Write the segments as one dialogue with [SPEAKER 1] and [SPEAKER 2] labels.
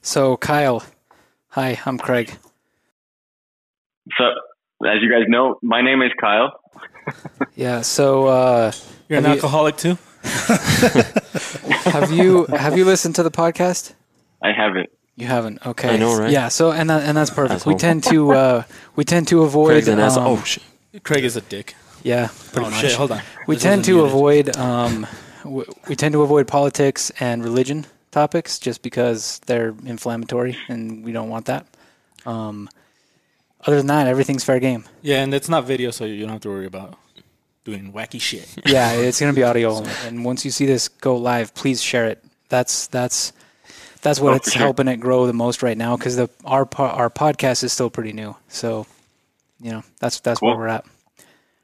[SPEAKER 1] So, Kyle, hi, I'm Craig.
[SPEAKER 2] So, as you guys know, my name is Kyle.
[SPEAKER 1] Yeah. So, uh,
[SPEAKER 3] You're an
[SPEAKER 1] Have you-
[SPEAKER 3] alcoholic too?
[SPEAKER 1] have you have you listened to the podcast?
[SPEAKER 2] I have it.
[SPEAKER 1] You haven't. Okay.
[SPEAKER 4] I know, right?
[SPEAKER 1] Yeah. So, and that, and that's perfect. We
[SPEAKER 4] Asshole.
[SPEAKER 1] tend to uh, we tend to avoid.
[SPEAKER 4] Craig's an asshole.
[SPEAKER 1] um,
[SPEAKER 4] Oh shit.
[SPEAKER 3] Craig is a dick.
[SPEAKER 1] Yeah. Pretty
[SPEAKER 3] oh
[SPEAKER 1] much.
[SPEAKER 3] shit! Hold on.
[SPEAKER 1] We
[SPEAKER 3] This
[SPEAKER 1] tend
[SPEAKER 3] wasn't
[SPEAKER 1] to
[SPEAKER 3] muted.
[SPEAKER 1] avoid um, w- we tend to avoid politics and religion topics just because they're inflammatory and we don't want that. Um, other than that, everything's fair game.
[SPEAKER 3] Yeah, and it's not video, so you don't have to worry about doing wacky shit.
[SPEAKER 1] Yeah, it's gonna be audio only. And once you see this go live, please share it. That's that's that's what
[SPEAKER 2] Oh,
[SPEAKER 1] it's
[SPEAKER 2] for sure.
[SPEAKER 1] helping it grow the most right now because the our po- our podcast is still pretty new. So you know that's that's where
[SPEAKER 2] Cool.
[SPEAKER 1] we're at.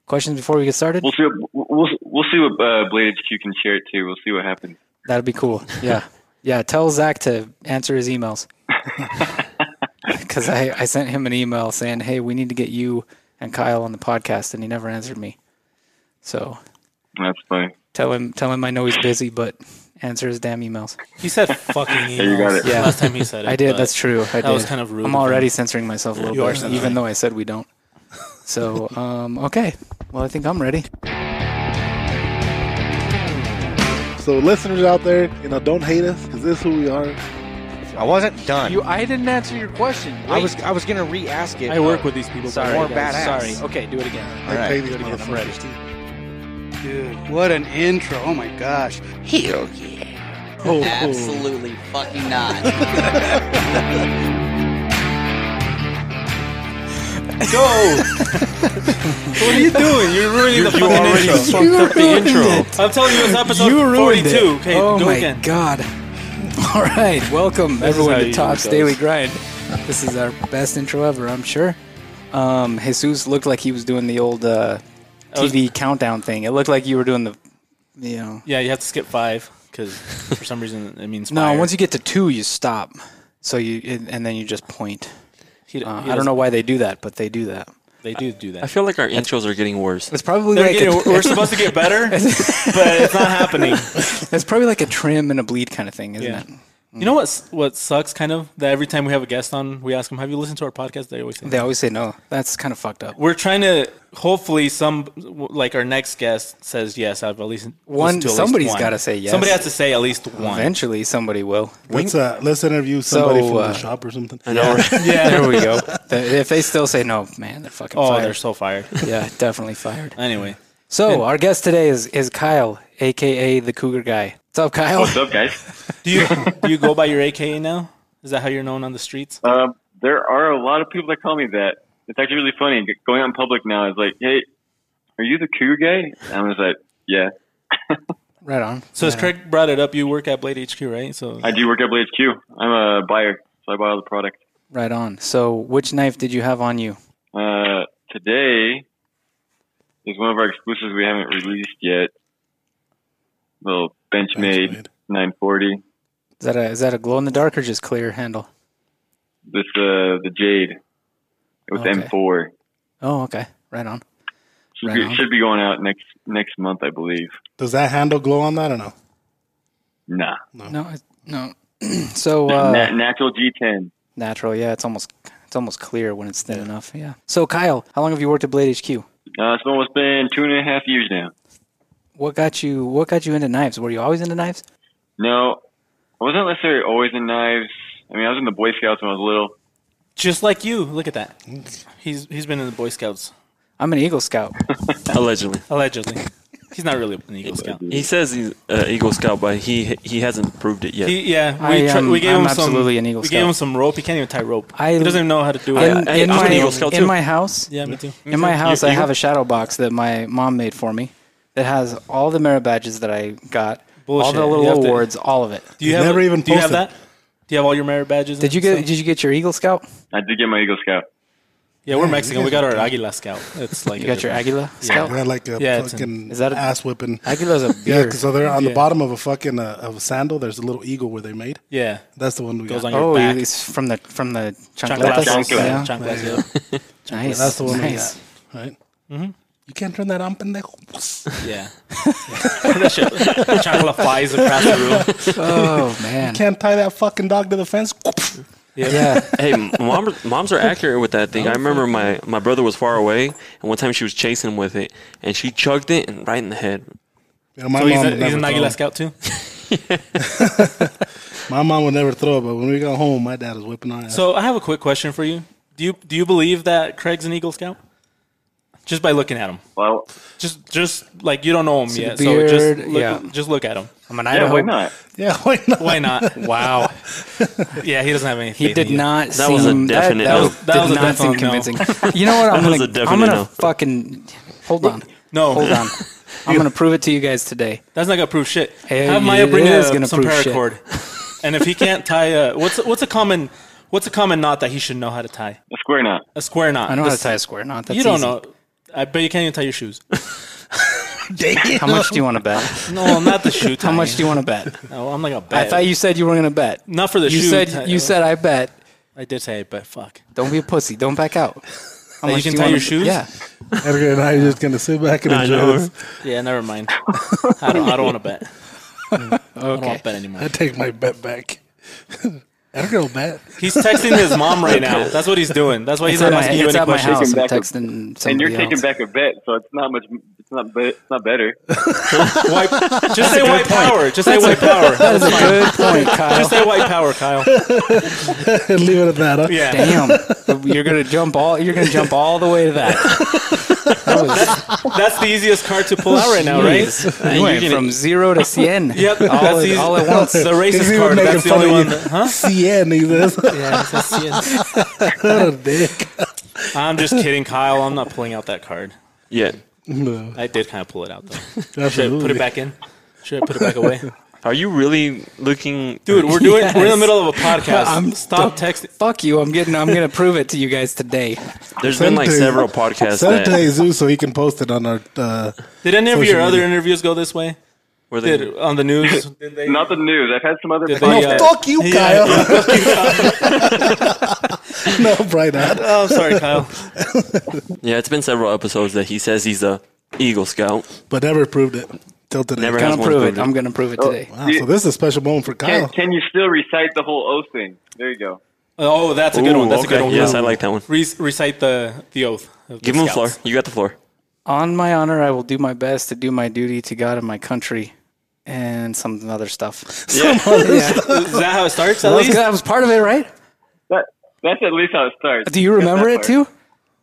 [SPEAKER 1] Questions before we get started?
[SPEAKER 2] We'll see. What, we'll we'll see what uh, Bladed Q can share it to. We'll see what happens.
[SPEAKER 1] That'd be cool. Yeah. Yeah. Tell Zach to answer his emails. Because I, I sent him an email saying, hey, we need to get you and Kyle on the podcast, and he never answered me. So
[SPEAKER 2] That's funny.
[SPEAKER 1] tell him tell him I know he's busy, but answer his damn emails.
[SPEAKER 3] He said fucking
[SPEAKER 2] you got
[SPEAKER 3] emails
[SPEAKER 2] it.
[SPEAKER 1] Yeah.
[SPEAKER 3] last time he said it.
[SPEAKER 1] I did.
[SPEAKER 3] but
[SPEAKER 1] That's true. I
[SPEAKER 3] that was
[SPEAKER 1] did.
[SPEAKER 3] kind of rude
[SPEAKER 1] I'm
[SPEAKER 3] of
[SPEAKER 1] already censoring myself a little
[SPEAKER 3] You are
[SPEAKER 1] bit,
[SPEAKER 3] censoring.
[SPEAKER 1] even though I said we don't. So, um, okay. Well, I think I'm ready.
[SPEAKER 5] So listeners out there, you know, don't hate us because this is who we are.
[SPEAKER 6] I wasn't done.
[SPEAKER 1] You, I didn't answer your question.
[SPEAKER 6] I was I was gonna re-ask it.
[SPEAKER 3] I work with these people.
[SPEAKER 6] Sorry,
[SPEAKER 3] but
[SPEAKER 6] more guys. badass.
[SPEAKER 1] Sorry. Okay, do it again.
[SPEAKER 6] All right.
[SPEAKER 5] Pay these
[SPEAKER 3] do it again, I'm
[SPEAKER 5] motherfuckers.
[SPEAKER 7] Dude, what an intro. Oh my gosh. Hell yeah.
[SPEAKER 5] Oh, oh.
[SPEAKER 8] Absolutely fucking not.
[SPEAKER 3] Go. what are you doing? You're ruining the fucking intro.
[SPEAKER 4] fucked up the intro.
[SPEAKER 3] I'm telling you, it's episode
[SPEAKER 1] you ruined
[SPEAKER 3] 42.
[SPEAKER 1] It.
[SPEAKER 3] Okay,
[SPEAKER 1] oh
[SPEAKER 3] go
[SPEAKER 1] my
[SPEAKER 3] again.
[SPEAKER 1] god! All right, welcome
[SPEAKER 3] This is
[SPEAKER 1] everyone
[SPEAKER 3] how
[SPEAKER 1] to
[SPEAKER 3] you
[SPEAKER 1] Tops
[SPEAKER 3] do it,
[SPEAKER 1] Daily
[SPEAKER 3] guys.
[SPEAKER 1] Grind. This is our best intro ever, I'm sure. Um, Jesus looked like he was doing the old uh,
[SPEAKER 3] I was-
[SPEAKER 1] TV countdown thing. It looked like you were doing the, you know.
[SPEAKER 3] Yeah, you have to skip five because for some reason it means
[SPEAKER 1] No,
[SPEAKER 3] fire.
[SPEAKER 1] once you get to two, you stop. So you and and then you just point.
[SPEAKER 3] He-
[SPEAKER 1] Uh,
[SPEAKER 3] he
[SPEAKER 1] I don't
[SPEAKER 3] does-
[SPEAKER 1] know why they do that, but they do that.
[SPEAKER 3] They do do that.
[SPEAKER 4] I feel like our intros are getting worse.
[SPEAKER 1] It's probably
[SPEAKER 3] They're
[SPEAKER 1] like a,
[SPEAKER 3] getting- we're supposed to get better, but it's not happening.
[SPEAKER 1] it's probably like a trim and a bleed kind of thing, isn't
[SPEAKER 3] Yeah.
[SPEAKER 1] it?
[SPEAKER 3] You know what? What sucks? Kind of that every time we have a guest on, we ask them, "Have you listened to our podcast?" They always say,
[SPEAKER 1] They always say no. That's kind of fucked up.
[SPEAKER 3] "We're trying to." Hopefully, some like our next guest says yes. I've at least listened
[SPEAKER 1] One-
[SPEAKER 3] to at least
[SPEAKER 1] somebody's
[SPEAKER 3] one."
[SPEAKER 1] gotta say yes.
[SPEAKER 3] Somebody has to say at least one.
[SPEAKER 1] Eventually, somebody will.
[SPEAKER 5] Let's uh, let's interview somebody
[SPEAKER 1] So,
[SPEAKER 5] from
[SPEAKER 1] uh,
[SPEAKER 5] the shop or something.
[SPEAKER 1] There we go. Th- if they still say no, man, they're fucking
[SPEAKER 3] Oh,
[SPEAKER 1] fired.
[SPEAKER 3] they're so fired.
[SPEAKER 1] yeah, definitely fired.
[SPEAKER 3] anyway,
[SPEAKER 1] So our guest today is is Kyle, aka the Cougar Guy. What's up, Kyle?
[SPEAKER 2] What's up, guys?
[SPEAKER 3] do you do you go by your AKA now? Is that how you're known on the streets?
[SPEAKER 1] Uh,
[SPEAKER 2] Um, there are a lot of people that call me that. It's actually really funny. G- Going out in public now is like, hey, are you the cougar guy? And I was like, yeah,
[SPEAKER 1] Right on.
[SPEAKER 3] So as Craig brought it up, you work at Blade HQ, right? So
[SPEAKER 2] I do work at Blade HQ. I'm a buyer, so I buy all the product.
[SPEAKER 1] Right on. So which knife did you have on you?
[SPEAKER 2] Uh, today is one of our exclusives we haven't released yet. Little Benchmade,
[SPEAKER 5] Benchmade.
[SPEAKER 2] 940.
[SPEAKER 1] Is that a is that a glow in the dark or just clear handle?
[SPEAKER 2] This uh, the Jade. It was
[SPEAKER 1] Okay.
[SPEAKER 2] M4.
[SPEAKER 1] Oh, okay. Right on.
[SPEAKER 2] Should,
[SPEAKER 1] Right
[SPEAKER 2] be,
[SPEAKER 1] on.
[SPEAKER 2] should be going out next next month, I believe.
[SPEAKER 5] Does that handle glow on that or no?
[SPEAKER 2] Nah,
[SPEAKER 1] No, it- no. so uh,
[SPEAKER 2] Na- natural G10.
[SPEAKER 1] natural. Yeah, it's almost it's almost clear when it's thin enough. Yeah. So Kyle, how long have you worked at Blade HQ?
[SPEAKER 2] Uh, it's almost been two and a half years now.
[SPEAKER 1] What got you What got you into knives? Were you always into knives?
[SPEAKER 2] No, I wasn't necessarily always in knives. I mean, I was in the Boy Scouts when I was little.
[SPEAKER 3] just like you, look at that. He's he's been in the Boy Scouts
[SPEAKER 1] I'm an Eagle Scout.
[SPEAKER 4] Allegedly,
[SPEAKER 3] allegedly. He's not really an Eagle Scout.
[SPEAKER 4] he says he's uh, Eagle Scout, but he he hasn't proved it yet.
[SPEAKER 3] He, yeah,
[SPEAKER 1] I
[SPEAKER 3] we, tri-
[SPEAKER 1] am-
[SPEAKER 3] we gave
[SPEAKER 1] I'm
[SPEAKER 3] him
[SPEAKER 1] absolutely
[SPEAKER 3] some.
[SPEAKER 1] an Eagle
[SPEAKER 3] we gave him
[SPEAKER 1] Scout.
[SPEAKER 3] some rope. He can't even tie rope.
[SPEAKER 1] I-
[SPEAKER 3] he doesn't even know how to do it.
[SPEAKER 1] in,
[SPEAKER 4] I-
[SPEAKER 1] in
[SPEAKER 4] I'm
[SPEAKER 1] my,
[SPEAKER 4] an Eagle Scout
[SPEAKER 1] in
[SPEAKER 4] too.
[SPEAKER 1] my house,
[SPEAKER 3] yeah, me too.
[SPEAKER 1] in my house,
[SPEAKER 3] You-
[SPEAKER 1] I
[SPEAKER 3] you-
[SPEAKER 1] have a shadow box that my mom made for me that has all the merit badges that I got, all
[SPEAKER 3] Bullshit.
[SPEAKER 1] the
[SPEAKER 3] You have
[SPEAKER 1] little
[SPEAKER 3] to-
[SPEAKER 1] awards, all of it.
[SPEAKER 3] Do you
[SPEAKER 5] He's
[SPEAKER 3] have
[SPEAKER 5] never even
[SPEAKER 3] Do you have that?
[SPEAKER 5] posted.
[SPEAKER 3] Do you have all your merit badges?
[SPEAKER 1] Did
[SPEAKER 3] and
[SPEAKER 1] you get
[SPEAKER 3] stuff?
[SPEAKER 1] Did you get your Eagle Scout?
[SPEAKER 2] I did get my Eagle Scout.
[SPEAKER 3] Yeah, we're Mexican. We got our Aguila Scout. It's like
[SPEAKER 1] You
[SPEAKER 3] a
[SPEAKER 1] got your
[SPEAKER 3] different-
[SPEAKER 1] Aguila Scout?
[SPEAKER 5] We had like a
[SPEAKER 3] Yeah, it's in-
[SPEAKER 5] fucking
[SPEAKER 1] is that a-
[SPEAKER 5] ass whipping.
[SPEAKER 1] Aguila's a
[SPEAKER 5] Yeah,
[SPEAKER 1] beer.
[SPEAKER 5] 'cause so they're on
[SPEAKER 3] Yeah.
[SPEAKER 5] the bottom of a fucking uh, of a sandal. There's a little eagle where they made.
[SPEAKER 3] Yeah,
[SPEAKER 5] That's the one we
[SPEAKER 3] goes on
[SPEAKER 5] got.
[SPEAKER 3] your
[SPEAKER 1] oh,
[SPEAKER 3] back.
[SPEAKER 1] it's from the from the chancletas.
[SPEAKER 3] Chancletas.
[SPEAKER 1] Yeah.
[SPEAKER 3] Chancletas, yeah.
[SPEAKER 1] Nice.
[SPEAKER 5] That's the one
[SPEAKER 1] nice.
[SPEAKER 3] Mm-hmm.
[SPEAKER 5] we got. Right. You can't turn that on, pendejo.
[SPEAKER 3] Yeah. that shit chocolate flies across the room.
[SPEAKER 1] Oh man.
[SPEAKER 5] Can't tie that fucking dog to the fence.
[SPEAKER 1] Yeah.
[SPEAKER 4] hey, mom, moms are accurate with that thing. I remember my, my brother was far away, and one time she was chasing him with it, and she chugged it and right in the head.
[SPEAKER 5] You know, my
[SPEAKER 3] So he's,
[SPEAKER 5] mom
[SPEAKER 3] a,
[SPEAKER 5] would
[SPEAKER 3] he's an
[SPEAKER 5] never
[SPEAKER 3] Aguila
[SPEAKER 5] throw.
[SPEAKER 3] Scout too.
[SPEAKER 5] My mom would never throw, but when we got home, my dad was whipping our ass.
[SPEAKER 3] So I have a quick question for you. Do you do you believe that Craig's an Eagle Scout? Just by looking at him,
[SPEAKER 2] Well,
[SPEAKER 3] just just like you don't know him
[SPEAKER 1] See the
[SPEAKER 3] yet, so just
[SPEAKER 1] beard,
[SPEAKER 3] look,
[SPEAKER 1] yeah.
[SPEAKER 3] just look at him.
[SPEAKER 1] I'm an
[SPEAKER 2] yeah,
[SPEAKER 1] Idaho.
[SPEAKER 2] why not?
[SPEAKER 5] yeah, why not?
[SPEAKER 3] Why not?
[SPEAKER 1] Wow.
[SPEAKER 3] yeah, he doesn't have any.
[SPEAKER 1] He
[SPEAKER 3] faith in
[SPEAKER 1] did
[SPEAKER 3] you.
[SPEAKER 1] not
[SPEAKER 4] That
[SPEAKER 1] seem
[SPEAKER 4] was a definite
[SPEAKER 1] that,
[SPEAKER 4] no.
[SPEAKER 1] was,
[SPEAKER 3] That
[SPEAKER 1] did
[SPEAKER 3] was a
[SPEAKER 1] not seem
[SPEAKER 3] definite no.
[SPEAKER 1] convincing. You know what? I'm
[SPEAKER 4] That was
[SPEAKER 1] gonna
[SPEAKER 4] a definite
[SPEAKER 1] I'm gonna
[SPEAKER 4] no.
[SPEAKER 1] fucking hold on.
[SPEAKER 3] No,
[SPEAKER 1] Hold on. I'm gonna prove it to you guys today.
[SPEAKER 3] that's not gonna prove shit.
[SPEAKER 1] Hey,
[SPEAKER 3] have Maya
[SPEAKER 1] it
[SPEAKER 3] bring
[SPEAKER 1] is
[SPEAKER 3] uh,
[SPEAKER 1] gonna
[SPEAKER 3] some
[SPEAKER 1] prove shit.
[SPEAKER 3] paracord, and if he can't tie, uh, what's what's a common what's a common knot that he should know how to tie?
[SPEAKER 2] A square knot.
[SPEAKER 3] A square knot.
[SPEAKER 1] I know how to
[SPEAKER 3] This-
[SPEAKER 1] tie a square knot. That's
[SPEAKER 3] You don't
[SPEAKER 1] easy.
[SPEAKER 3] know. I bet you can't even tie your shoes.
[SPEAKER 1] How much do you want to bet?
[SPEAKER 3] No, not the shoe.
[SPEAKER 1] How much do you want to bet?
[SPEAKER 3] No, I'm not gonna bet.
[SPEAKER 1] I thought you said you were gonna bet.
[SPEAKER 3] not for the
[SPEAKER 1] You
[SPEAKER 3] shoe.
[SPEAKER 1] said
[SPEAKER 3] tie-
[SPEAKER 1] you said I bet.
[SPEAKER 3] I did say, but fuck.
[SPEAKER 1] Don't be a pussy. Don't back out. How
[SPEAKER 3] That you
[SPEAKER 1] much
[SPEAKER 3] can
[SPEAKER 1] do
[SPEAKER 3] tie
[SPEAKER 1] wanna
[SPEAKER 3] your
[SPEAKER 1] bet?
[SPEAKER 3] shoes?
[SPEAKER 1] Yeah.
[SPEAKER 5] Edgar and I are just gonna sit back and
[SPEAKER 4] I
[SPEAKER 5] enjoy
[SPEAKER 4] know.
[SPEAKER 5] this.
[SPEAKER 3] Yeah, never mind. I don't. I don't want to bet. I don't want
[SPEAKER 1] Okay.
[SPEAKER 3] to bet anymore.
[SPEAKER 5] I take my bet back. Edgar will bet.
[SPEAKER 3] He's texting his mom right now. That's what he's doing. That's why he's
[SPEAKER 1] It's
[SPEAKER 3] not
[SPEAKER 1] at my,
[SPEAKER 3] asking you
[SPEAKER 1] it's
[SPEAKER 3] any
[SPEAKER 1] at my
[SPEAKER 3] questions.
[SPEAKER 1] house. I'm
[SPEAKER 2] Taking back a-
[SPEAKER 1] texting somebody
[SPEAKER 2] And you're taking
[SPEAKER 1] else.
[SPEAKER 2] back a bet, so it's not much. It's not. Be, it's not better.
[SPEAKER 3] White, just say white power. Just say white power.
[SPEAKER 1] That is a good point, Kyle.
[SPEAKER 3] Just say white power, Kyle.
[SPEAKER 5] And leave it at that. Huh?
[SPEAKER 3] Yeah.
[SPEAKER 1] Damn, you're gonna jump all you're gonna jump all the way to that. that was,
[SPEAKER 3] That's the easiest card to pull out right now, right?
[SPEAKER 1] Jeez. You went from zero to cien.
[SPEAKER 3] Yep,
[SPEAKER 1] all,
[SPEAKER 3] that's
[SPEAKER 1] at,
[SPEAKER 3] easy.
[SPEAKER 1] all at once.
[SPEAKER 3] The racist
[SPEAKER 5] even
[SPEAKER 3] card.
[SPEAKER 5] making
[SPEAKER 3] That's the
[SPEAKER 5] fun
[SPEAKER 3] only one.
[SPEAKER 5] of you.
[SPEAKER 3] that- Huh?
[SPEAKER 5] CN, he says. What a dick.
[SPEAKER 3] I'm just kidding, Kyle. I'm not pulling out that card.
[SPEAKER 4] Yeah.
[SPEAKER 5] No,
[SPEAKER 3] I did kind of pull it out though. Should I
[SPEAKER 5] absolutely.
[SPEAKER 3] put it back in? Should I put it back away?
[SPEAKER 4] Are you really looking.
[SPEAKER 3] Dude, we're doing. We're in the
[SPEAKER 1] Yes.
[SPEAKER 3] middle of a podcast.
[SPEAKER 1] I'm-
[SPEAKER 3] Stop texting.
[SPEAKER 1] Fuck you! I'm getting. I'm gonna prove it to you guys today.
[SPEAKER 4] There's been like
[SPEAKER 5] Send it to-
[SPEAKER 4] several podcasts
[SPEAKER 5] Send it to
[SPEAKER 4] that,
[SPEAKER 5] Jesus so he can post it on our. Uh,
[SPEAKER 3] Did any of
[SPEAKER 5] Social
[SPEAKER 3] your other
[SPEAKER 5] media.
[SPEAKER 3] interviews go this way?
[SPEAKER 4] where they,
[SPEAKER 3] Did on the news? Did they?
[SPEAKER 2] Not the news. I've had some other.
[SPEAKER 3] Did
[SPEAKER 2] podcasts.
[SPEAKER 3] they, uh,
[SPEAKER 5] fuck you,
[SPEAKER 3] yeah,
[SPEAKER 5] Kyle. no, probably not.
[SPEAKER 3] Oh, I'm sorry, Kyle.
[SPEAKER 4] yeah, it's been several episodes that he says he's a Eagle Scout.
[SPEAKER 5] But never proved it till today.
[SPEAKER 4] Never
[SPEAKER 1] I'm
[SPEAKER 4] has
[SPEAKER 1] gonna
[SPEAKER 4] one
[SPEAKER 1] prove it. Oh.
[SPEAKER 4] proven.
[SPEAKER 1] I'm gonna prove it today.
[SPEAKER 5] Wow, so this is a special moment for Kyle.
[SPEAKER 2] Can, can you still recite the whole oath thing? There you go.
[SPEAKER 3] Oh, that's a good
[SPEAKER 4] Ooh,
[SPEAKER 3] one. That's
[SPEAKER 4] okay.
[SPEAKER 3] a good one.
[SPEAKER 4] Yes,
[SPEAKER 3] Kyle.
[SPEAKER 4] I like that one.
[SPEAKER 3] Re- recite the the oath. Of
[SPEAKER 4] Give
[SPEAKER 3] the
[SPEAKER 4] him the floor.
[SPEAKER 3] scouts.
[SPEAKER 4] You got the floor.
[SPEAKER 1] On my honor, I will do my best to do my duty to God and my country, and some other stuff.
[SPEAKER 3] Is that how it starts? At
[SPEAKER 1] That was,
[SPEAKER 3] least
[SPEAKER 1] good. that was part of it, right?
[SPEAKER 2] That that's at least how it starts.
[SPEAKER 1] Do you
[SPEAKER 2] Just
[SPEAKER 1] remember
[SPEAKER 2] that
[SPEAKER 1] it
[SPEAKER 2] part.
[SPEAKER 1] too?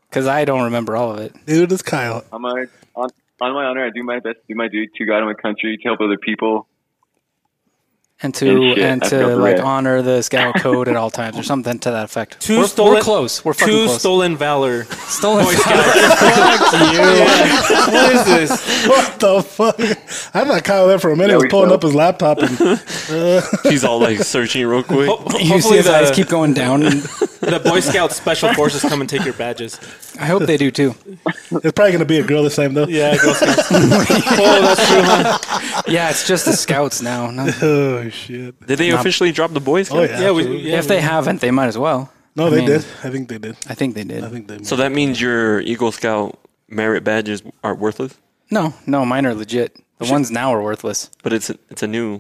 [SPEAKER 1] Because I don't remember all of it.
[SPEAKER 5] Dude, it's Kyle.
[SPEAKER 2] On my on, on my honor, I do my best to do my duty to God and my country to help other people.
[SPEAKER 1] and to
[SPEAKER 2] And shit,
[SPEAKER 1] and
[SPEAKER 2] I forgot
[SPEAKER 1] to
[SPEAKER 2] the
[SPEAKER 1] like
[SPEAKER 2] rest.
[SPEAKER 1] honor the scout code at all times or something to that effect.
[SPEAKER 3] 2
[SPEAKER 1] we're, we're
[SPEAKER 3] stolen.
[SPEAKER 1] close. We're fucking
[SPEAKER 3] two Oh,
[SPEAKER 1] close.
[SPEAKER 3] stolen valor.
[SPEAKER 1] stolen.
[SPEAKER 3] what is this?
[SPEAKER 5] What the fuck? I thought Kyle there for a minute
[SPEAKER 2] Yeah,
[SPEAKER 5] was
[SPEAKER 2] we
[SPEAKER 5] pulling
[SPEAKER 2] fell.
[SPEAKER 5] up his laptop and
[SPEAKER 4] He's all like searching real quick.
[SPEAKER 3] Ho- ho-
[SPEAKER 1] You see
[SPEAKER 3] hopefully
[SPEAKER 1] his eyes
[SPEAKER 3] the,
[SPEAKER 1] keep going down. And
[SPEAKER 3] the Boy Scouts special forces come and take your badges.
[SPEAKER 1] I hope they do too.
[SPEAKER 5] it's probably gonna be a girl this time though.
[SPEAKER 3] Yeah, Girl Scouts. oh, that's true. Huh?
[SPEAKER 1] Yeah, it's just the scouts now. No-
[SPEAKER 5] Oh shit.
[SPEAKER 4] Did they
[SPEAKER 1] Nah.
[SPEAKER 4] officially drop the boys?
[SPEAKER 5] Oh
[SPEAKER 4] Scout?
[SPEAKER 5] yeah.
[SPEAKER 3] Yeah, we, yeah,
[SPEAKER 1] if they haven't, they might as well.
[SPEAKER 5] No,
[SPEAKER 1] I
[SPEAKER 5] they
[SPEAKER 1] mean,
[SPEAKER 5] did. I think they did.
[SPEAKER 1] I think they did.
[SPEAKER 5] I think they did.
[SPEAKER 4] So that means your Eagle Scout merit badges are worthless,
[SPEAKER 1] No, no, mine are legit. The ones now are worthless.
[SPEAKER 4] but it's a, it's a new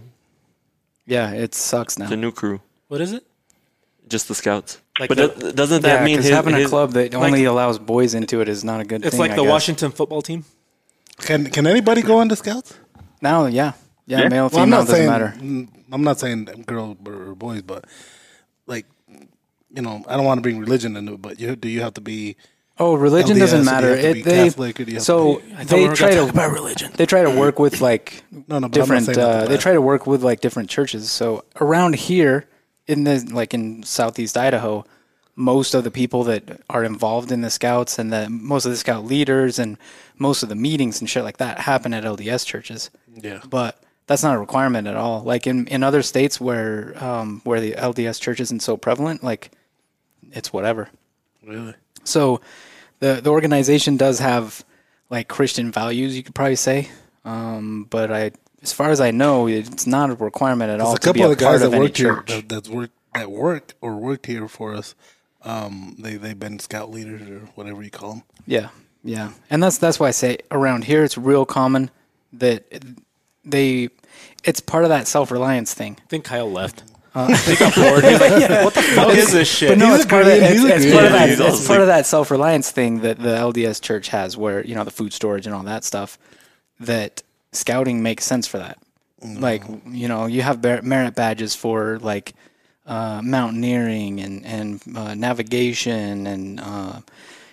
[SPEAKER 1] Yeah, it sucks now.
[SPEAKER 4] it's a new crew,
[SPEAKER 3] What is it?
[SPEAKER 4] just the Scouts.
[SPEAKER 3] Like
[SPEAKER 4] but
[SPEAKER 3] the-
[SPEAKER 4] do- doesn't that
[SPEAKER 1] Yeah,
[SPEAKER 4] mean
[SPEAKER 1] because
[SPEAKER 4] his,
[SPEAKER 1] having a
[SPEAKER 4] his-
[SPEAKER 1] club that only allows boys into it is not a good
[SPEAKER 3] It's
[SPEAKER 1] thing.
[SPEAKER 3] like
[SPEAKER 1] I
[SPEAKER 3] the
[SPEAKER 1] guess.
[SPEAKER 3] Washington football team.
[SPEAKER 5] can can anybody go into scouts?
[SPEAKER 1] Now, yeah, yeah,
[SPEAKER 2] Yeah.
[SPEAKER 1] male,
[SPEAKER 5] Well,
[SPEAKER 1] female
[SPEAKER 5] I'm not
[SPEAKER 1] doesn't
[SPEAKER 5] saying
[SPEAKER 1] matter.
[SPEAKER 5] mm, I'm not saying girls or or boys, but like you know, I don't want to bring religion into it, but you do you have to be
[SPEAKER 1] Oh, religion
[SPEAKER 5] LDS,
[SPEAKER 1] doesn't
[SPEAKER 5] do you
[SPEAKER 1] matter.
[SPEAKER 5] have to
[SPEAKER 1] It,
[SPEAKER 5] be
[SPEAKER 1] they,
[SPEAKER 5] Catholic, or do you have
[SPEAKER 1] so
[SPEAKER 3] I thought we
[SPEAKER 1] they
[SPEAKER 3] were
[SPEAKER 1] try
[SPEAKER 3] gonna
[SPEAKER 1] to
[SPEAKER 3] talk about religion.
[SPEAKER 1] they try to work with like
[SPEAKER 5] No, no, but I'm not
[SPEAKER 1] different
[SPEAKER 5] saying that
[SPEAKER 1] uh,
[SPEAKER 5] to
[SPEAKER 1] they
[SPEAKER 5] bad.
[SPEAKER 1] try to work with like different churches so around here in the like in southeast idaho most of the people that are involved in the scouts and the most of the scout leaders and most of the meetings and shit like that happen at lds churches
[SPEAKER 5] Yeah.
[SPEAKER 1] but that's not a requirement at all like in, in other states where um, where the lds church isn't so prevalent like it's whatever
[SPEAKER 5] really
[SPEAKER 1] so the the organization does have like Christian values, you could probably say. Um, but I, as far as I know, it's not a requirement at all
[SPEAKER 5] There's
[SPEAKER 1] to
[SPEAKER 5] a
[SPEAKER 1] be
[SPEAKER 5] couple
[SPEAKER 1] a
[SPEAKER 5] of the
[SPEAKER 1] part
[SPEAKER 5] guys
[SPEAKER 1] of
[SPEAKER 5] that
[SPEAKER 1] any
[SPEAKER 5] worked here
[SPEAKER 1] church.
[SPEAKER 5] that, that's worked that worked or worked here for us. Um, they they've been scout leaders or whatever you call them.
[SPEAKER 1] yeah, Yeah, and that's that's why I say around here it's real common that they it's part of that self reliance thing.
[SPEAKER 3] I think Kyle left. he got bored. He's like, what the fuck is this shit?
[SPEAKER 1] But Uh, no, it's part, of that, it's, it's part of
[SPEAKER 4] Yeah,
[SPEAKER 1] that.
[SPEAKER 4] he's
[SPEAKER 1] It's
[SPEAKER 4] also
[SPEAKER 1] part
[SPEAKER 4] like-
[SPEAKER 1] of that self-reliance thing that the LDS Church has, where you know the food storage and all that stuff. That scouting makes sense for that.
[SPEAKER 4] Mm-hmm.
[SPEAKER 1] Like you know, you have bar- merit badges for like uh, mountaineering and and uh, navigation and uh,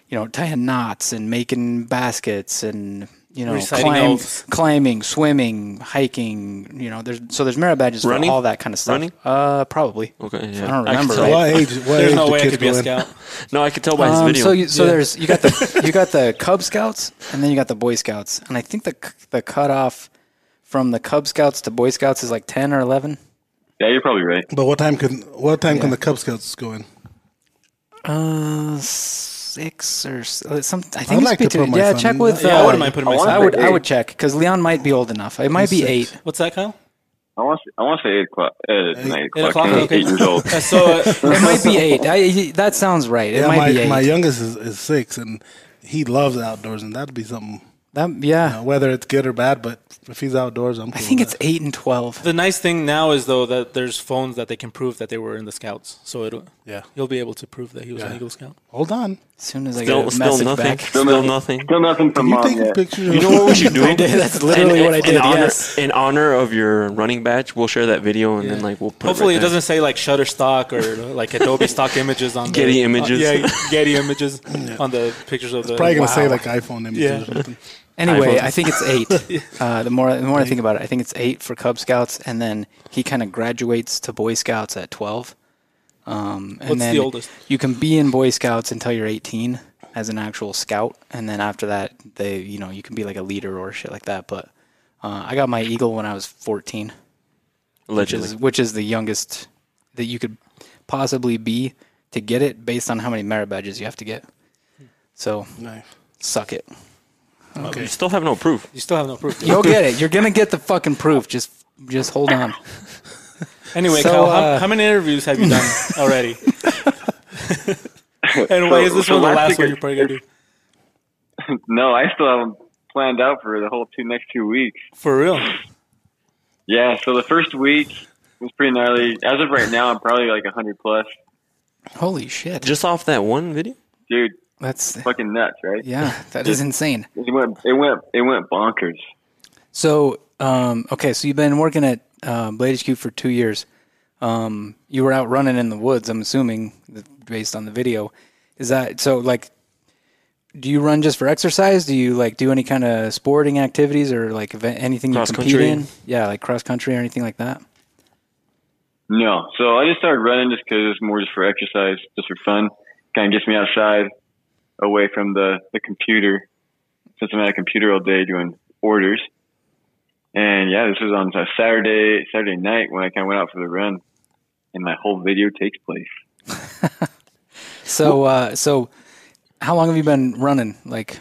[SPEAKER 1] you know tying knots and making baskets and you know
[SPEAKER 3] Reciting
[SPEAKER 1] climb,
[SPEAKER 3] oaths.
[SPEAKER 1] climbing, swimming, hiking. You know, there's so there's merit badges
[SPEAKER 4] Running?
[SPEAKER 1] for all that kind of stuff.
[SPEAKER 4] Running?
[SPEAKER 1] Uh, probably.
[SPEAKER 4] Okay,
[SPEAKER 1] I
[SPEAKER 4] yeah.
[SPEAKER 1] don't remember.
[SPEAKER 5] So
[SPEAKER 1] right?
[SPEAKER 5] what age? What
[SPEAKER 3] There's
[SPEAKER 5] age
[SPEAKER 3] no
[SPEAKER 5] do
[SPEAKER 3] way I
[SPEAKER 5] kids
[SPEAKER 3] could be a
[SPEAKER 5] go in?
[SPEAKER 3] scout.
[SPEAKER 4] No, I could tell by his
[SPEAKER 1] Um,
[SPEAKER 4] video.
[SPEAKER 1] So, you, so
[SPEAKER 3] Yeah.
[SPEAKER 1] there's you got the you got the Cub Scouts, and then you got the Boy Scouts, and I think the c- the cutoff from the Cub Scouts to Boy Scouts is like ten or eleven.
[SPEAKER 2] Yeah, you're probably right.
[SPEAKER 5] But what time can what time can the Cub Scouts go in?
[SPEAKER 1] Uh, six or s- uh, some. I
[SPEAKER 5] I'd
[SPEAKER 1] think it's
[SPEAKER 5] like to put
[SPEAKER 1] between.
[SPEAKER 5] my
[SPEAKER 1] yeah,
[SPEAKER 5] son
[SPEAKER 1] check
[SPEAKER 5] in
[SPEAKER 1] with.
[SPEAKER 5] that.
[SPEAKER 3] Yeah, I
[SPEAKER 1] uh,
[SPEAKER 3] wouldn't mind putting
[SPEAKER 2] I
[SPEAKER 3] myself.
[SPEAKER 2] wanna
[SPEAKER 1] I would.
[SPEAKER 2] put
[SPEAKER 1] I
[SPEAKER 2] eight.
[SPEAKER 1] would check because Leon might be old enough. It might be
[SPEAKER 5] He's six.
[SPEAKER 1] eight.
[SPEAKER 3] What's that, Kyle?
[SPEAKER 2] I want to, I want to say eight o'clock. Uh, it's not eight
[SPEAKER 3] Eight
[SPEAKER 2] o'clock.
[SPEAKER 3] o'clock.
[SPEAKER 2] I'm
[SPEAKER 3] Okay.
[SPEAKER 2] Eight years old.
[SPEAKER 3] Uh, so uh,
[SPEAKER 1] It might be eight. I, that sounds right. It
[SPEAKER 5] Yeah,
[SPEAKER 1] might
[SPEAKER 5] my,
[SPEAKER 1] be eight.
[SPEAKER 5] my youngest is, is six, and he loves outdoors, and that'd be something.
[SPEAKER 1] that, yeah,
[SPEAKER 5] uh, whether it's good or bad, but if he's outdoors, I'm.
[SPEAKER 1] I
[SPEAKER 5] Cool
[SPEAKER 1] think
[SPEAKER 5] with
[SPEAKER 1] it's eight and twelve.
[SPEAKER 3] the nice thing now is though that there's phones that they can prove that they were in the scouts. So it'll
[SPEAKER 5] that. yeah.
[SPEAKER 3] you'll be able to prove that he was an
[SPEAKER 5] Yeah.
[SPEAKER 3] Eagle Scout.
[SPEAKER 5] Hold on.
[SPEAKER 1] As soon as I get
[SPEAKER 4] still,
[SPEAKER 1] a
[SPEAKER 4] still
[SPEAKER 1] message
[SPEAKER 4] nothing.
[SPEAKER 1] back.
[SPEAKER 4] Still nothing.
[SPEAKER 2] Still nothing from
[SPEAKER 5] Can you
[SPEAKER 2] mom
[SPEAKER 5] take
[SPEAKER 2] yet.
[SPEAKER 5] pictures? of-
[SPEAKER 4] You know what we should do?
[SPEAKER 1] I did. That's literally
[SPEAKER 4] In-
[SPEAKER 1] what I did.
[SPEAKER 4] In honor,
[SPEAKER 1] yes.
[SPEAKER 4] in honor of your running badge, we'll share that video and then like we'll put.
[SPEAKER 3] Hopefully,
[SPEAKER 4] it,
[SPEAKER 3] it
[SPEAKER 4] right there.
[SPEAKER 3] doesn't say like Shutterstock or like Adobe stock images on
[SPEAKER 4] Getty
[SPEAKER 3] the,
[SPEAKER 4] images.
[SPEAKER 3] uh, yeah, Getty images on the pictures of the.
[SPEAKER 5] Probably gonna say
[SPEAKER 3] Wow.
[SPEAKER 5] like iPhone images or something.
[SPEAKER 1] Anyway,
[SPEAKER 4] iPhones.
[SPEAKER 1] I think it's eight. uh, the more the more I think about it, I think it's eight for Cub Scouts, and then he kind of graduates to Boy Scouts at twelve. Um, and
[SPEAKER 3] What's
[SPEAKER 1] then
[SPEAKER 3] the oldest?
[SPEAKER 1] You can be in Boy Scouts until you're eighteen as an actual scout, and then after that, they you know you can be like a leader or shit like that. But uh, I got my eagle when I was fourteen, which
[SPEAKER 4] Allegedly.
[SPEAKER 1] is, which is the youngest that you could possibly be to get it based on how many merit badges you have to get. So
[SPEAKER 5] Nice.
[SPEAKER 1] suck it.
[SPEAKER 4] You still have no proof.
[SPEAKER 3] You still have no proof.
[SPEAKER 1] You'll get it. You're gonna get the fucking proof. Just just hold on.
[SPEAKER 3] Anyway,
[SPEAKER 1] So,
[SPEAKER 3] Kyle, how,
[SPEAKER 1] uh,
[SPEAKER 3] how many interviews have you done already? and why is this
[SPEAKER 2] So- so
[SPEAKER 3] one the
[SPEAKER 2] last thing
[SPEAKER 3] last one
[SPEAKER 2] is-
[SPEAKER 3] you're probably gonna do?
[SPEAKER 2] No, I still have them planned out for the whole two next two weeks.
[SPEAKER 3] For real?
[SPEAKER 2] Yeah, so the first week was pretty gnarly. As of right now, I'm probably like 100 plus.
[SPEAKER 1] Holy shit.
[SPEAKER 4] Just off that one video.
[SPEAKER 2] Dude,
[SPEAKER 1] That's
[SPEAKER 2] fucking nuts, right?
[SPEAKER 1] yeah, that is insane.
[SPEAKER 2] It went, it went, it went bonkers.
[SPEAKER 1] So um okay, so you've been working at uh, Blade HQ for two years. Um you were out running in the woods, I'm assuming th- based on the video. Is that so like do you run just for exercise? Do you like do any kind of sporting activities or like event, anything
[SPEAKER 4] Cross
[SPEAKER 1] you compete
[SPEAKER 4] country.
[SPEAKER 1] in? Yeah, like cross country or anything like that.
[SPEAKER 2] No, so I just started running just because it's more just for exercise, just for fun. Kind of gets me outside, away from the the computer, since I'm at a computer all day doing orders. And yeah, this was on a Saturday Saturday night when I kind of went out for the run, and my whole video takes place.
[SPEAKER 1] So uh so how long have you been running? Like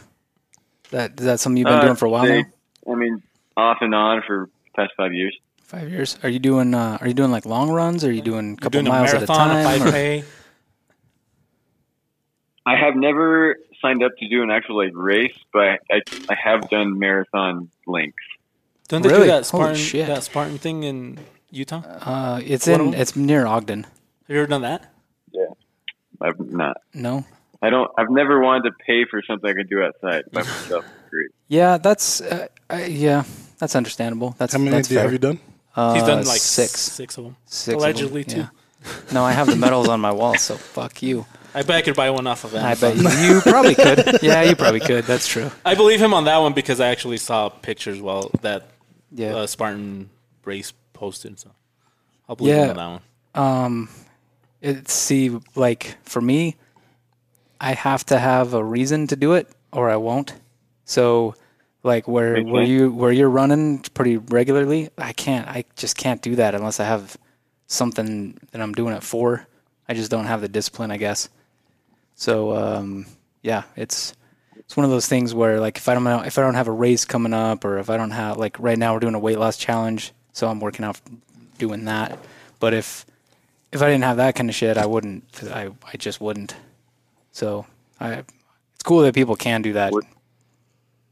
[SPEAKER 1] that is that something you've been
[SPEAKER 2] Uh,
[SPEAKER 1] doing for a while
[SPEAKER 2] they-
[SPEAKER 1] now?
[SPEAKER 2] I mean, off and on for the past five years.
[SPEAKER 1] Five years. Are you doing? Uh, are you doing like long runs? Or are you doing a couple
[SPEAKER 3] Doing a
[SPEAKER 1] miles at a
[SPEAKER 3] marathon,
[SPEAKER 1] time?
[SPEAKER 3] a five
[SPEAKER 1] or-
[SPEAKER 3] k.
[SPEAKER 2] I have never signed up to do an actual like race, but I, I have done marathon links.
[SPEAKER 3] Don't they
[SPEAKER 1] Really?
[SPEAKER 3] do that
[SPEAKER 1] Holy
[SPEAKER 3] Spartan
[SPEAKER 1] shit.
[SPEAKER 3] that Spartan thing in Utah? Have
[SPEAKER 1] uh, it's
[SPEAKER 3] What
[SPEAKER 1] in.
[SPEAKER 3] am-
[SPEAKER 1] It's near Ogden.
[SPEAKER 3] you ever done that?
[SPEAKER 2] I've not.
[SPEAKER 1] No.
[SPEAKER 2] I don't. I've never wanted to pay for something I could do outside by myself. Great.
[SPEAKER 1] Yeah, that's. Uh, I, yeah, that's understandable. That's
[SPEAKER 5] How many
[SPEAKER 1] that's
[SPEAKER 5] do you,
[SPEAKER 1] fair.
[SPEAKER 5] have you done?
[SPEAKER 1] Uh,
[SPEAKER 3] He's done like
[SPEAKER 1] six.
[SPEAKER 3] six of them.
[SPEAKER 1] six of them,
[SPEAKER 3] Allegedly two.
[SPEAKER 1] yeah. No, I have the medals on my wall, so fuck you.
[SPEAKER 3] I bet I could buy one off of
[SPEAKER 1] I
[SPEAKER 3] that.
[SPEAKER 1] bet you, you probably could. Yeah, you probably could. That's true.
[SPEAKER 3] I believe him on that one because I actually saw pictures while that
[SPEAKER 1] Yeah.
[SPEAKER 3] uh, Spartan race posted. So I'll believe
[SPEAKER 1] Yeah.
[SPEAKER 3] him on that one.
[SPEAKER 1] it, see, like for me, I have to have a reason to do it, or I won't. So, like where
[SPEAKER 2] Makes
[SPEAKER 1] where
[SPEAKER 2] sense.
[SPEAKER 1] you where you're running pretty regularly, I can't. I just can't do that unless I have something that I'm doing it for. I just don't have the discipline, I guess. So, um, yeah, it's it's one of those things where like if I don't know- if I don't have a race coming up or if I don't have like right now we're doing a weight loss challenge, so I'm working out doing that. But if if I didn't have that kind of shit, I wouldn't. I I just wouldn't. So I, it's cool that people can do that.
[SPEAKER 2] What-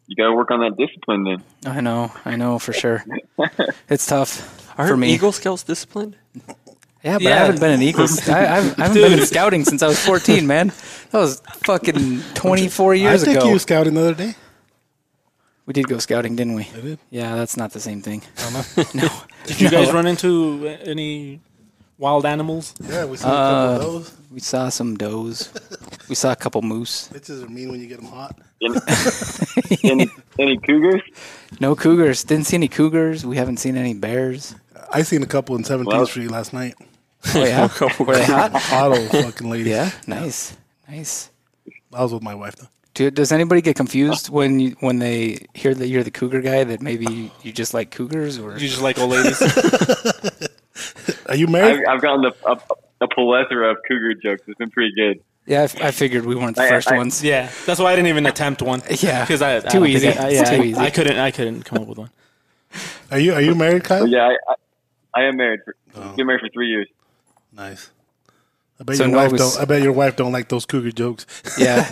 [SPEAKER 2] you got to work on that discipline then.
[SPEAKER 1] I know, I know for sure. It's tough
[SPEAKER 4] Aren't
[SPEAKER 1] for me.
[SPEAKER 4] Eagle Scouts disciplined?
[SPEAKER 1] Yeah, but I
[SPEAKER 3] Yeah.
[SPEAKER 1] haven't been an Eagle. I, I haven't I haven't been in
[SPEAKER 3] Dude.
[SPEAKER 1] scouting since I was 14, man. That was fucking 24 years
[SPEAKER 5] I think
[SPEAKER 1] ago.
[SPEAKER 5] you were scouting the other day.
[SPEAKER 1] We did go scouting, didn't we?
[SPEAKER 5] I did.
[SPEAKER 1] Yeah, that's not the same thing.
[SPEAKER 3] Did you guys run into uh, any wild animals?
[SPEAKER 5] Yeah, we saw a
[SPEAKER 1] Uh,
[SPEAKER 5] couple of those.
[SPEAKER 1] We saw some does. We saw a couple moose.
[SPEAKER 5] Bitches are mean when you get them hot.
[SPEAKER 2] Any, any, any cougars?
[SPEAKER 1] No cougars. Didn't see any cougars. We haven't seen any bears.
[SPEAKER 5] I seen a couple in 17th
[SPEAKER 2] Wow.
[SPEAKER 5] Street last night.
[SPEAKER 1] Oh, yeah. Were they hot?
[SPEAKER 5] Hot old fucking ladies.
[SPEAKER 1] Yeah. Nice. Nice.
[SPEAKER 5] I was with my wife though.
[SPEAKER 1] Dude, does anybody get confused when you, when they hear that you're the cougar guy that maybe you just like cougars or
[SPEAKER 3] You just like old ladies?
[SPEAKER 5] Are you
[SPEAKER 2] I've,
[SPEAKER 5] married?
[SPEAKER 2] I've gotten a, a, a plethora of cougar jokes. It's been pretty good.
[SPEAKER 1] yeah? I, f- I figured we weren't the
[SPEAKER 2] I-
[SPEAKER 1] first
[SPEAKER 2] I-
[SPEAKER 1] ones.
[SPEAKER 3] yeah, that's why I didn't even attempt one.
[SPEAKER 1] Yeah.
[SPEAKER 3] because I I
[SPEAKER 1] Too
[SPEAKER 3] don't think
[SPEAKER 1] easy.
[SPEAKER 3] I, I-
[SPEAKER 1] It's
[SPEAKER 3] yeah,
[SPEAKER 1] too
[SPEAKER 3] I-
[SPEAKER 1] easy.
[SPEAKER 3] I couldn't. I couldn't come up with one.
[SPEAKER 5] Are you are you married, Kyle?
[SPEAKER 2] But yeah, I, I, I am married. For,
[SPEAKER 5] Oh.
[SPEAKER 2] Been married for three years.
[SPEAKER 5] Nice. I bet
[SPEAKER 1] So
[SPEAKER 5] your
[SPEAKER 1] no,
[SPEAKER 5] wife
[SPEAKER 1] it was-
[SPEAKER 5] don't. I bet your wife don't like those cougar jokes.
[SPEAKER 1] Yeah.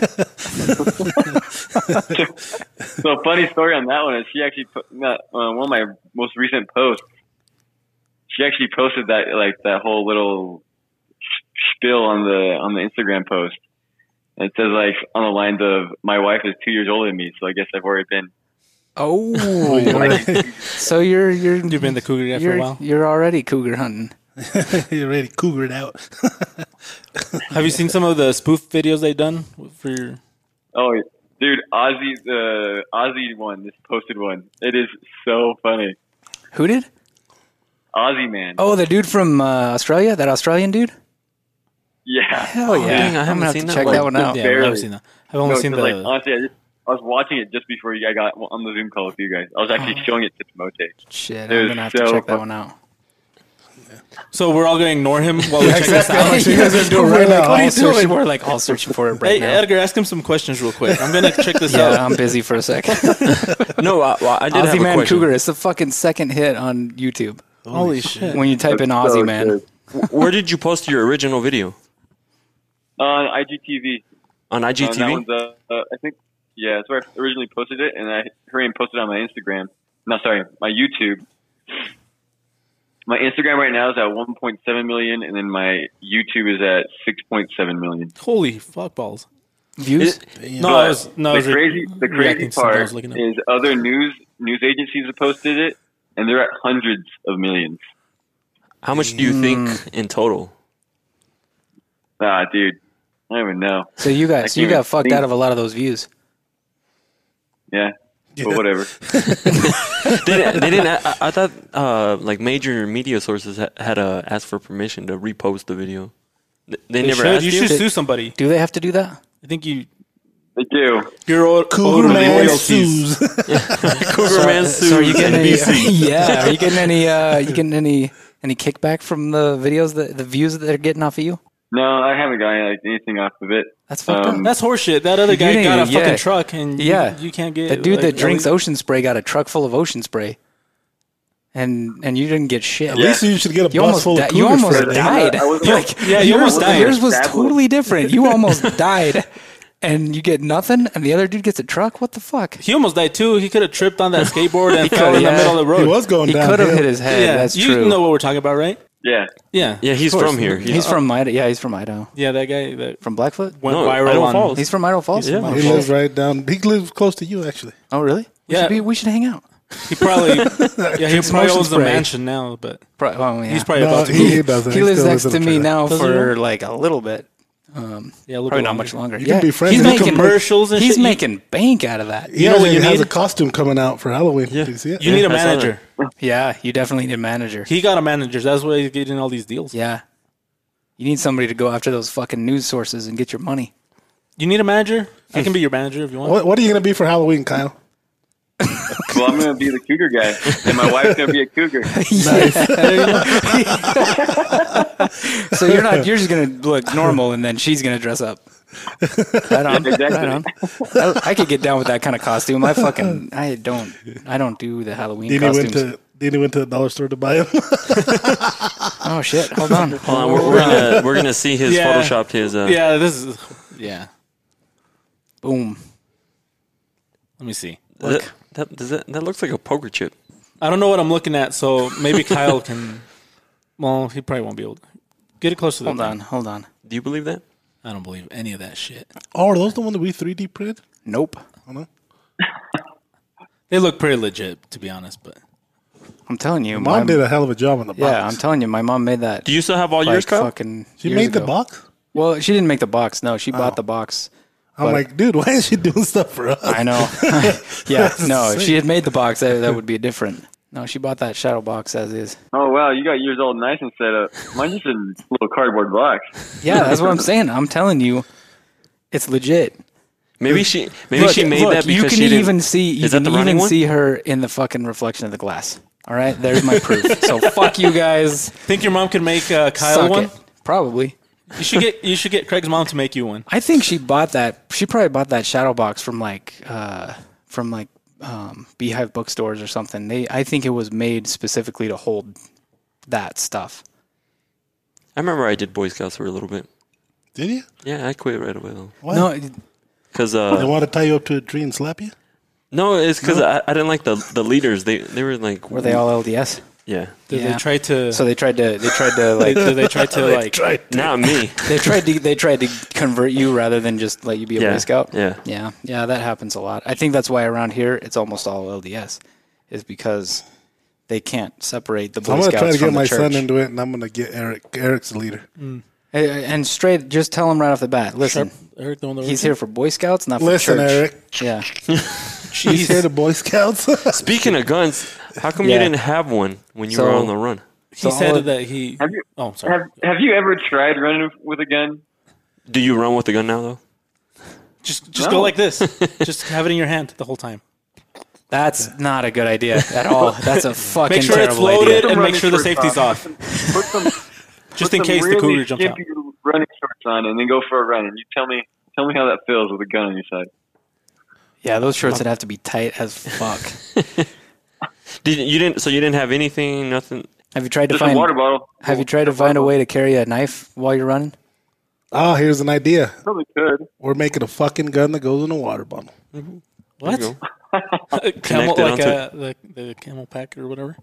[SPEAKER 2] So funny story on that one is she actually put not, uh, one of my most recent posts. She actually posted that like that whole little spill on the on the Instagram post. And it says like on the lines of my wife is two years older than me, so I guess I've already been.
[SPEAKER 1] Oh,
[SPEAKER 5] Already-
[SPEAKER 1] so you're you're
[SPEAKER 3] You've been the cougar guy for
[SPEAKER 1] you're,
[SPEAKER 3] a while.
[SPEAKER 1] you're already cougar hunting.
[SPEAKER 5] you already cougared out.
[SPEAKER 3] Have you seen some of the spoof videos they've done for your?
[SPEAKER 2] Oh, dude, Ozzy the Ozzy one, this posted one. It is so funny.
[SPEAKER 1] Who did?
[SPEAKER 2] Ozzy man.
[SPEAKER 1] Oh, the dude from uh, Australia, that Australian dude.
[SPEAKER 2] yeah.
[SPEAKER 1] Hell yeah!
[SPEAKER 4] Oh, dang, I
[SPEAKER 1] I'm
[SPEAKER 4] haven't
[SPEAKER 1] gonna have
[SPEAKER 4] seen
[SPEAKER 1] to
[SPEAKER 4] that
[SPEAKER 1] check
[SPEAKER 4] one.
[SPEAKER 1] that one out.
[SPEAKER 3] Yeah,
[SPEAKER 2] barely.
[SPEAKER 3] I've seen that. I've only
[SPEAKER 2] No,
[SPEAKER 3] seen
[SPEAKER 2] just,
[SPEAKER 3] the.
[SPEAKER 2] like, honestly, I, just, I was watching it just before you- I got on the Zoom call with you guys. I was actually showing it to Timote.
[SPEAKER 1] Shit, I'm
[SPEAKER 2] Dude,
[SPEAKER 1] gonna have to
[SPEAKER 2] so
[SPEAKER 1] check that
[SPEAKER 2] fun.
[SPEAKER 1] one out. uh,
[SPEAKER 3] so we're all going to ignore him while we check this out.
[SPEAKER 5] Like, you guys are doing right now.
[SPEAKER 1] I'll search- We're like all searching for it
[SPEAKER 3] Hey
[SPEAKER 1] right now.
[SPEAKER 3] Edgar, ask him some questions real quick. I'm gonna check this
[SPEAKER 1] Yeah,
[SPEAKER 3] out.
[SPEAKER 1] I'm busy for a second.
[SPEAKER 4] No, I, well, I did have
[SPEAKER 1] Aussie
[SPEAKER 4] a
[SPEAKER 1] Man
[SPEAKER 4] question.
[SPEAKER 1] Cougar. It's the fucking second hit on YouTube
[SPEAKER 5] Holy shit!
[SPEAKER 1] when you type in Aussie Man.
[SPEAKER 4] Where did you post your original video?
[SPEAKER 2] On IGTV.
[SPEAKER 4] On
[SPEAKER 2] Uh, that
[SPEAKER 4] IGTV?
[SPEAKER 2] one's, uh, uh, I think, yeah, that's where I originally posted it, and I hurry and posted it on my Instagram. No, sorry, my YouTube. My Instagram right now is at 1.7 million, and then my YouTube is at 6.7 million.
[SPEAKER 3] Holy fuck balls!
[SPEAKER 1] Views?
[SPEAKER 4] It-
[SPEAKER 3] No, I Oh, was no, I
[SPEAKER 2] the
[SPEAKER 3] was re-
[SPEAKER 2] crazy, the
[SPEAKER 3] reacting
[SPEAKER 2] crazy
[SPEAKER 3] to something I
[SPEAKER 2] part
[SPEAKER 3] was looking up.
[SPEAKER 2] is other news news agencies have posted it, and they're at hundreds of millions.
[SPEAKER 4] How much do you think
[SPEAKER 1] Mm.
[SPEAKER 4] in total?
[SPEAKER 2] Ah, dude, I don't even know.
[SPEAKER 1] so you got so you
[SPEAKER 2] can't even
[SPEAKER 1] got fucked
[SPEAKER 2] think.
[SPEAKER 1] out of a lot of those views.
[SPEAKER 2] Yeah, but whatever.
[SPEAKER 4] they, didn't- they didn't. I, I thought uh, like major media sources ha- had uh, asked for permission to repost the video. Th- They,
[SPEAKER 3] You
[SPEAKER 4] never
[SPEAKER 3] should-
[SPEAKER 4] asked
[SPEAKER 3] you
[SPEAKER 4] you.
[SPEAKER 3] should sue somebody.
[SPEAKER 1] Do they have to do that?
[SPEAKER 3] I think you
[SPEAKER 2] They do.
[SPEAKER 3] you're owed, owed
[SPEAKER 5] Cougar man
[SPEAKER 3] royalties.
[SPEAKER 5] sues.
[SPEAKER 4] Cougar man sues
[SPEAKER 1] So are you getting any?
[SPEAKER 4] NBC.
[SPEAKER 1] yeah, are you getting any? Uh, you getting any? Any kickback from the videos that the views that they're getting off of you?
[SPEAKER 2] No, I haven't got like, anything off of it.
[SPEAKER 1] That's fucked
[SPEAKER 2] Um,
[SPEAKER 1] up.
[SPEAKER 3] That's horseshit. That other
[SPEAKER 1] You
[SPEAKER 3] guy
[SPEAKER 1] didn't
[SPEAKER 3] got a
[SPEAKER 1] even- yeah.
[SPEAKER 3] fucking truck, and you,
[SPEAKER 1] Yeah.
[SPEAKER 3] you can't get
[SPEAKER 1] The dude
[SPEAKER 3] like,
[SPEAKER 1] that drinks
[SPEAKER 3] at least-
[SPEAKER 1] ocean spray got a truck full of ocean spray, and and you didn't get shit.
[SPEAKER 5] At least you should get a
[SPEAKER 1] You
[SPEAKER 5] bus
[SPEAKER 1] almost,
[SPEAKER 5] full
[SPEAKER 1] di-
[SPEAKER 5] of
[SPEAKER 1] you
[SPEAKER 5] cougars
[SPEAKER 1] almost
[SPEAKER 5] for that.
[SPEAKER 1] died.
[SPEAKER 2] I wasn't-
[SPEAKER 1] Like,
[SPEAKER 3] Yeah, you
[SPEAKER 1] yours-
[SPEAKER 3] almost died.
[SPEAKER 1] Yours was
[SPEAKER 2] Established.
[SPEAKER 1] totally different. You almost died, and you get nothing, and the other dude gets a truck. What the fuck?
[SPEAKER 3] He almost died too. He could have tripped on that skateboard and fell in
[SPEAKER 1] yeah.
[SPEAKER 3] the middle of the road.
[SPEAKER 5] He was going
[SPEAKER 1] He
[SPEAKER 5] down.
[SPEAKER 1] could have hit his head.
[SPEAKER 3] yeah,
[SPEAKER 1] That's
[SPEAKER 3] you
[SPEAKER 1] true.
[SPEAKER 3] know what we're talking about, right?
[SPEAKER 2] Yeah,
[SPEAKER 3] Yeah,
[SPEAKER 4] Yeah, he's
[SPEAKER 1] Of course.
[SPEAKER 4] from here. He's,
[SPEAKER 1] He's from Idaho. Yeah, he's from Idaho.
[SPEAKER 3] yeah. That guy that
[SPEAKER 1] From Blackfoot.
[SPEAKER 3] went
[SPEAKER 4] No,
[SPEAKER 3] viral
[SPEAKER 4] Idaho
[SPEAKER 3] on.
[SPEAKER 4] Falls.
[SPEAKER 1] He's from Idaho Falls.
[SPEAKER 4] Yeah.
[SPEAKER 5] He lives right down. He lives close to you, actually.
[SPEAKER 1] Oh, really? We
[SPEAKER 3] Yeah.
[SPEAKER 1] Should be, we should hang out.
[SPEAKER 3] He probably yeah. He
[SPEAKER 1] Drinks
[SPEAKER 3] probably
[SPEAKER 1] motion
[SPEAKER 3] owns a
[SPEAKER 1] spray.
[SPEAKER 3] mansion now, but
[SPEAKER 1] Pro- oh, yeah.
[SPEAKER 3] he's probably
[SPEAKER 5] No,
[SPEAKER 3] about to.
[SPEAKER 5] he,
[SPEAKER 3] move.
[SPEAKER 5] he doesn't.
[SPEAKER 1] he lives
[SPEAKER 5] still
[SPEAKER 1] next to
[SPEAKER 5] in a
[SPEAKER 1] me
[SPEAKER 5] trailer.
[SPEAKER 1] now
[SPEAKER 3] Does he
[SPEAKER 1] for
[SPEAKER 3] really?
[SPEAKER 1] like a little bit. Um,
[SPEAKER 3] Yeah, a little
[SPEAKER 1] probably
[SPEAKER 3] bit
[SPEAKER 1] not
[SPEAKER 3] longer.
[SPEAKER 1] much longer.
[SPEAKER 5] You
[SPEAKER 1] yeah,
[SPEAKER 5] can be friends
[SPEAKER 1] he's
[SPEAKER 5] with
[SPEAKER 1] making
[SPEAKER 5] him.
[SPEAKER 3] Commercials and
[SPEAKER 1] He's
[SPEAKER 3] shit, you-
[SPEAKER 1] making bank out of that.
[SPEAKER 5] He
[SPEAKER 3] You know what
[SPEAKER 5] actually
[SPEAKER 3] you
[SPEAKER 5] has
[SPEAKER 3] need?
[SPEAKER 5] a costume coming out for Halloween. Did you see it?
[SPEAKER 3] You need a
[SPEAKER 4] I saw that.
[SPEAKER 3] manager.
[SPEAKER 1] Yeah, you definitely need a manager.
[SPEAKER 3] He got a manager. That's why he's getting all these deals.
[SPEAKER 1] Yeah, you need somebody to go after those fucking news sources and get your money.
[SPEAKER 3] You need a manager? I can be your manager if you want.
[SPEAKER 5] What, what are you going to be for Halloween, Kyle?
[SPEAKER 2] well, I'm gonna be the cougar guy, and my wife's gonna be a cougar.
[SPEAKER 1] So you're not. You're just gonna look normal, and then she's gonna dress up. Right on.
[SPEAKER 2] Yeah, exactly.
[SPEAKER 1] Right on. I, I could get down with that kind of costume. I fucking. I don't. I don't do the Halloween
[SPEAKER 5] Then he went
[SPEAKER 1] costumes.
[SPEAKER 5] to. Then he went to the dollar store to buy him.
[SPEAKER 1] oh shit! Hold on.
[SPEAKER 4] Hold on, we're, we're gonna we're gonna see his
[SPEAKER 3] Yeah.
[SPEAKER 4] photoshopped his. Uh,
[SPEAKER 3] Yeah, this is. Yeah,
[SPEAKER 1] Boom.
[SPEAKER 3] let me see.
[SPEAKER 4] That, that, does that, that looks like a poker chip.
[SPEAKER 3] I don't know what I'm looking at, so maybe Kyle can. Well, he probably won't be able. to. Get it close to the
[SPEAKER 1] Hold on, hold on.
[SPEAKER 4] Do you believe that?
[SPEAKER 3] I don't believe any of that shit.
[SPEAKER 5] Oh, are those the one that we 3D printed?
[SPEAKER 1] Nope.
[SPEAKER 5] I don't know.
[SPEAKER 3] They look pretty legit, to be honest. But
[SPEAKER 1] I'm telling you, my-
[SPEAKER 5] Mom did a hell of a job on the box.
[SPEAKER 1] Yeah, I'm telling you, my mom made that.
[SPEAKER 4] Do you still have all
[SPEAKER 1] like,
[SPEAKER 4] yours, Kyle?
[SPEAKER 1] fucking
[SPEAKER 5] she
[SPEAKER 1] years
[SPEAKER 5] made the
[SPEAKER 1] ago.
[SPEAKER 5] box. Oh.
[SPEAKER 1] Well, she didn't make the box. No, she bought the box.
[SPEAKER 5] I'm
[SPEAKER 1] But-
[SPEAKER 5] like, dude, why is she doing stuff for us?
[SPEAKER 1] I know. yeah, no. If
[SPEAKER 5] insane.
[SPEAKER 1] she had made the box, that, that would be different. No, she bought that shadow box as is.
[SPEAKER 2] Oh wow, you got yours all nice and set up. Mine's just a little cardboard box.
[SPEAKER 1] Yeah, that's what I'm saying. I'm telling you, it's legit.
[SPEAKER 4] Maybe she maybe
[SPEAKER 1] Look,
[SPEAKER 4] she made
[SPEAKER 1] look,
[SPEAKER 4] that because
[SPEAKER 1] you can
[SPEAKER 4] she didn't-
[SPEAKER 1] even see. You
[SPEAKER 4] Is that
[SPEAKER 1] can
[SPEAKER 4] the running
[SPEAKER 1] even
[SPEAKER 4] one?
[SPEAKER 1] see her in the fucking reflection of the glass. All right, there's my proof. so fuck you guys.
[SPEAKER 3] think your mom could make uh, Kyle
[SPEAKER 1] Suck
[SPEAKER 3] one?
[SPEAKER 1] it. Probably.
[SPEAKER 3] You should get you should get Craig's mom to make you one.
[SPEAKER 1] I think she bought that. She probably bought that shadow box from like uh, from like um, Beehive bookstores or something. They, I think it was made specifically to hold that stuff.
[SPEAKER 4] I remember I did Boy Scouts for a little bit.
[SPEAKER 5] Did you?
[SPEAKER 4] Yeah, I quit right away though.
[SPEAKER 5] What?
[SPEAKER 1] No, it-
[SPEAKER 4] Cause
[SPEAKER 5] They
[SPEAKER 4] uh,
[SPEAKER 5] want to tie you up to a tree and slap you?
[SPEAKER 4] no, it's because I, I didn't like the the leaders. They they were like
[SPEAKER 1] were they all LDS?
[SPEAKER 4] yeah.
[SPEAKER 3] Did
[SPEAKER 1] Yeah.
[SPEAKER 3] they try to?
[SPEAKER 1] So they tried to. They tried to
[SPEAKER 3] they,
[SPEAKER 1] like.
[SPEAKER 3] did they try to like?
[SPEAKER 4] Not me.
[SPEAKER 1] they tried to. They tried to convert you rather than just let you be a
[SPEAKER 4] Yeah,
[SPEAKER 1] Boy Scout.
[SPEAKER 4] yeah.
[SPEAKER 1] Yeah. Yeah. That happens a lot. I think that's why around here it's almost all LDS, is because they can't separate the Boy
[SPEAKER 5] I'm gonna
[SPEAKER 1] Scouts
[SPEAKER 5] try to
[SPEAKER 1] from
[SPEAKER 5] get
[SPEAKER 1] the
[SPEAKER 5] my
[SPEAKER 1] church.
[SPEAKER 5] son into it, and I'm gonna get Eric. Eric's the leader.
[SPEAKER 1] and, and straight, just tell him right off the bat. Listen,
[SPEAKER 3] Eric, the one that
[SPEAKER 1] he's
[SPEAKER 3] was-
[SPEAKER 1] here for Boy Scouts, not for
[SPEAKER 5] Listen,
[SPEAKER 1] church.
[SPEAKER 5] Eric.
[SPEAKER 1] Yeah.
[SPEAKER 5] She's here to Boy Scouts.
[SPEAKER 4] Speaking of guns, how come
[SPEAKER 1] Yeah.
[SPEAKER 4] you didn't have one when you were
[SPEAKER 1] So-
[SPEAKER 4] on the run?
[SPEAKER 3] He
[SPEAKER 1] So
[SPEAKER 3] said
[SPEAKER 1] all of-
[SPEAKER 3] that he.
[SPEAKER 2] Have you
[SPEAKER 3] oh, sorry.
[SPEAKER 2] have have you ever tried running with a gun?
[SPEAKER 4] Do you run with a gun now though?
[SPEAKER 3] just just
[SPEAKER 2] No.
[SPEAKER 3] go like this. just have it in your hand the whole time.
[SPEAKER 1] That's not a good idea at all. That's a fucking
[SPEAKER 3] Make sure it's
[SPEAKER 1] terrible
[SPEAKER 3] loaded
[SPEAKER 1] idea.
[SPEAKER 3] and make
[SPEAKER 2] Running
[SPEAKER 3] sure the
[SPEAKER 2] shorts
[SPEAKER 3] safety's
[SPEAKER 2] on.
[SPEAKER 3] off,
[SPEAKER 2] Put some,
[SPEAKER 3] just
[SPEAKER 2] put
[SPEAKER 3] in
[SPEAKER 2] some
[SPEAKER 3] case the
[SPEAKER 2] really
[SPEAKER 3] cougar jumps out.
[SPEAKER 2] skimpy Running shorts on, and then go for a run. And you tell me tell me how that feels with a gun on your side.
[SPEAKER 1] Yeah, those shorts would have to be tight as fuck.
[SPEAKER 4] Did you didn't? So you didn't have anything, nothing.
[SPEAKER 1] Have you tried to
[SPEAKER 2] Just a
[SPEAKER 1] find?
[SPEAKER 2] water bottle.
[SPEAKER 1] Have you tried to find a way to carry a knife while you're running?
[SPEAKER 5] oh, here's an idea.
[SPEAKER 2] Probably could.
[SPEAKER 5] We're making a fucking gun that goes in a water bottle.
[SPEAKER 3] What?
[SPEAKER 4] you
[SPEAKER 3] camel
[SPEAKER 4] Connected
[SPEAKER 3] like
[SPEAKER 4] onto
[SPEAKER 3] a the, the camel pack or whatever.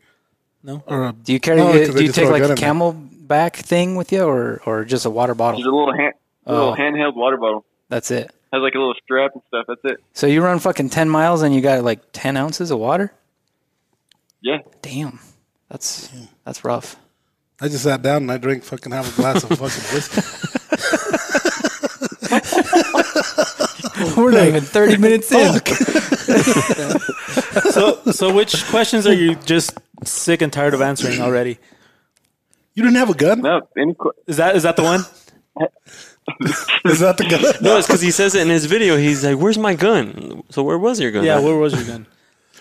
[SPEAKER 5] Or a,
[SPEAKER 1] Do you carry?
[SPEAKER 5] No, 'cause they
[SPEAKER 1] do you
[SPEAKER 5] just
[SPEAKER 1] take
[SPEAKER 5] throw a
[SPEAKER 1] like
[SPEAKER 5] gun
[SPEAKER 1] a
[SPEAKER 5] in there.
[SPEAKER 1] camelback thing with you, or or just a water
[SPEAKER 2] Just
[SPEAKER 1] bottle?
[SPEAKER 2] a little hand,
[SPEAKER 1] Oh.
[SPEAKER 2] little handheld water bottle.
[SPEAKER 1] That's it.
[SPEAKER 2] Has like a little strap and stuff. That's it.
[SPEAKER 1] So you run fucking ten miles and you got like ten ounces of water.
[SPEAKER 2] Yeah.
[SPEAKER 1] Damn, that's that's rough.
[SPEAKER 5] I just sat down and I drank fucking half a glass of fucking whiskey.
[SPEAKER 1] We're not even thirty minutes
[SPEAKER 5] Oh,
[SPEAKER 1] in.
[SPEAKER 3] So so which questions are you just sick and tired of answering already?
[SPEAKER 5] You didn't have a gun?
[SPEAKER 2] No. Any qu-
[SPEAKER 3] Is that is that the one?
[SPEAKER 5] Is that the gun?
[SPEAKER 4] No, it's because he says it in his video. He's like, "Where's my gun? So where was your gun?
[SPEAKER 3] Yeah. Where was your gun?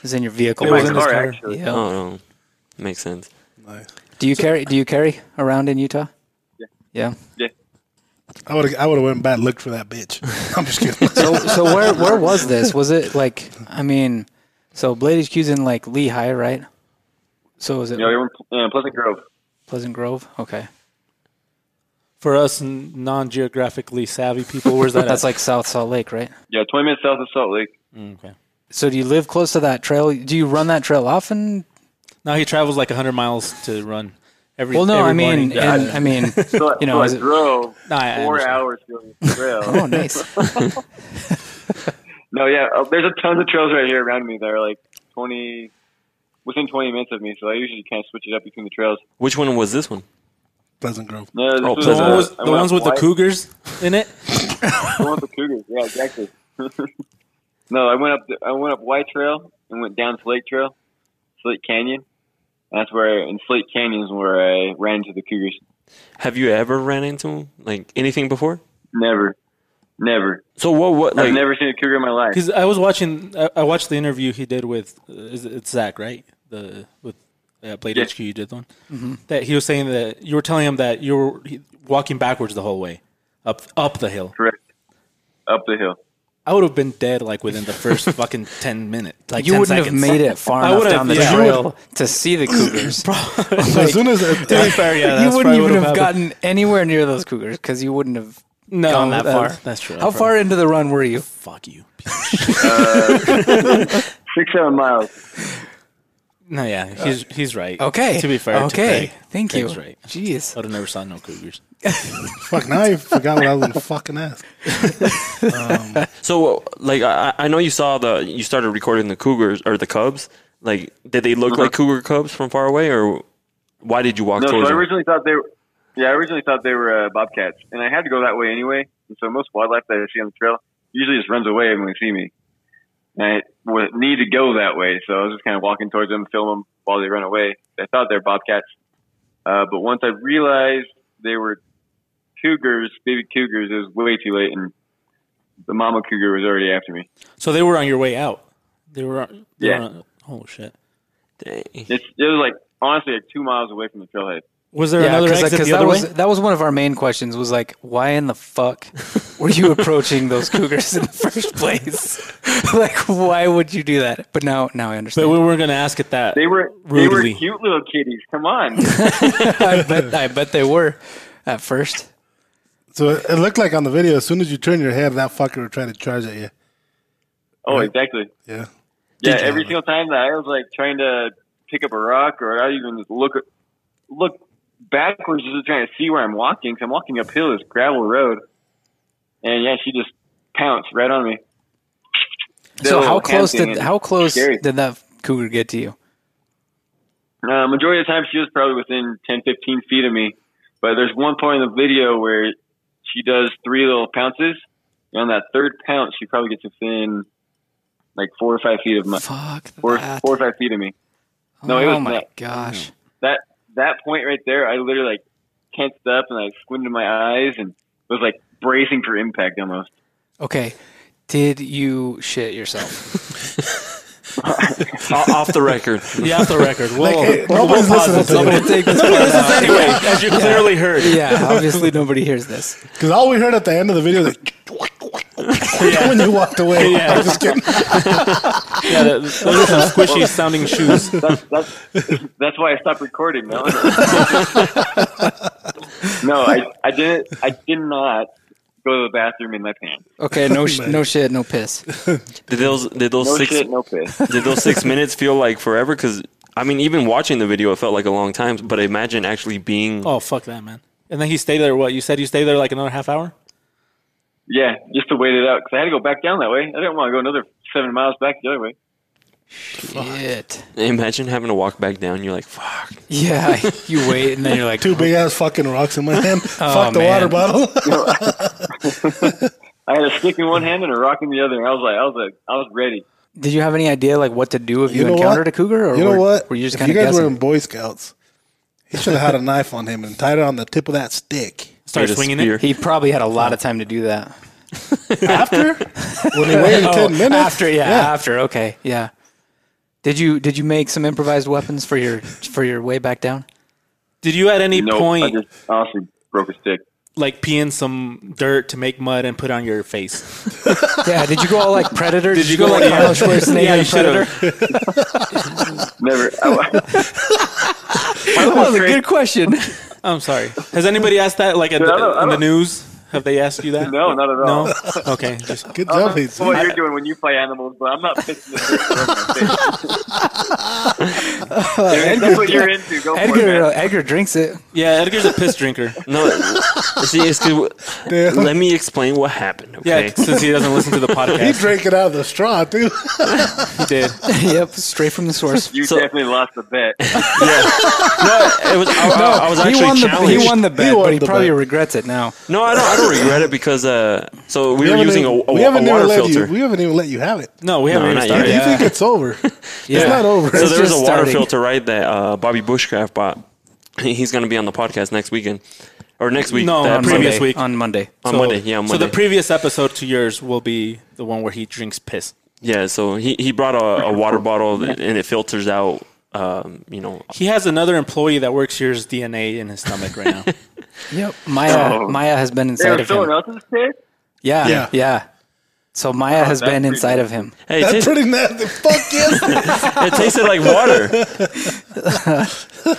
[SPEAKER 1] It's in your vehicle.
[SPEAKER 3] It
[SPEAKER 2] my
[SPEAKER 3] was in his
[SPEAKER 2] car,
[SPEAKER 3] car.
[SPEAKER 2] actually.
[SPEAKER 1] Yeah.
[SPEAKER 4] Oh no, makes sense.
[SPEAKER 1] Do you carry? Do you carry around in Utah? Yeah. Yeah.
[SPEAKER 5] I would have I would have went back and looked for that bitch. I'm just kidding.
[SPEAKER 1] so so where where was this? Was it like I mean, so Blade HQ's in like Lehigh, right? So is it
[SPEAKER 2] You know, you're in uh, Pleasant Grove.
[SPEAKER 1] Pleasant Grove? Okay,
[SPEAKER 3] For us non geographically savvy people, where's that?
[SPEAKER 1] that's
[SPEAKER 3] at?
[SPEAKER 1] like South Salt Lake, right?
[SPEAKER 2] Yeah, 20 minutes south of Salt Lake.
[SPEAKER 3] Mm, okay.
[SPEAKER 1] So do you live close to that trail? Do you run that trail often?
[SPEAKER 3] Now he travels like hundred miles to run. Every
[SPEAKER 1] Well, no,
[SPEAKER 3] every
[SPEAKER 1] I mean,
[SPEAKER 3] morning. Yeah.
[SPEAKER 1] and, I mean,
[SPEAKER 2] So,
[SPEAKER 1] You know,
[SPEAKER 2] so
[SPEAKER 1] is
[SPEAKER 2] I
[SPEAKER 1] it-
[SPEAKER 2] drove
[SPEAKER 3] No, I- I
[SPEAKER 2] four
[SPEAKER 3] understand.
[SPEAKER 2] hours going to the trail.
[SPEAKER 1] oh, nice.
[SPEAKER 2] no, yeah, oh, there's a tons of trails right here around me that are like 20, within 20 minutes of me. So I usually kind of switch it up between the trails.
[SPEAKER 4] Which one was this one?
[SPEAKER 5] Pleasant Grove.
[SPEAKER 2] No, this
[SPEAKER 4] Oh,
[SPEAKER 2] was,
[SPEAKER 4] so
[SPEAKER 3] the, one
[SPEAKER 2] uh,
[SPEAKER 3] was,
[SPEAKER 2] I
[SPEAKER 3] the
[SPEAKER 2] went
[SPEAKER 3] ones with
[SPEAKER 2] wide-
[SPEAKER 3] the cougars in it.
[SPEAKER 2] The one with the cougars. Yeah, exactly. no, I went up. The, I went up White Trail and went down Slate Trail, Slate Canyon. And that's where in Slate Canyon is where I ran into the cougars.
[SPEAKER 4] Have you ever ran into him? like anything before?
[SPEAKER 2] Never, never.
[SPEAKER 4] So what? What? Like,
[SPEAKER 2] I've never seen a cougar in my life.
[SPEAKER 3] Because I was watching, I, I watched the interview he did with, uh, is it- it's Zach, right? The with uh, Blade
[SPEAKER 2] Yeah.
[SPEAKER 3] HQ, you did the one
[SPEAKER 1] Mm-hmm.
[SPEAKER 3] that he was saying that you were telling him that you were he- walking backwards the whole way up up the hill.
[SPEAKER 2] Correct. Up the hill.
[SPEAKER 3] I would have been dead like within the first fucking ten minutes. Like
[SPEAKER 1] You
[SPEAKER 3] 10
[SPEAKER 1] wouldn't have
[SPEAKER 3] seconds.
[SPEAKER 1] made it far
[SPEAKER 3] I
[SPEAKER 1] enough
[SPEAKER 3] would've-
[SPEAKER 1] down the
[SPEAKER 3] yeah. You
[SPEAKER 1] trail to see the cougars.
[SPEAKER 5] So as uh, soon as
[SPEAKER 3] To be fair, yeah, that's
[SPEAKER 1] you wouldn't
[SPEAKER 3] probably
[SPEAKER 1] even
[SPEAKER 3] would've
[SPEAKER 1] have
[SPEAKER 3] happened.
[SPEAKER 1] gotten anywhere near those cougars because you wouldn't have
[SPEAKER 3] No,
[SPEAKER 1] gone that
[SPEAKER 3] that's-
[SPEAKER 1] far.
[SPEAKER 3] that's true.
[SPEAKER 1] How far into the run were you?
[SPEAKER 3] Fuck you.
[SPEAKER 2] Six, seven miles.
[SPEAKER 3] No, yeah, he's he's right.
[SPEAKER 1] Okay.
[SPEAKER 3] To be fair. to
[SPEAKER 1] Okay.
[SPEAKER 3] Craig.
[SPEAKER 1] Thank you.
[SPEAKER 3] Craig's right.
[SPEAKER 1] Jeez.
[SPEAKER 3] I would have never saw no cougars.
[SPEAKER 5] uh, Fuck, now I forgot what I was gonna fucking ask.
[SPEAKER 4] So, like, I, I know you saw the you started recording the Cougars or the Cubs. Like, did they look like Cougar Cubs from far away, or why did you walk
[SPEAKER 2] Uh-huh. No,
[SPEAKER 4] towards
[SPEAKER 2] so I
[SPEAKER 4] them?
[SPEAKER 2] originally thought they were. Yeah, I originally thought they were uh, bobcats, and I had to go that way anyway. And so most wildlife that I see on the trail usually just runs away when they see me. And I would need to go that way, so I was just kind of walking towards them, film them while they run away. I thought they were bobcats, uh, but once I realized they were cougars, baby cougars, it was way too late, and the mama cougar was already after me.
[SPEAKER 3] So they were on your way out. They were. On, they
[SPEAKER 2] Yeah.
[SPEAKER 3] Were on, oh shit.
[SPEAKER 4] Dang.
[SPEAKER 2] It's, it was like honestly like two miles away from the trailhead.
[SPEAKER 3] Was there
[SPEAKER 1] Yeah,
[SPEAKER 3] another
[SPEAKER 1] because
[SPEAKER 3] exit the
[SPEAKER 1] that
[SPEAKER 3] other
[SPEAKER 1] was
[SPEAKER 3] way?
[SPEAKER 1] that was one of our main questions. Was like, why in the fuck were you approaching those cougars in the first place? like, why would you do that? But now, now I
[SPEAKER 3] But
[SPEAKER 1] understand.
[SPEAKER 3] we weren't gonna ask it that.
[SPEAKER 2] They were they
[SPEAKER 3] Rudely.
[SPEAKER 2] were cute little kitties. Come on,
[SPEAKER 1] I bet I bet they were at first.
[SPEAKER 5] So it, it looked like on the video, as soon as you turn your head, that fucker would try to charge at you.
[SPEAKER 2] oh exactly.
[SPEAKER 5] Yeah.
[SPEAKER 2] Yeah,
[SPEAKER 5] Detail.
[SPEAKER 2] every single time that I was like trying to pick up a rock, or I even just look look backwards just trying to see where I'm walking. i I'm walking uphill this gravel road, and yeah, she just pounced right on me. Did a
[SPEAKER 1] So how
[SPEAKER 2] little hand
[SPEAKER 1] close
[SPEAKER 2] thing
[SPEAKER 1] did
[SPEAKER 2] and-
[SPEAKER 1] how close
[SPEAKER 2] scary.
[SPEAKER 1] did that cougar get to you?
[SPEAKER 2] Uh, majority of the time, she was probably within 10, 15 feet of me. But there's one point in the video where she does three little pounces, and on that third pounce, she probably gets within like four or five feet of my
[SPEAKER 1] Fuck
[SPEAKER 2] four,
[SPEAKER 1] that!
[SPEAKER 2] four or five feet of me. No, it
[SPEAKER 1] oh
[SPEAKER 2] was Mm-hmm.
[SPEAKER 1] my
[SPEAKER 2] not.
[SPEAKER 1] gosh!
[SPEAKER 2] that that point right there, I literally like tensed up and I squinted my eyes and was like bracing for impact almost.
[SPEAKER 1] Okay, did you shit yourself?
[SPEAKER 4] O- off the record.
[SPEAKER 3] yeah, off the record. Whoa.
[SPEAKER 5] hey,
[SPEAKER 3] Whoa,
[SPEAKER 5] nobody's
[SPEAKER 3] pause
[SPEAKER 5] listening
[SPEAKER 3] this.
[SPEAKER 5] to this.
[SPEAKER 3] Somebody take this part out.
[SPEAKER 4] anyway, as you clearly heard.
[SPEAKER 1] yeah, obviously nobody hears this.
[SPEAKER 5] Because all we heard at the end of the video was like, when you walked away.
[SPEAKER 3] Yeah.
[SPEAKER 5] I'm just kidding.
[SPEAKER 3] Yeah, that- those are some squishy sounding shoes.
[SPEAKER 2] That's that's that's why I stopped recording. No, no, I I didn't I did not go to the bathroom in my pants.
[SPEAKER 1] Okay,
[SPEAKER 3] Oh
[SPEAKER 1] no sh- no shit, no piss.
[SPEAKER 4] Did those did those
[SPEAKER 2] No
[SPEAKER 4] six
[SPEAKER 2] shit, no piss.
[SPEAKER 4] did those six minutes feel like forever? Because I mean, even watching the video, it felt like a long time. But imagine actually being.
[SPEAKER 3] Oh fuck that man. And then he stayed there. What you said? You stayed there like another half hour.
[SPEAKER 2] Yeah, just to wait it out because I had to go back down that way. I didn't want to go another seven miles back the other way.
[SPEAKER 1] Shit.
[SPEAKER 4] Imagine having to walk back down. You're like, fuck.
[SPEAKER 1] Yeah, you wait and then you're like,
[SPEAKER 5] Two big ass fucking rocks in my hand. Fuck the
[SPEAKER 1] man.
[SPEAKER 5] water bottle.
[SPEAKER 2] I had a stick in one hand and a rock in the other. And I was like, I was like, I was ready.
[SPEAKER 1] did you have any idea like what to do if you,
[SPEAKER 5] You know
[SPEAKER 1] encountered
[SPEAKER 5] what?
[SPEAKER 1] a cougar? Or
[SPEAKER 5] you know
[SPEAKER 1] were,
[SPEAKER 5] what?
[SPEAKER 1] Were you just
[SPEAKER 5] if
[SPEAKER 1] kind
[SPEAKER 5] you
[SPEAKER 1] of
[SPEAKER 5] guys
[SPEAKER 1] guessing?
[SPEAKER 5] were in Boy Scouts, he should have had a knife on him and tied it on the tip of that stick.
[SPEAKER 3] Started
[SPEAKER 4] Made a
[SPEAKER 3] swinging
[SPEAKER 4] spear.
[SPEAKER 3] it.
[SPEAKER 1] he probably had a lot of time to do that.
[SPEAKER 5] After? when he waited 10 minutes.
[SPEAKER 1] Oh, After, yeah, after. Okay, yeah. Did you did you make some improvised weapons for your for your way back down?
[SPEAKER 3] Did you at any
[SPEAKER 2] No, I
[SPEAKER 3] point
[SPEAKER 2] just honestly broke a stick.
[SPEAKER 3] like pee in some dirt to make mud and put on your face?
[SPEAKER 1] Yeah. Did you go all like predator? Did, you, go, like
[SPEAKER 3] yeah.
[SPEAKER 1] Arnold Schwarzenegger
[SPEAKER 3] Yeah, you
[SPEAKER 1] and predator?
[SPEAKER 2] Never. I,
[SPEAKER 1] That was a good question.
[SPEAKER 3] I'm sorry. Has anybody asked that like at
[SPEAKER 2] Dude, I
[SPEAKER 3] the,
[SPEAKER 2] don't- I
[SPEAKER 3] in the
[SPEAKER 2] don't-
[SPEAKER 3] news? Have they asked you that?
[SPEAKER 2] No, not at all.
[SPEAKER 3] No. Okay. Just,
[SPEAKER 5] Good
[SPEAKER 4] Oh,
[SPEAKER 5] job, Pete.
[SPEAKER 2] what you're doing when you play animals, but I'm not pissing the dirt around my face. That's what you're into. Go for it,
[SPEAKER 1] Edgar
[SPEAKER 2] man.
[SPEAKER 1] uh, Edgar drinks it.
[SPEAKER 3] yeah, Edgar's a piss drinker.
[SPEAKER 4] No, see, it's 'cause- let me explain what happened. Okay,
[SPEAKER 3] Yeah, since he doesn't listen to the
[SPEAKER 5] He
[SPEAKER 3] podcast,
[SPEAKER 5] drank it out of the straw, too.
[SPEAKER 3] he did.
[SPEAKER 1] yep, straight from the source.
[SPEAKER 2] You
[SPEAKER 4] So-
[SPEAKER 2] definitely lost the bet.
[SPEAKER 4] it was. I, I- I was actually
[SPEAKER 1] he won
[SPEAKER 4] challenged.
[SPEAKER 1] the he won the bet,
[SPEAKER 5] won
[SPEAKER 1] but he
[SPEAKER 5] the
[SPEAKER 1] probably
[SPEAKER 5] bet.
[SPEAKER 1] regrets it now.
[SPEAKER 4] No, I don't. I don't regret it because uh, so we, were
[SPEAKER 5] haven't
[SPEAKER 4] using a,
[SPEAKER 5] even-
[SPEAKER 4] a,
[SPEAKER 5] we
[SPEAKER 4] a
[SPEAKER 5] haven't even
[SPEAKER 4] water
[SPEAKER 5] let
[SPEAKER 4] filter.
[SPEAKER 5] You, we haven't even let you have it.
[SPEAKER 3] No, we haven't
[SPEAKER 4] No,
[SPEAKER 3] even
[SPEAKER 4] not
[SPEAKER 3] started.
[SPEAKER 4] yet.
[SPEAKER 5] You
[SPEAKER 1] Yeah.
[SPEAKER 5] think it's over. It's
[SPEAKER 1] Yeah.
[SPEAKER 5] not over.
[SPEAKER 4] so
[SPEAKER 1] It's
[SPEAKER 4] there was a
[SPEAKER 1] just
[SPEAKER 4] water
[SPEAKER 1] starting.
[SPEAKER 4] filter, right? That uh, Bobby Bushcraft bought. He's going to be on the podcast next weekend or next week.
[SPEAKER 3] No,
[SPEAKER 4] that
[SPEAKER 3] on previous
[SPEAKER 4] Monday.
[SPEAKER 3] week.
[SPEAKER 1] on Monday.
[SPEAKER 4] on Monday. Yeah, on
[SPEAKER 3] So
[SPEAKER 4] Monday.
[SPEAKER 3] the previous episode to yours will be the one where he drinks piss.
[SPEAKER 4] yeah, so he, he brought a, a water bottle that- and it filters out. Um, you know,
[SPEAKER 3] He has another employee that works here's DNA in his stomach right now.
[SPEAKER 1] Yep. Maya
[SPEAKER 2] Oh.
[SPEAKER 1] Maya has been
[SPEAKER 2] They
[SPEAKER 1] inside
[SPEAKER 2] were
[SPEAKER 1] of him.
[SPEAKER 2] someone else's piss?
[SPEAKER 1] Yeah, yeah.
[SPEAKER 5] Yeah.
[SPEAKER 1] So Maya has
[SPEAKER 2] that's
[SPEAKER 1] been
[SPEAKER 2] pretty
[SPEAKER 1] inside
[SPEAKER 2] good.
[SPEAKER 1] of him.
[SPEAKER 4] hey, it,
[SPEAKER 5] That's
[SPEAKER 4] tastes-
[SPEAKER 5] pretty nasty. Fuck yes.
[SPEAKER 4] it tasted like water.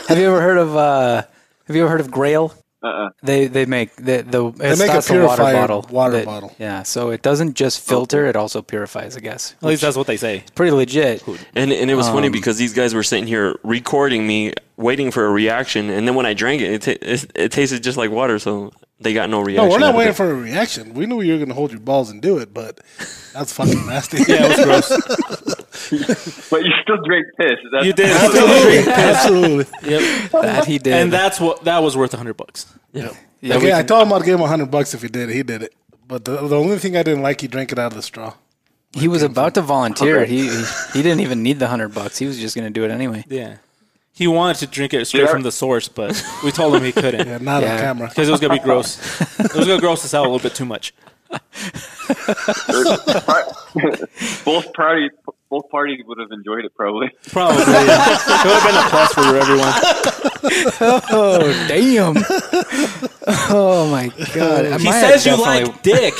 [SPEAKER 1] Have you ever heard of uh have you ever heard of Grail?
[SPEAKER 2] Uh-uh.
[SPEAKER 1] They they make the the it's
[SPEAKER 5] make a
[SPEAKER 1] that's water
[SPEAKER 5] purified
[SPEAKER 1] bottle.
[SPEAKER 5] water
[SPEAKER 1] that-
[SPEAKER 5] bottle.
[SPEAKER 1] Yeah, so it doesn't just filter; it also purifies. I guess
[SPEAKER 3] At least that's what they say.
[SPEAKER 1] It's pretty legit.
[SPEAKER 4] And and it was funny
[SPEAKER 1] Um,
[SPEAKER 4] because these guys were sitting here recording me, waiting for a reaction, and then when I drank it, it ta- it, it tasted just like water, so they got no reaction.
[SPEAKER 5] No, we're
[SPEAKER 4] out
[SPEAKER 5] not
[SPEAKER 4] of
[SPEAKER 5] waiting
[SPEAKER 4] it.
[SPEAKER 5] for a reaction. We knew you were going to hold your balls and do it, but that's fucking nasty.
[SPEAKER 3] Yeah, it was gross.
[SPEAKER 2] But you still drink piss. That's
[SPEAKER 3] You did.
[SPEAKER 5] absolutely, absolutely.
[SPEAKER 3] Yep.
[SPEAKER 1] That he did,
[SPEAKER 3] And that's what that was worth hundred bucks.
[SPEAKER 1] yeah, we
[SPEAKER 5] okay, I
[SPEAKER 1] can-
[SPEAKER 5] told him I'd give him a hundred bucks if he did it. He did it. But the, the only thing I didn't like, he drank it out of the straw.
[SPEAKER 1] he was about to volunteer. He, he he didn't even need the hundred bucks. He was just going to do it anyway.
[SPEAKER 3] Yeah. He wanted to drink it straight
[SPEAKER 2] Yeah.
[SPEAKER 3] from the source, but we told him he couldn't.
[SPEAKER 5] Yeah, not
[SPEAKER 1] Yeah.
[SPEAKER 5] on camera.
[SPEAKER 3] Because it was gonna be gross. It was gonna gross us out a little bit too much.
[SPEAKER 2] both parties. Both parties would have enjoyed it probably.
[SPEAKER 3] Probably. yeah. it would have been a plus for everyone.
[SPEAKER 1] Oh damn! oh my god!
[SPEAKER 3] He says you like dick.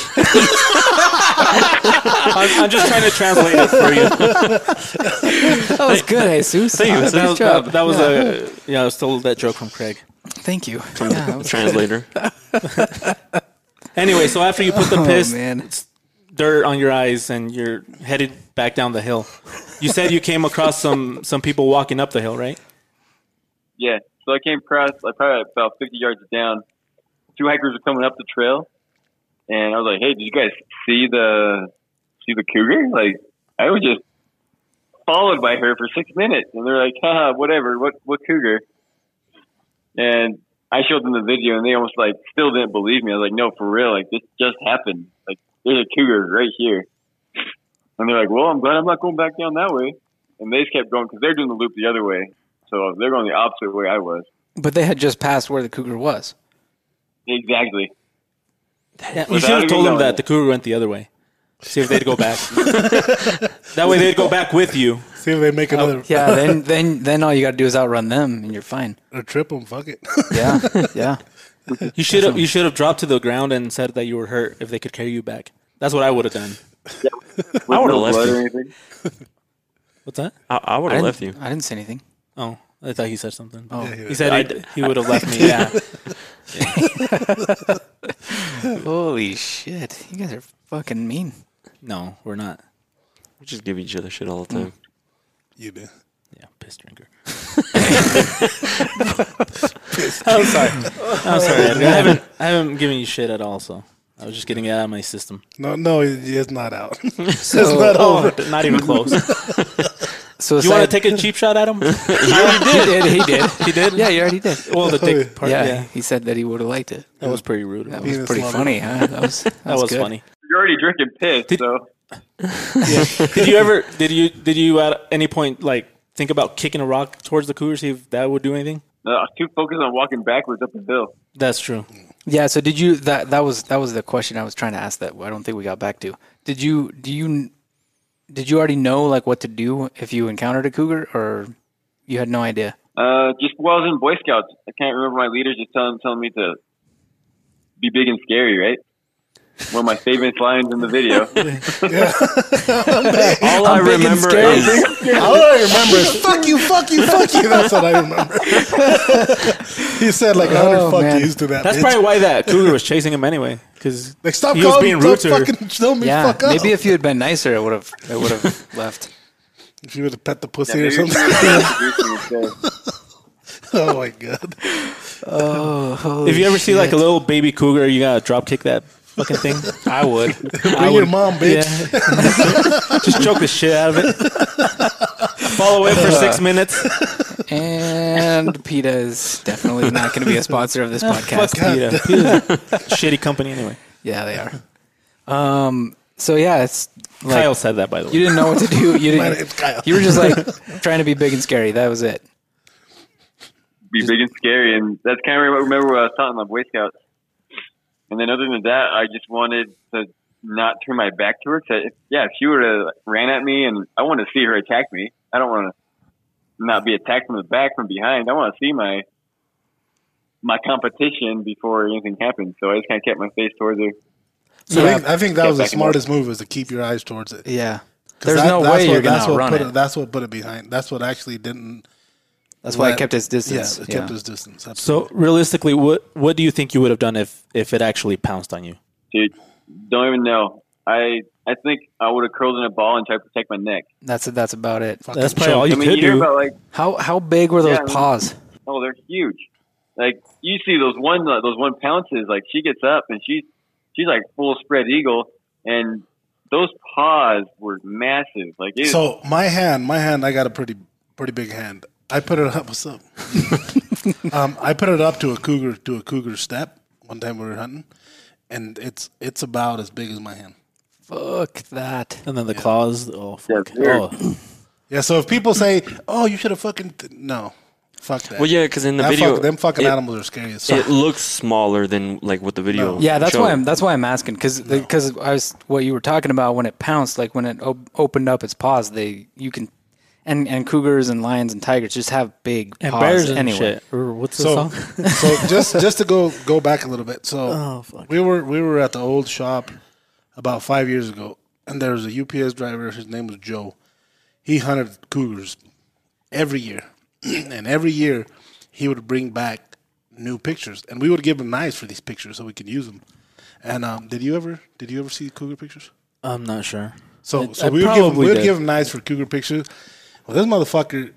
[SPEAKER 3] I'm, I'm just trying to translate it for you.
[SPEAKER 1] That was good, Jesus.
[SPEAKER 4] Thank you.
[SPEAKER 1] Nice
[SPEAKER 3] that was,
[SPEAKER 1] job.
[SPEAKER 3] that, that was a yeah. I stole that joke from Craig.
[SPEAKER 1] Thank you.
[SPEAKER 4] From the translator.
[SPEAKER 3] Anyway, so after you put the
[SPEAKER 1] Oh,
[SPEAKER 3] piss
[SPEAKER 1] man.
[SPEAKER 3] s- dirt on your eyes and you're headed back down the hill, you said you came across some some people walking up the hill, right?
[SPEAKER 2] Yeah. So I came across, like probably about 50 yards down. Two hikers were coming up the trail, and I was like, "Hey, did you guys see the see the cougar?" Like, I was just followed by her for six minutes, and they're like, "Haha, whatever. What what cougar?" And I showed them the video, and they almost like still didn't believe me. I was like, "No, for real. Like this just happened. Like there's a cougar right here." And they're like, "Well, I'm glad I'm not going back down that way." And they just kept going because they're doing the loop the other way. So they're going the opposite way I was.
[SPEAKER 1] But they had just passed where the cougar was.
[SPEAKER 2] Exactly.
[SPEAKER 3] you should have
[SPEAKER 2] even
[SPEAKER 3] told them
[SPEAKER 2] knowing.
[SPEAKER 3] that the cougar went the other way. See if they'd go back. that way they'd go back with you.
[SPEAKER 5] See if they make another
[SPEAKER 1] Yeah. Then then then all you got to do is outrun them, and you're fine.
[SPEAKER 5] or trip him. Fuck it.
[SPEAKER 1] Yeah. Yeah.
[SPEAKER 3] You should have you should have dropped to the ground and said that you were hurt if they could carry you back. That's what I would have done.
[SPEAKER 2] I
[SPEAKER 4] would've left
[SPEAKER 2] or
[SPEAKER 4] it.
[SPEAKER 2] anything.
[SPEAKER 3] What's that?
[SPEAKER 4] I, I would
[SPEAKER 1] I didn't-
[SPEAKER 4] have left you.
[SPEAKER 1] I didn't say anything.
[SPEAKER 3] Oh, I thought he said something.
[SPEAKER 1] Oh.
[SPEAKER 3] he said he'd- he would have left me. Yeah,
[SPEAKER 1] Holy shit! You guys are fucking mean.
[SPEAKER 3] no, we're not.
[SPEAKER 4] We just give each other shit all the time.
[SPEAKER 5] you did.
[SPEAKER 3] Yeah, piss drinker. I'm sorry. I'm sorry. Edgar. I haven't I haven't given you shit at all. So I was just getting it out of my system.
[SPEAKER 5] No, no, it- it's not out.
[SPEAKER 1] So,
[SPEAKER 5] not over.
[SPEAKER 3] Oh, not even close.
[SPEAKER 1] so
[SPEAKER 3] You want
[SPEAKER 1] aside-
[SPEAKER 3] to take a cheap shot at him?
[SPEAKER 1] He already did. He did.
[SPEAKER 3] He did.
[SPEAKER 1] Yeah, you already did.
[SPEAKER 3] Well, the dick part.
[SPEAKER 1] yeah,
[SPEAKER 3] Yeah,
[SPEAKER 1] he said that he would have liked it.
[SPEAKER 3] that was pretty rude.
[SPEAKER 1] That
[SPEAKER 3] That was,
[SPEAKER 1] was
[SPEAKER 5] Penis
[SPEAKER 1] pretty
[SPEAKER 5] lover.
[SPEAKER 1] funny, huh? That was that, was, good.
[SPEAKER 3] funny.
[SPEAKER 2] You're already drinking piss, so
[SPEAKER 3] Did you ever? Did you? Did you at any point like think about kicking a rock towards the cougar? See if that would do anything.
[SPEAKER 2] uh, I was too focused on walking backwards up the hill.
[SPEAKER 3] That's true.
[SPEAKER 1] Yeah. So did you? That that was that was the question I was trying to ask. That I don't think we got back to. Did you? Do you? Did you already know like what to do if you encountered a cougar, or you had no idea?
[SPEAKER 2] Uh, just while I was in Boy Scouts, I can't remember my leaders just telling telling me to be big and scary, right? One of my favorite lines in the video.
[SPEAKER 4] All i remember
[SPEAKER 1] scared.
[SPEAKER 4] is
[SPEAKER 5] All I remember is fuck you, fuck you, fuck you. That's what I remember. he said like a hundred
[SPEAKER 1] Oh,
[SPEAKER 5] fuck
[SPEAKER 1] man.
[SPEAKER 5] yous to that.
[SPEAKER 3] That's
[SPEAKER 5] bitch.
[SPEAKER 3] probably why that cougar was chasing him anyway. Because
[SPEAKER 5] like stop
[SPEAKER 3] he was
[SPEAKER 5] calling
[SPEAKER 3] being
[SPEAKER 5] being
[SPEAKER 3] rude
[SPEAKER 5] rude
[SPEAKER 3] to her.
[SPEAKER 5] fucking show me
[SPEAKER 1] Yeah.
[SPEAKER 5] fuck up.
[SPEAKER 1] Maybe if you had been nicer, it would have it would have left.
[SPEAKER 5] if you would have pet the pussy
[SPEAKER 2] Maybe
[SPEAKER 5] or
[SPEAKER 2] it's just
[SPEAKER 5] something.
[SPEAKER 2] introducing yourself.
[SPEAKER 5] oh my god.
[SPEAKER 3] if you ever see like a little baby cougar, you gotta drop kick that fucking thing. I would.
[SPEAKER 5] Bring your mom, bitch.
[SPEAKER 3] Just choke the shit out of it. Follow it for six minutes.
[SPEAKER 1] And PETA is definitely not going to be a sponsor of this podcast.
[SPEAKER 3] PETA. PETA's a shitty company anyway.
[SPEAKER 1] Yeah, they are. Um. So yeah, it's like
[SPEAKER 3] Kyle said that by the way.
[SPEAKER 1] you didn't know what to do. You
[SPEAKER 5] My
[SPEAKER 1] didn't.
[SPEAKER 5] name's Kyle.
[SPEAKER 1] You were just like trying to be big and scary. That was it.
[SPEAKER 2] Be big and scary, and that's kind of what I remember what I was taught in my Boy Scouts. And then other than that, I just wanted to not turn my back to her. 'cause I- yeah, if she would have ran at me, and I want to see her attack me. I don't want to not be attacked from the back, from behind. I want to see my my competition before anything happens. So I just kind of kept my face towards her.
[SPEAKER 5] So I, think, I think that was the
[SPEAKER 2] back and forth.
[SPEAKER 5] smartest move is to keep your eyes towards it. 'Cause
[SPEAKER 1] Yeah. There's
[SPEAKER 5] that-
[SPEAKER 1] no
[SPEAKER 5] that's
[SPEAKER 1] way
[SPEAKER 5] what-
[SPEAKER 1] you're
[SPEAKER 5] that's
[SPEAKER 1] gonna
[SPEAKER 5] what
[SPEAKER 1] run
[SPEAKER 5] put
[SPEAKER 1] it.
[SPEAKER 5] That's what put it behind. That's what actually didn't.
[SPEAKER 1] That's why I
[SPEAKER 5] Right.
[SPEAKER 1] kept his distance.
[SPEAKER 5] Yeah, it
[SPEAKER 1] Yeah.
[SPEAKER 5] kept his distance.
[SPEAKER 3] So
[SPEAKER 5] Absolutely.
[SPEAKER 3] realistically, what what do you think you would have done if if it actually pounced on you?
[SPEAKER 2] Dude, don't even know. I I think I would have curled in a ball and tried to protect my neck.
[SPEAKER 1] That's that's about it.
[SPEAKER 3] That's probably all you
[SPEAKER 2] I mean,
[SPEAKER 3] could
[SPEAKER 2] you hear
[SPEAKER 3] do.
[SPEAKER 2] about like
[SPEAKER 1] How how big were those
[SPEAKER 2] Yeah.
[SPEAKER 1] paws?
[SPEAKER 2] oh they're huge, like you see those one uh, those one pounces. Like she gets up and she's she's like full spread eagle, and those paws were massive. Like it,
[SPEAKER 5] So my hand, my hand, I got a pretty pretty big hand. I put it up. What's up? um, I put it up to a cougar to a cougar step. One time we were hunting, and it's it's about as big as my hand.
[SPEAKER 1] Fuck that.
[SPEAKER 3] And then the claws. Oh, fuck.
[SPEAKER 2] weird.
[SPEAKER 3] Oh.
[SPEAKER 5] Yeah. So if people say, "Oh, you should have fucking," t-, no, fuck that.
[SPEAKER 4] Well, yeah, because in the
[SPEAKER 5] That
[SPEAKER 4] video,
[SPEAKER 5] fuck- them fucking
[SPEAKER 4] it,
[SPEAKER 5] animals are scary as fuck.
[SPEAKER 4] it looks smaller than like what the video.
[SPEAKER 1] Yeah, that's
[SPEAKER 4] showed.
[SPEAKER 1] why I'm that's why I'm asking because I was what you were talking about when it pounced, like when it op- opened up its paws. They you can and and cougars and lions and tigers just have big
[SPEAKER 3] And
[SPEAKER 1] paws
[SPEAKER 3] bears and
[SPEAKER 1] anyway.
[SPEAKER 3] shit. Or what's the
[SPEAKER 5] so,
[SPEAKER 3] song?
[SPEAKER 5] so just just to go go back a little bit. So
[SPEAKER 3] Oh, fuck.
[SPEAKER 5] we were we were at the old shop about five years ago, and there was a UPS driver. His name was Joe. He hunted cougars every year, and every year he would bring back new pictures, and we would give him knives for these pictures so we could use them. And um, did you ever did you ever see cougar pictures?
[SPEAKER 3] I'm not sure.
[SPEAKER 5] So,
[SPEAKER 3] I-
[SPEAKER 5] so
[SPEAKER 3] I
[SPEAKER 5] we would give him,
[SPEAKER 3] probably
[SPEAKER 5] we would
[SPEAKER 3] did.
[SPEAKER 5] give him knives for cougar pictures. Well, this motherfucker,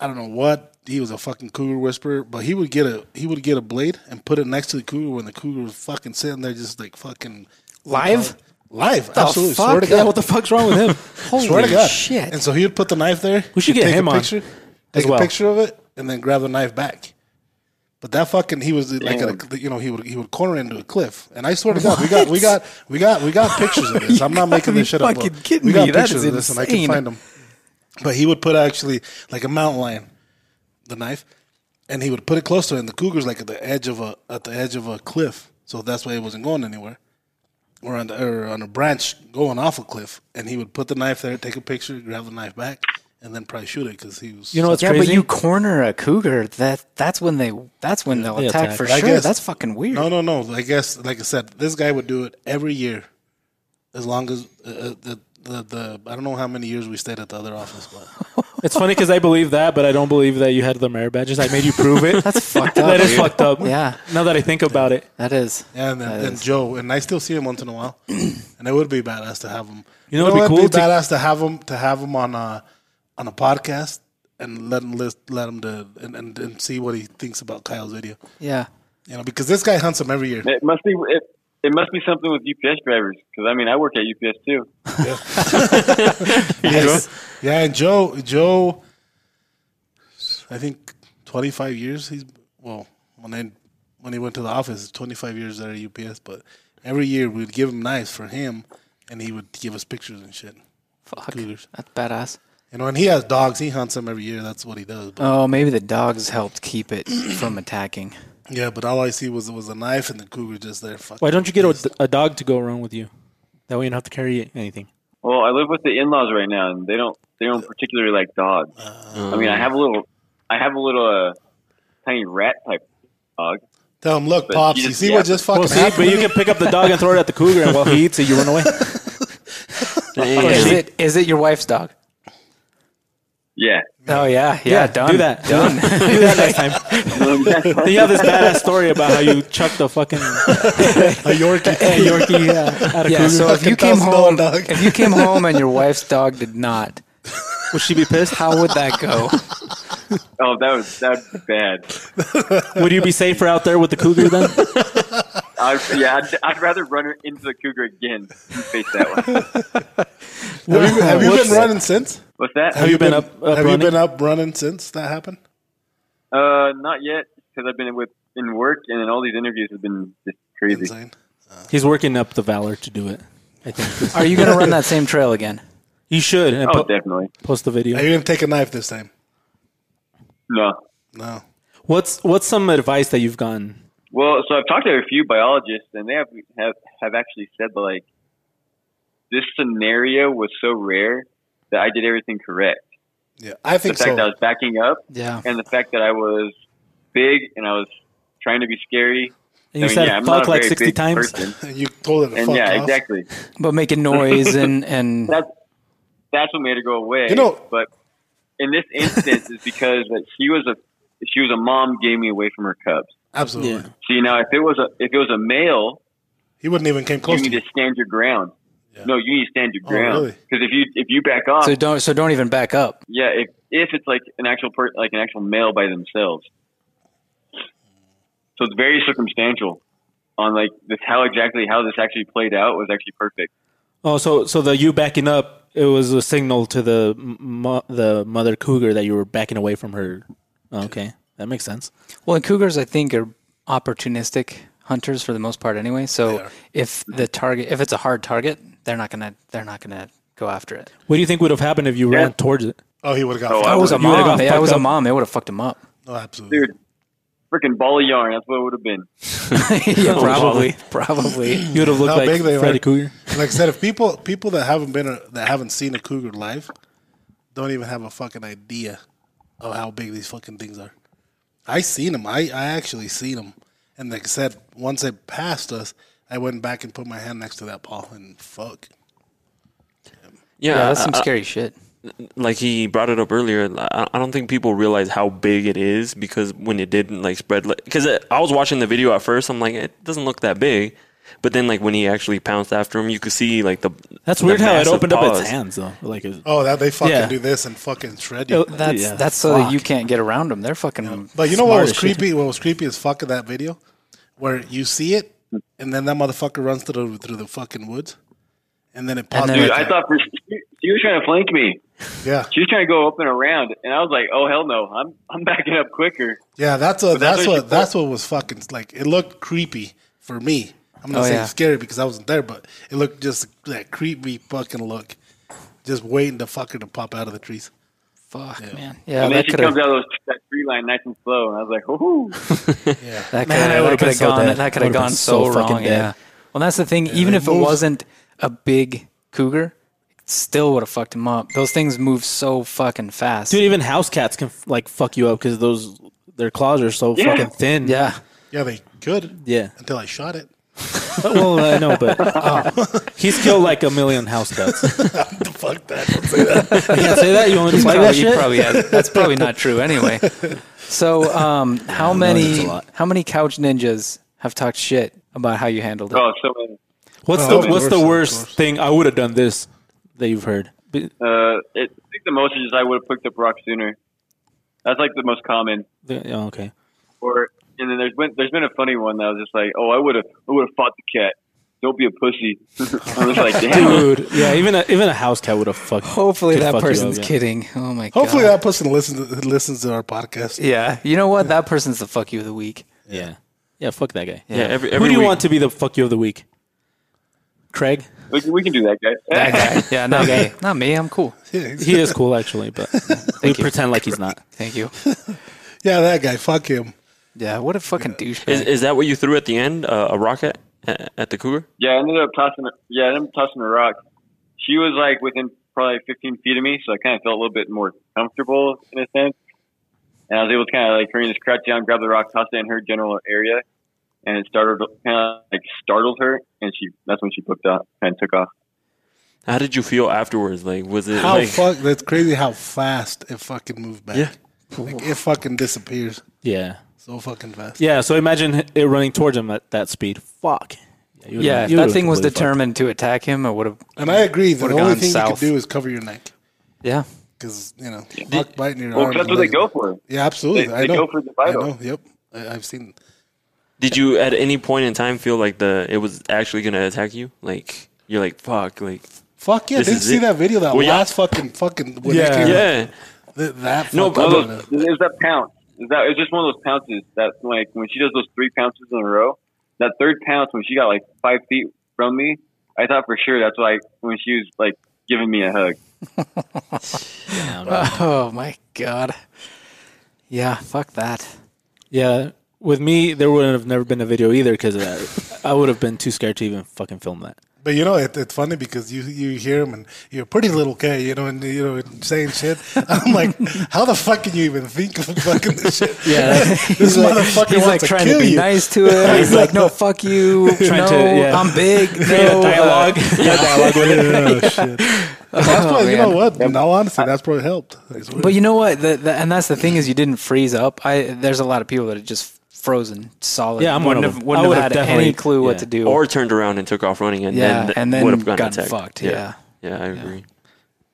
[SPEAKER 5] I don't know what he was a fucking cougar whisperer, but he would get a he would get a blade and put it next to the cougar when the cougar was fucking sitting there, just like fucking
[SPEAKER 1] Live?
[SPEAKER 5] live, absolutely. Swear to
[SPEAKER 1] fuck? Yeah,
[SPEAKER 5] God,
[SPEAKER 1] what
[SPEAKER 3] What the fuck's wrong with him?
[SPEAKER 1] Holy
[SPEAKER 5] swear to God.
[SPEAKER 1] shit!
[SPEAKER 5] And so he would put the knife there.
[SPEAKER 3] We should
[SPEAKER 5] he'd
[SPEAKER 3] get
[SPEAKER 5] take
[SPEAKER 3] him
[SPEAKER 5] a
[SPEAKER 3] on
[SPEAKER 5] picture, take
[SPEAKER 3] well.
[SPEAKER 5] a picture of it, and then grab the knife back. But that fucking he was like at a, you know he would he would corner into a cliff and I swear to God we got we got we got we got pictures of this I'm not making this shit up
[SPEAKER 1] fucking
[SPEAKER 5] but
[SPEAKER 1] kidding
[SPEAKER 5] we got
[SPEAKER 1] me. That
[SPEAKER 5] pictures
[SPEAKER 1] is
[SPEAKER 5] of this and I can
[SPEAKER 1] insane.
[SPEAKER 5] find them but he would put actually like a mountain lion the knife and he would put it close to it and the cougar's like at the edge of a at the edge of a cliff so that's why it wasn't going anywhere or on, the, or on a branch going off a cliff, and he would put the knife there, take a picture, grab the knife back, and then probably shoot it because he was.
[SPEAKER 3] You know what's
[SPEAKER 1] yeah,
[SPEAKER 3] crazy?
[SPEAKER 1] but you corner a cougar. That that's when they that's when they'll
[SPEAKER 3] they
[SPEAKER 1] attack,
[SPEAKER 3] attack.
[SPEAKER 1] for
[SPEAKER 5] I
[SPEAKER 1] sure.
[SPEAKER 5] guess-
[SPEAKER 1] That's fucking weird.
[SPEAKER 5] no, no, no. I guess, like I said, this guy would do it every year, as long as uh, uh, the, the the I don't know how many years we stayed at the other office, but
[SPEAKER 3] It's funny because I believe that, but I don't believe that you had the merit badges. I made you prove it.
[SPEAKER 1] That's fucked up.
[SPEAKER 3] that is
[SPEAKER 1] dude.
[SPEAKER 3] fucked up.
[SPEAKER 1] Yeah.
[SPEAKER 3] Now that I think about it,
[SPEAKER 1] That is.
[SPEAKER 5] yeah, and then
[SPEAKER 1] That
[SPEAKER 5] and
[SPEAKER 1] is-
[SPEAKER 5] Joe and I still see him once in a while, and it would be badass to have him.
[SPEAKER 3] You know what'd be
[SPEAKER 5] it'd
[SPEAKER 3] cool to-
[SPEAKER 5] badass to have him to have him on a on a podcast and let him list, let him to and, and and see what he thinks about Kyle's video.
[SPEAKER 1] Yeah.
[SPEAKER 5] You know, because this guy hunts them every year.
[SPEAKER 2] it must be it, it must be something with UPS drivers because I mean I work at UPS too.
[SPEAKER 5] Yes. Yeah, and Joe, Joe, I think twenty five years. He's well when I when he went to the office, twenty five years there at UPS. But every year we'd give him knives for him, and he would give us pictures and shit.
[SPEAKER 1] Fuck.
[SPEAKER 5] Cougars.
[SPEAKER 1] That's badass.
[SPEAKER 5] You know, and he has dogs. He hunts them every year. That's what he does. But,
[SPEAKER 1] Oh, maybe the dogs helped keep it from attacking.
[SPEAKER 5] yeah, but all I see was was a knife and the cougar just there. Fucking
[SPEAKER 3] why don't you get a, a dog to go around with you? That way you don't have to carry anything.
[SPEAKER 2] Well, I live with the in-laws right now, and they don't they don't particularly like dogs. I mean, I have a little, I have a little uh, tiny rat type dog.
[SPEAKER 5] tell him? Look,
[SPEAKER 2] But
[SPEAKER 5] pops,
[SPEAKER 2] you
[SPEAKER 5] you
[SPEAKER 2] just-
[SPEAKER 5] see
[SPEAKER 2] yeah.
[SPEAKER 5] what just fucking
[SPEAKER 3] Well, see, but
[SPEAKER 5] happened?
[SPEAKER 3] you can pick up the dog and throw it at the cougar, and while he eats it, you run away.
[SPEAKER 4] Damn.
[SPEAKER 1] Is it is it your wife's dog?
[SPEAKER 2] Yeah,
[SPEAKER 1] Oh yeah, yeah, done.
[SPEAKER 3] Do that. Done. do that next time. Then you have this badass story about how you chucked the fucking
[SPEAKER 5] a Yorkie.
[SPEAKER 3] Yorkie uh, at a
[SPEAKER 1] Yeah.
[SPEAKER 3] cougar.
[SPEAKER 1] So if you
[SPEAKER 5] Fucking
[SPEAKER 1] came
[SPEAKER 5] thousand
[SPEAKER 1] home,
[SPEAKER 5] dollar dog.
[SPEAKER 1] if you came home and your wife's dog did not,
[SPEAKER 3] Would she be pissed?
[SPEAKER 1] how would that go?
[SPEAKER 2] oh, that was that's bad.
[SPEAKER 3] Would you be safer out there with the cougar then?
[SPEAKER 2] I'd, yeah, I'd, I'd rather run into the cougar again than face that one.
[SPEAKER 5] have you, have you
[SPEAKER 3] What's-
[SPEAKER 5] been running since?
[SPEAKER 2] What's that?
[SPEAKER 5] Have
[SPEAKER 3] you been up- up
[SPEAKER 5] have
[SPEAKER 3] running?
[SPEAKER 5] you been up running since that happened?
[SPEAKER 2] Uh, not yet, because I've been with in work, and then all these interviews have been just crazy.
[SPEAKER 5] Insane.
[SPEAKER 3] He's working up the valor to do it. I think
[SPEAKER 1] Are you going to run that same trail again?
[SPEAKER 3] you should and
[SPEAKER 2] Oh,
[SPEAKER 3] po-
[SPEAKER 2] definitely.
[SPEAKER 3] post the video.
[SPEAKER 5] Are you gonna take a knife this time?
[SPEAKER 2] No.
[SPEAKER 5] No.
[SPEAKER 3] What's what's some advice that you've gotten?
[SPEAKER 2] Well, so I've talked to a few biologists, and they have have, have actually said like this scenario was so rare that I did everything correct.
[SPEAKER 5] Yeah, I
[SPEAKER 2] The
[SPEAKER 5] think
[SPEAKER 2] fact
[SPEAKER 5] so.
[SPEAKER 2] that I was backing up,
[SPEAKER 1] Yeah.
[SPEAKER 2] and the fact that I was big and I was trying to be scary.
[SPEAKER 3] And you
[SPEAKER 2] I mean,
[SPEAKER 3] said
[SPEAKER 2] yeah, I'm not
[SPEAKER 3] fuck
[SPEAKER 2] a
[SPEAKER 3] like
[SPEAKER 2] very
[SPEAKER 3] sixty
[SPEAKER 2] big
[SPEAKER 3] times.
[SPEAKER 2] person.
[SPEAKER 5] And you told her to
[SPEAKER 2] and
[SPEAKER 5] fuck
[SPEAKER 2] yeah,
[SPEAKER 5] off.
[SPEAKER 2] exactly.
[SPEAKER 1] But making noise and and
[SPEAKER 2] That's that's what made her go away.
[SPEAKER 5] You know-
[SPEAKER 2] but in this instance is because that she was a she was a mom gave me away from her cubs.
[SPEAKER 5] Absolutely.
[SPEAKER 2] See now if it was a if it was a male,
[SPEAKER 5] He wouldn't even came close
[SPEAKER 2] you
[SPEAKER 5] to
[SPEAKER 2] need
[SPEAKER 5] me.
[SPEAKER 2] to stand your ground. No, you need to stand your
[SPEAKER 5] Oh,
[SPEAKER 2] ground
[SPEAKER 5] really?
[SPEAKER 2] because if you if you back off,
[SPEAKER 1] So don't so don't even back up.
[SPEAKER 2] yeah, if if it's like an actual per, like an actual male by themselves, so it's very circumstantial on like this how exactly how this actually played out was actually perfect.
[SPEAKER 3] Oh, so so the you backing up it was a signal to the m- mo- the mother cougar that you were backing away from her. Oh, okay, that makes sense.
[SPEAKER 1] Well, and cougars I think are opportunistic hunters for the most part anyway. So if the target if it's a hard target, they're not gonna they're not gonna go after it.
[SPEAKER 3] What do you think would have happened if you ran towards it?
[SPEAKER 5] Oh, he would have got.
[SPEAKER 2] Oh,
[SPEAKER 5] fucked.
[SPEAKER 2] I
[SPEAKER 1] I was a
[SPEAKER 3] You
[SPEAKER 1] mom.
[SPEAKER 3] would've got
[SPEAKER 1] Yeah, I
[SPEAKER 3] fucked
[SPEAKER 1] was a
[SPEAKER 3] up.
[SPEAKER 1] mom. It would have fucked him up.
[SPEAKER 5] Oh, absolutely.
[SPEAKER 2] Dude, freaking ball of yarn. That's what it would have been.
[SPEAKER 1] yeah, probably, probably.
[SPEAKER 3] You would have looked
[SPEAKER 5] How
[SPEAKER 3] like
[SPEAKER 5] big they
[SPEAKER 3] Freddy
[SPEAKER 5] are.
[SPEAKER 3] Cougar.
[SPEAKER 5] Like I said, if people people that haven't been a, that haven't seen a cougar live, don't even have a fucking idea of how big these fucking things are. I seen them. I I actually seen them, and like I said, once they passed us, I went back and put my hand next to that paw, and fuck.
[SPEAKER 4] Yeah,
[SPEAKER 1] Yeah, that's some
[SPEAKER 4] I- I-
[SPEAKER 1] scary shit.
[SPEAKER 4] like he brought it up earlier. I I don't think people realize how big it is because when it didn't like spread, because I was watching the video at first, I'm like, it doesn't look that big, but then like when he actually pounced after him, you could see like the
[SPEAKER 3] That's
[SPEAKER 4] the
[SPEAKER 3] weird how it
[SPEAKER 4] massive
[SPEAKER 3] opened up
[SPEAKER 4] paws.
[SPEAKER 3] its hands though. Like it,
[SPEAKER 5] Oh, that they fucking
[SPEAKER 3] Yeah.
[SPEAKER 5] do this and fucking shred you.
[SPEAKER 3] Oh,
[SPEAKER 1] That's
[SPEAKER 3] Yeah.
[SPEAKER 1] that's so that you can't get around them. They're fucking.
[SPEAKER 5] But you know what
[SPEAKER 3] Smart
[SPEAKER 5] was
[SPEAKER 3] as shit.
[SPEAKER 5] creepy? What was creepy as fuck of that video, where you see it, and then that motherfucker runs through the, through the fucking woods, and then it pops.
[SPEAKER 1] then
[SPEAKER 2] Dude,
[SPEAKER 1] Yeah.
[SPEAKER 2] I thought for, she, she was trying to flank me.
[SPEAKER 5] yeah,
[SPEAKER 2] She was trying to go up and around, and I was like, "Oh hell no! I'm I'm backing up quicker."
[SPEAKER 5] yeah. That's a,
[SPEAKER 2] that's
[SPEAKER 5] that's
[SPEAKER 2] what she
[SPEAKER 5] what that's what was fucking like. It looked creepy for me. I'm not
[SPEAKER 1] Oh, yeah.
[SPEAKER 5] saying scary because I wasn't there, but it looked just that creepy fucking look, just waiting the fucker to pop out of the trees.
[SPEAKER 1] Fuck, man. Yeah,
[SPEAKER 2] and then
[SPEAKER 1] that
[SPEAKER 2] she
[SPEAKER 1] could
[SPEAKER 2] comes
[SPEAKER 1] have.
[SPEAKER 2] out of those, that tree line nice and slow, and I was like, "Whoo!"
[SPEAKER 1] That could
[SPEAKER 3] Man, I would've
[SPEAKER 1] have
[SPEAKER 3] been so
[SPEAKER 1] gone.
[SPEAKER 3] dead.
[SPEAKER 1] that could have
[SPEAKER 3] Would've
[SPEAKER 1] gone
[SPEAKER 3] been
[SPEAKER 1] so,
[SPEAKER 3] so fucking
[SPEAKER 1] wrong.
[SPEAKER 3] dead.
[SPEAKER 1] Yeah. Well, that's the thing. Even
[SPEAKER 5] they
[SPEAKER 1] if it
[SPEAKER 5] move-
[SPEAKER 1] wasn't a big cougar, it still would have fucked him up. Those things move so fucking fast.
[SPEAKER 3] dude, even house cats can like fuck you up because those their claws are so
[SPEAKER 2] Yeah.
[SPEAKER 3] fucking thin.
[SPEAKER 1] yeah.
[SPEAKER 5] Yeah, they could
[SPEAKER 3] yeah.
[SPEAKER 5] until I shot it.
[SPEAKER 3] Oh, well, I know, but he's killed like a million house cats. you
[SPEAKER 5] Fuck that! Don't say that.
[SPEAKER 3] can't say that. You want to play
[SPEAKER 1] Probably-
[SPEAKER 3] that "Oh, shit?
[SPEAKER 1] probably has- that's probably not true anyway. So, um, how
[SPEAKER 3] that's
[SPEAKER 1] many
[SPEAKER 3] a lot.
[SPEAKER 1] how many couch ninjas have talked shit about how you handled it?
[SPEAKER 2] Oh, so many.
[SPEAKER 3] What's
[SPEAKER 5] Oh,
[SPEAKER 3] the
[SPEAKER 5] of
[SPEAKER 3] What's the
[SPEAKER 5] course, of
[SPEAKER 3] worst
[SPEAKER 5] course.
[SPEAKER 3] thing I would have done this that you've heard? But
[SPEAKER 2] Uh, it, I think the most is I would have picked up rock sooner. That's like the most common.
[SPEAKER 3] the- oh, okay.
[SPEAKER 2] Or and then there's been there's been a funny one that was just like, "Oh, I would have I would have fought the cat. Don't be a pussy." I was like, "Damn."
[SPEAKER 3] Dude, yeah, even a, even a house cat would have fucked.
[SPEAKER 1] Hopefully
[SPEAKER 3] could
[SPEAKER 1] that
[SPEAKER 3] fuck you
[SPEAKER 1] person's
[SPEAKER 3] up, yeah.
[SPEAKER 1] kidding. Oh my god.
[SPEAKER 5] Hopefully that person listens to, listens to our podcast.
[SPEAKER 1] Yeah. You know what? That person's the fuck you of the week.
[SPEAKER 3] Yeah, yeah, fuck that guy.
[SPEAKER 4] Yeah, every,
[SPEAKER 3] Who
[SPEAKER 4] every
[SPEAKER 3] do you
[SPEAKER 4] week-
[SPEAKER 3] want to be the fuck you of the week? Craig.
[SPEAKER 2] We can, we can do that, guys.
[SPEAKER 1] That guy. Yeah, not me. Not me. I'm cool.
[SPEAKER 3] He is cool actually, but we pretend like he's not.
[SPEAKER 1] Thank you.
[SPEAKER 5] Yeah, that guy. Fuck him.
[SPEAKER 1] Yeah, what a fucking douchebag.
[SPEAKER 4] Is, is that what you threw at the end? Uh, a rocket at, at the cougar?
[SPEAKER 2] Yeah, I ended up tossing. Yeah, I ended up tossing a rock. She was like within probably 15 feet of me, so I kind of felt a little bit more comfortable in a sense. And I was able to kind of like her just crouch down, grab the rock, toss it in her general area, and it started kind of like startled her, and she that's when she booked up and took off.
[SPEAKER 4] How did you feel afterwards? Like, was it
[SPEAKER 5] How
[SPEAKER 4] like,
[SPEAKER 5] fuck? That's crazy. How fast it fucking moved back.
[SPEAKER 4] Yeah.
[SPEAKER 5] Like, it fucking disappears
[SPEAKER 3] Yeah,
[SPEAKER 5] so fucking fast.
[SPEAKER 3] yeah. So imagine it running towards him at that speed. Fuck. Yeah, you would've-
[SPEAKER 1] yeah, if
[SPEAKER 3] you
[SPEAKER 1] that
[SPEAKER 3] would've
[SPEAKER 1] thing was
[SPEAKER 3] completely fucked.
[SPEAKER 1] determined to attack him, I would have.
[SPEAKER 5] And I agree. The
[SPEAKER 1] Would've
[SPEAKER 5] only
[SPEAKER 1] gone
[SPEAKER 5] thing
[SPEAKER 1] south.
[SPEAKER 5] you can do is cover your neck
[SPEAKER 1] Yeah.
[SPEAKER 5] because you know fuck biting your
[SPEAKER 2] Well,
[SPEAKER 5] arm.
[SPEAKER 2] 'cause that's what they go for.
[SPEAKER 5] Yeah, absolutely.
[SPEAKER 2] They-
[SPEAKER 5] Oh, I
[SPEAKER 2] they
[SPEAKER 5] know.
[SPEAKER 2] go for the
[SPEAKER 5] I
[SPEAKER 2] vital.
[SPEAKER 5] know. Yep. I, I've seen.
[SPEAKER 4] did you at any point in time feel like the it was actually gonna attack you? Like, you're like, fuck, like,
[SPEAKER 5] Fuck yeah!
[SPEAKER 4] This
[SPEAKER 5] Didn't
[SPEAKER 4] is
[SPEAKER 5] see
[SPEAKER 4] it.
[SPEAKER 5] that video. That
[SPEAKER 4] Well, yeah.
[SPEAKER 5] last fucking fucking. When
[SPEAKER 3] Yeah.
[SPEAKER 5] yeah. Came out.
[SPEAKER 4] yeah.
[SPEAKER 5] Th- that.
[SPEAKER 4] No,
[SPEAKER 5] fucking-
[SPEAKER 2] One of those- It was that pounce. It was that- it was just one of those pounces that like when she does those three pounces in a row. That third pounce when she got like five feet from me, I thought for sure that's like when she was like giving me a hug.
[SPEAKER 1] Oh my god. Yeah, fuck that.
[SPEAKER 3] Yeah, with me there would have never been a video either because of that. I would have been too scared to even fucking film that.
[SPEAKER 5] But you know, it, it's funny because you you hear him and you're a pretty little guy, you know, and you know, and saying shit. I'm like, how the fuck can you even think of fucking this shit?
[SPEAKER 3] Yeah,
[SPEAKER 5] this motherfucker
[SPEAKER 1] He's
[SPEAKER 5] wants
[SPEAKER 1] like
[SPEAKER 5] to
[SPEAKER 1] trying
[SPEAKER 5] kill
[SPEAKER 1] to be
[SPEAKER 5] you.
[SPEAKER 1] nice to it. He's like, no, fuck you.
[SPEAKER 3] Trying
[SPEAKER 1] no,
[SPEAKER 3] to- yeah.
[SPEAKER 1] I'm big. No, uh,
[SPEAKER 3] dialogue.
[SPEAKER 5] Yeah, dialogue with it. Oh, shit. That's probably, you know
[SPEAKER 1] man.
[SPEAKER 5] what? In all honesty, that's probably helped. It's weird.
[SPEAKER 1] But you know what? The, the, and that's the thing is you didn't freeze up. I there's a lot of people that are just frozen solid.
[SPEAKER 3] Yeah, I'm one
[SPEAKER 1] wouldn't
[SPEAKER 3] of
[SPEAKER 1] have,
[SPEAKER 3] them.
[SPEAKER 1] wouldn't have
[SPEAKER 3] I would've
[SPEAKER 1] had any
[SPEAKER 3] definitely-
[SPEAKER 1] clue
[SPEAKER 3] yeah.
[SPEAKER 1] what to do.
[SPEAKER 4] or turned around and took off running, and
[SPEAKER 1] Yeah,
[SPEAKER 4] then th-
[SPEAKER 1] and then
[SPEAKER 4] would have gotten,
[SPEAKER 1] gotten
[SPEAKER 4] attacked.
[SPEAKER 1] fucked, yeah.
[SPEAKER 4] yeah, I agree.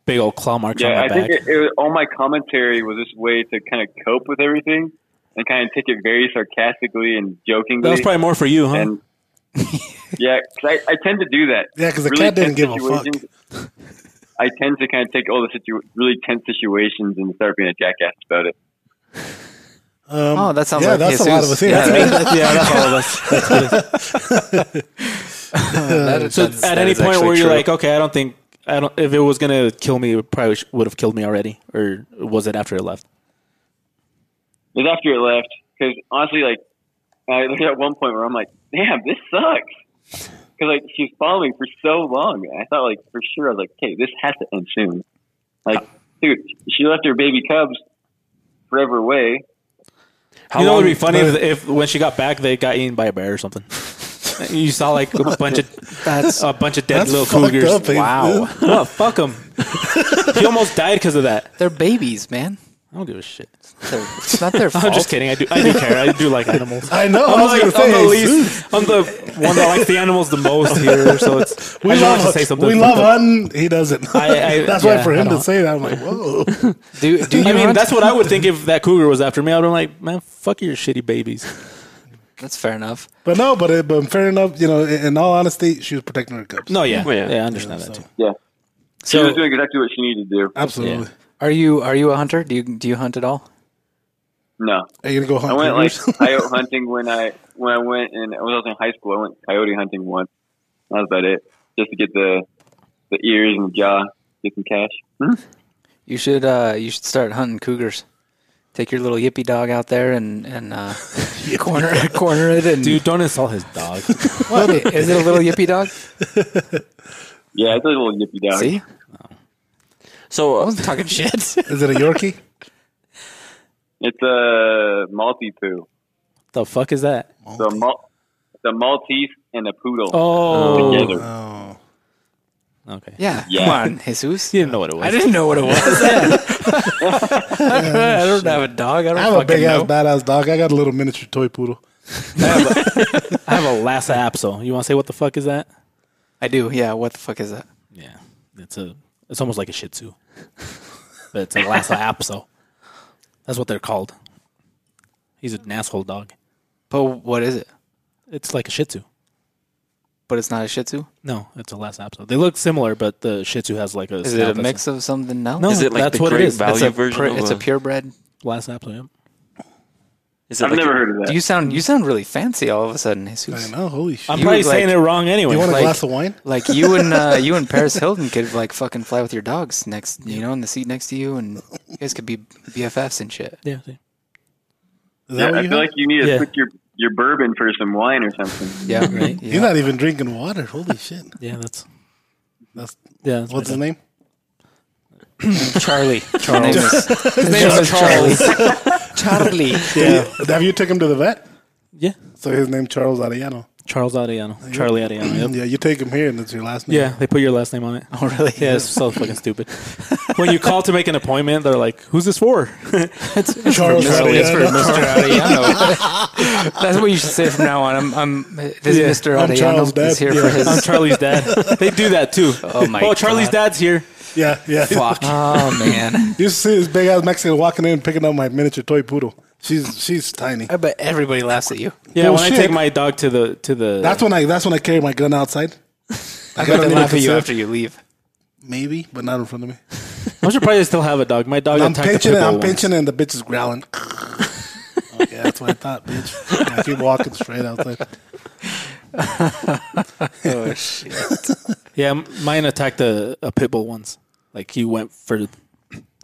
[SPEAKER 3] Big old claw marks on
[SPEAKER 2] Yeah,
[SPEAKER 3] my
[SPEAKER 2] I
[SPEAKER 3] back.
[SPEAKER 2] think it, it was, all my commentary was this way to kind of cope with everything and kind of take it very sarcastically and jokingly.
[SPEAKER 3] that was probably more for you, huh?
[SPEAKER 2] and yeah, 'cause I, I tend to do that.
[SPEAKER 5] Yeah, 'cause the cat didn't
[SPEAKER 2] tense
[SPEAKER 5] give a fuck.
[SPEAKER 2] situations, I tend to kind of take all the situ- really tense situations and start being a jackass about it.
[SPEAKER 5] Um,
[SPEAKER 1] Oh, that sounds
[SPEAKER 5] yeah,
[SPEAKER 1] like
[SPEAKER 5] that's a lot of
[SPEAKER 1] Jesus.
[SPEAKER 5] us here.
[SPEAKER 1] Yeah,
[SPEAKER 5] That's-
[SPEAKER 3] yeah, that's all of us.
[SPEAKER 1] That-
[SPEAKER 3] So
[SPEAKER 1] that's-
[SPEAKER 3] at
[SPEAKER 1] that
[SPEAKER 3] any
[SPEAKER 1] is
[SPEAKER 3] point
[SPEAKER 1] actually
[SPEAKER 3] where you're
[SPEAKER 1] true.
[SPEAKER 3] like, okay, I don't think I don't. If it was gonna kill me, it probably would have killed me already. Or was it after it left?
[SPEAKER 2] It was after it left because honestly, like I looked at one point where I'm like, "Damn, this sucks." Because like she was following for so long, and I thought like for sure I was like, "Okay, this has to end soon." Like, dude, she left her baby cubs forever away.
[SPEAKER 4] How
[SPEAKER 3] you know,
[SPEAKER 4] long?
[SPEAKER 3] it would be funny if, if when she got back, they got eaten by a bear or something. you saw like a bunch of
[SPEAKER 1] That's
[SPEAKER 3] a bunch of dead
[SPEAKER 5] That's
[SPEAKER 3] little
[SPEAKER 5] fucked
[SPEAKER 3] cougars.
[SPEAKER 5] up, eh?
[SPEAKER 3] wow, no, fuck him. he almost died because of that.
[SPEAKER 1] they're babies, man.
[SPEAKER 3] I don't give a shit.
[SPEAKER 1] They're, it's not their fault.
[SPEAKER 3] I'm just kidding. I do. I do care. I do like animals.
[SPEAKER 5] I know.
[SPEAKER 3] I'm,
[SPEAKER 5] I
[SPEAKER 3] like,
[SPEAKER 5] was
[SPEAKER 3] "Oh,
[SPEAKER 5] going to
[SPEAKER 3] I'm the
[SPEAKER 5] say, Jesus.
[SPEAKER 3] least. I'm the one that likes the animals the most here. So it's.
[SPEAKER 5] we
[SPEAKER 3] I just
[SPEAKER 5] love
[SPEAKER 3] wanted to say something.
[SPEAKER 5] we love hunting. He doesn't.
[SPEAKER 3] I- I-
[SPEAKER 5] that's
[SPEAKER 3] yeah,
[SPEAKER 5] why for
[SPEAKER 3] I
[SPEAKER 5] him to
[SPEAKER 3] don't-
[SPEAKER 5] say that, I'm like, whoa.
[SPEAKER 1] Do, do you
[SPEAKER 3] I mean,
[SPEAKER 1] hunt?
[SPEAKER 3] that's what I would think if that cougar was after me. I'd be like, man, fuck your shitty babies.
[SPEAKER 1] that's fair enough.
[SPEAKER 5] but no, but it, but fair enough. You know, in, in all honesty, she was protecting her cubs.
[SPEAKER 3] No, yeah,
[SPEAKER 4] Well, yeah.
[SPEAKER 3] yeah, I understand that too.
[SPEAKER 2] Yeah, she
[SPEAKER 1] So-
[SPEAKER 2] was doing exactly what she needed to do.
[SPEAKER 5] absolutely.
[SPEAKER 1] Are you are you a hunter? Do you do you hunt at all?
[SPEAKER 2] No,
[SPEAKER 5] Are you gonna go
[SPEAKER 2] I
[SPEAKER 5] hunt?
[SPEAKER 2] went like
[SPEAKER 5] cougars?
[SPEAKER 2] coyote hunting when I when I went and when I was in high school. I went coyote hunting once. That was about it, just to get the the ears and the jaw, get some cash.
[SPEAKER 1] You should uh, you should start hunting cougars. Take your little yippy dog out there and and uh, corner corner it and
[SPEAKER 3] Dude, don't insult his dog.
[SPEAKER 1] What is it a little yippy dog?
[SPEAKER 2] Yeah, it's a little nippy dog.
[SPEAKER 1] See,
[SPEAKER 4] so
[SPEAKER 1] I
[SPEAKER 4] uh,
[SPEAKER 1] wasn't talking shit.
[SPEAKER 5] Is it a Yorkie?
[SPEAKER 2] It's a Maltese poo.
[SPEAKER 3] the fuck is that?
[SPEAKER 2] So Mal- the Maltese and a poodle
[SPEAKER 3] Oh,
[SPEAKER 2] together.
[SPEAKER 5] Oh,
[SPEAKER 3] okay.
[SPEAKER 1] Yeah,
[SPEAKER 2] Yeah.
[SPEAKER 1] come on, Jesus.
[SPEAKER 3] You didn't know what it
[SPEAKER 1] I
[SPEAKER 3] was.
[SPEAKER 1] didn't know what it was. I don't have a dog. I don't
[SPEAKER 5] I have a
[SPEAKER 1] fucking
[SPEAKER 5] big ass,
[SPEAKER 1] know.
[SPEAKER 5] badass dog. I got a little miniature toy poodle.
[SPEAKER 3] I have a Lhasa Apso. You want to say what the fuck is that?
[SPEAKER 1] I do. Yeah. What the fuck is that?
[SPEAKER 3] Yeah, it's a. It's almost like a Shih Tzu, but it's a Lhasa Apso. That's what they're called. He's an asshole dog.
[SPEAKER 1] But what is it?
[SPEAKER 3] It's like a Shih Tzu.
[SPEAKER 1] But it's not a Shih Tzu.
[SPEAKER 3] No, it's a Lhasa Apso. They look similar, but the Shih Tzu has like a.
[SPEAKER 1] Is it a
[SPEAKER 3] snout that's
[SPEAKER 1] mix of something? No.
[SPEAKER 3] No,
[SPEAKER 1] It's
[SPEAKER 4] uh, is it like
[SPEAKER 3] that's
[SPEAKER 4] the
[SPEAKER 3] what it
[SPEAKER 4] great
[SPEAKER 3] is. It's
[SPEAKER 4] value
[SPEAKER 1] a
[SPEAKER 4] version?
[SPEAKER 1] pure-
[SPEAKER 4] of
[SPEAKER 1] it's a purebred.
[SPEAKER 3] Lhasa Apso. Yeah.
[SPEAKER 4] Is it
[SPEAKER 2] I've
[SPEAKER 4] like
[SPEAKER 2] never
[SPEAKER 4] a-
[SPEAKER 2] heard of that.
[SPEAKER 1] You sound you sound really fancy all of a sudden,
[SPEAKER 5] I
[SPEAKER 1] Jesus.
[SPEAKER 5] know. Holy shit.
[SPEAKER 3] I'm
[SPEAKER 1] You
[SPEAKER 3] probably
[SPEAKER 1] would, like-
[SPEAKER 3] saying it wrong anyway.
[SPEAKER 5] you want a
[SPEAKER 1] like-
[SPEAKER 5] glass of wine?
[SPEAKER 1] Like you and uh, you and Paris Hilton could like fucking fly with your dogs next, you know, in the seat next to you, and you guys could be BFFs and shit.
[SPEAKER 3] yeah. see.
[SPEAKER 5] Is
[SPEAKER 2] Yeah,
[SPEAKER 5] that
[SPEAKER 2] I
[SPEAKER 5] what you
[SPEAKER 2] feel
[SPEAKER 5] have?
[SPEAKER 2] like you need to
[SPEAKER 3] Yeah.
[SPEAKER 2] put your your bourbon for some wine or something.
[SPEAKER 1] Yeah, Mm-hmm. right.
[SPEAKER 5] You're not even drinking water. Holy shit.
[SPEAKER 3] Yeah, that's
[SPEAKER 5] That's
[SPEAKER 3] yeah. That's
[SPEAKER 5] what's
[SPEAKER 3] my dog.
[SPEAKER 5] his name?
[SPEAKER 1] Charlie. Charles. His name
[SPEAKER 3] name
[SPEAKER 1] is
[SPEAKER 3] is
[SPEAKER 1] Charlie. Charlie.
[SPEAKER 5] Yeah. Have you took him to the vet?
[SPEAKER 3] Yeah,
[SPEAKER 5] So his name Charles Arellano.
[SPEAKER 3] Charles Ariano, Charlie Ariano. yep.
[SPEAKER 5] Yeah, you take him here and it's your last name.
[SPEAKER 3] Yeah, they put your last name on it.
[SPEAKER 1] Oh, really?
[SPEAKER 3] Yeah, it's so fucking stupid. When you call to make an appointment, they're like, "Who's this for?"
[SPEAKER 5] Charles
[SPEAKER 1] Charlie. It's for
[SPEAKER 5] Arellano.
[SPEAKER 1] Mr. Ariano. That's what you should say from now on. I'm, I'm this
[SPEAKER 3] Yeah,
[SPEAKER 1] is Mr.
[SPEAKER 5] I'm Charles
[SPEAKER 1] Ariano
[SPEAKER 5] Dad.
[SPEAKER 1] is here
[SPEAKER 5] Yeah.
[SPEAKER 1] for his.
[SPEAKER 3] I'm Charlie's dad. They do that too.
[SPEAKER 1] Oh, my
[SPEAKER 3] Oh, Charlie's
[SPEAKER 1] God.
[SPEAKER 3] dad's here.
[SPEAKER 5] Yeah, yeah.
[SPEAKER 3] Fuck.
[SPEAKER 1] Oh man!
[SPEAKER 5] You see this big ass Mexican walking in picking up my miniature toy poodle. She's she's tiny.
[SPEAKER 1] I bet everybody laughs at you.
[SPEAKER 3] Yeah, when I
[SPEAKER 5] Bullshit.
[SPEAKER 3] take my dog to the to the
[SPEAKER 5] That's when I that's when I carry my gun outside.
[SPEAKER 1] I bet
[SPEAKER 5] don't
[SPEAKER 1] they
[SPEAKER 5] even
[SPEAKER 1] laugh at you
[SPEAKER 5] consider-
[SPEAKER 1] after you leave.
[SPEAKER 5] Maybe, but not in front of me.
[SPEAKER 3] I'm surprised I still have a dog. My dog
[SPEAKER 5] I'm
[SPEAKER 3] attacked a
[SPEAKER 5] pinching
[SPEAKER 3] pit
[SPEAKER 5] it,
[SPEAKER 3] bull
[SPEAKER 5] I'm
[SPEAKER 3] once.
[SPEAKER 5] pinching it, and the bitch is growling. oh, yeah, that's what I thought, bitch. I keep walking straight outside.
[SPEAKER 1] Oh shit!
[SPEAKER 3] Yeah, m- mine attacked a, a pit bull once. Like he went for,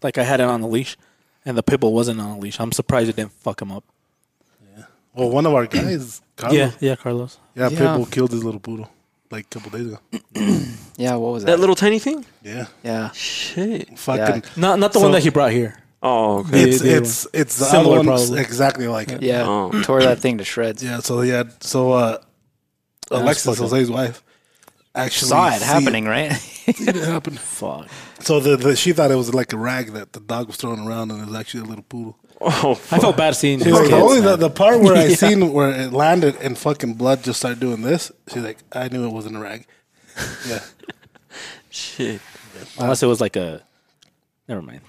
[SPEAKER 3] like I had it on a leash, and the pit bull wasn't on a leash. I'm surprised it didn't fuck him up.
[SPEAKER 5] Well, one of our guys, Carlos, yeah,
[SPEAKER 3] yeah, Carlos.
[SPEAKER 5] yeah,
[SPEAKER 1] Yeah.
[SPEAKER 5] Pitbull killed his little poodle like a couple days ago.
[SPEAKER 1] Yeah, what was that?
[SPEAKER 4] that little tiny thing?
[SPEAKER 5] Yeah,
[SPEAKER 1] yeah,
[SPEAKER 4] Shit.
[SPEAKER 5] fucking.
[SPEAKER 3] Not not the one
[SPEAKER 5] So-
[SPEAKER 3] that he brought here.
[SPEAKER 4] Oh, okay.
[SPEAKER 5] It's
[SPEAKER 3] they
[SPEAKER 5] it's it's the
[SPEAKER 3] Similar
[SPEAKER 5] other one
[SPEAKER 3] probably.
[SPEAKER 5] exactly like it.
[SPEAKER 1] yeah.
[SPEAKER 4] Oh.
[SPEAKER 1] Tore that thing to shreds.
[SPEAKER 5] Yeah, so yeah, so uh, Alexis
[SPEAKER 3] fucked up.
[SPEAKER 5] Jose's wife actually
[SPEAKER 1] saw it
[SPEAKER 5] see
[SPEAKER 1] happening, right?
[SPEAKER 5] It didn't happen.
[SPEAKER 3] Fuck.
[SPEAKER 5] So the, the she thought it was like a rag that the dog was throwing around, and it was actually a little poodle.
[SPEAKER 4] Oh,
[SPEAKER 3] I felt bad seeing his
[SPEAKER 5] She's like,
[SPEAKER 3] kids.
[SPEAKER 5] the only the, the part where I
[SPEAKER 3] Yeah.
[SPEAKER 5] seen where it landed and fucking blood just started doing this. She's like, I knew it wasn't a rag. Yeah,
[SPEAKER 4] shit.
[SPEAKER 3] Unless it was like a. Never mind.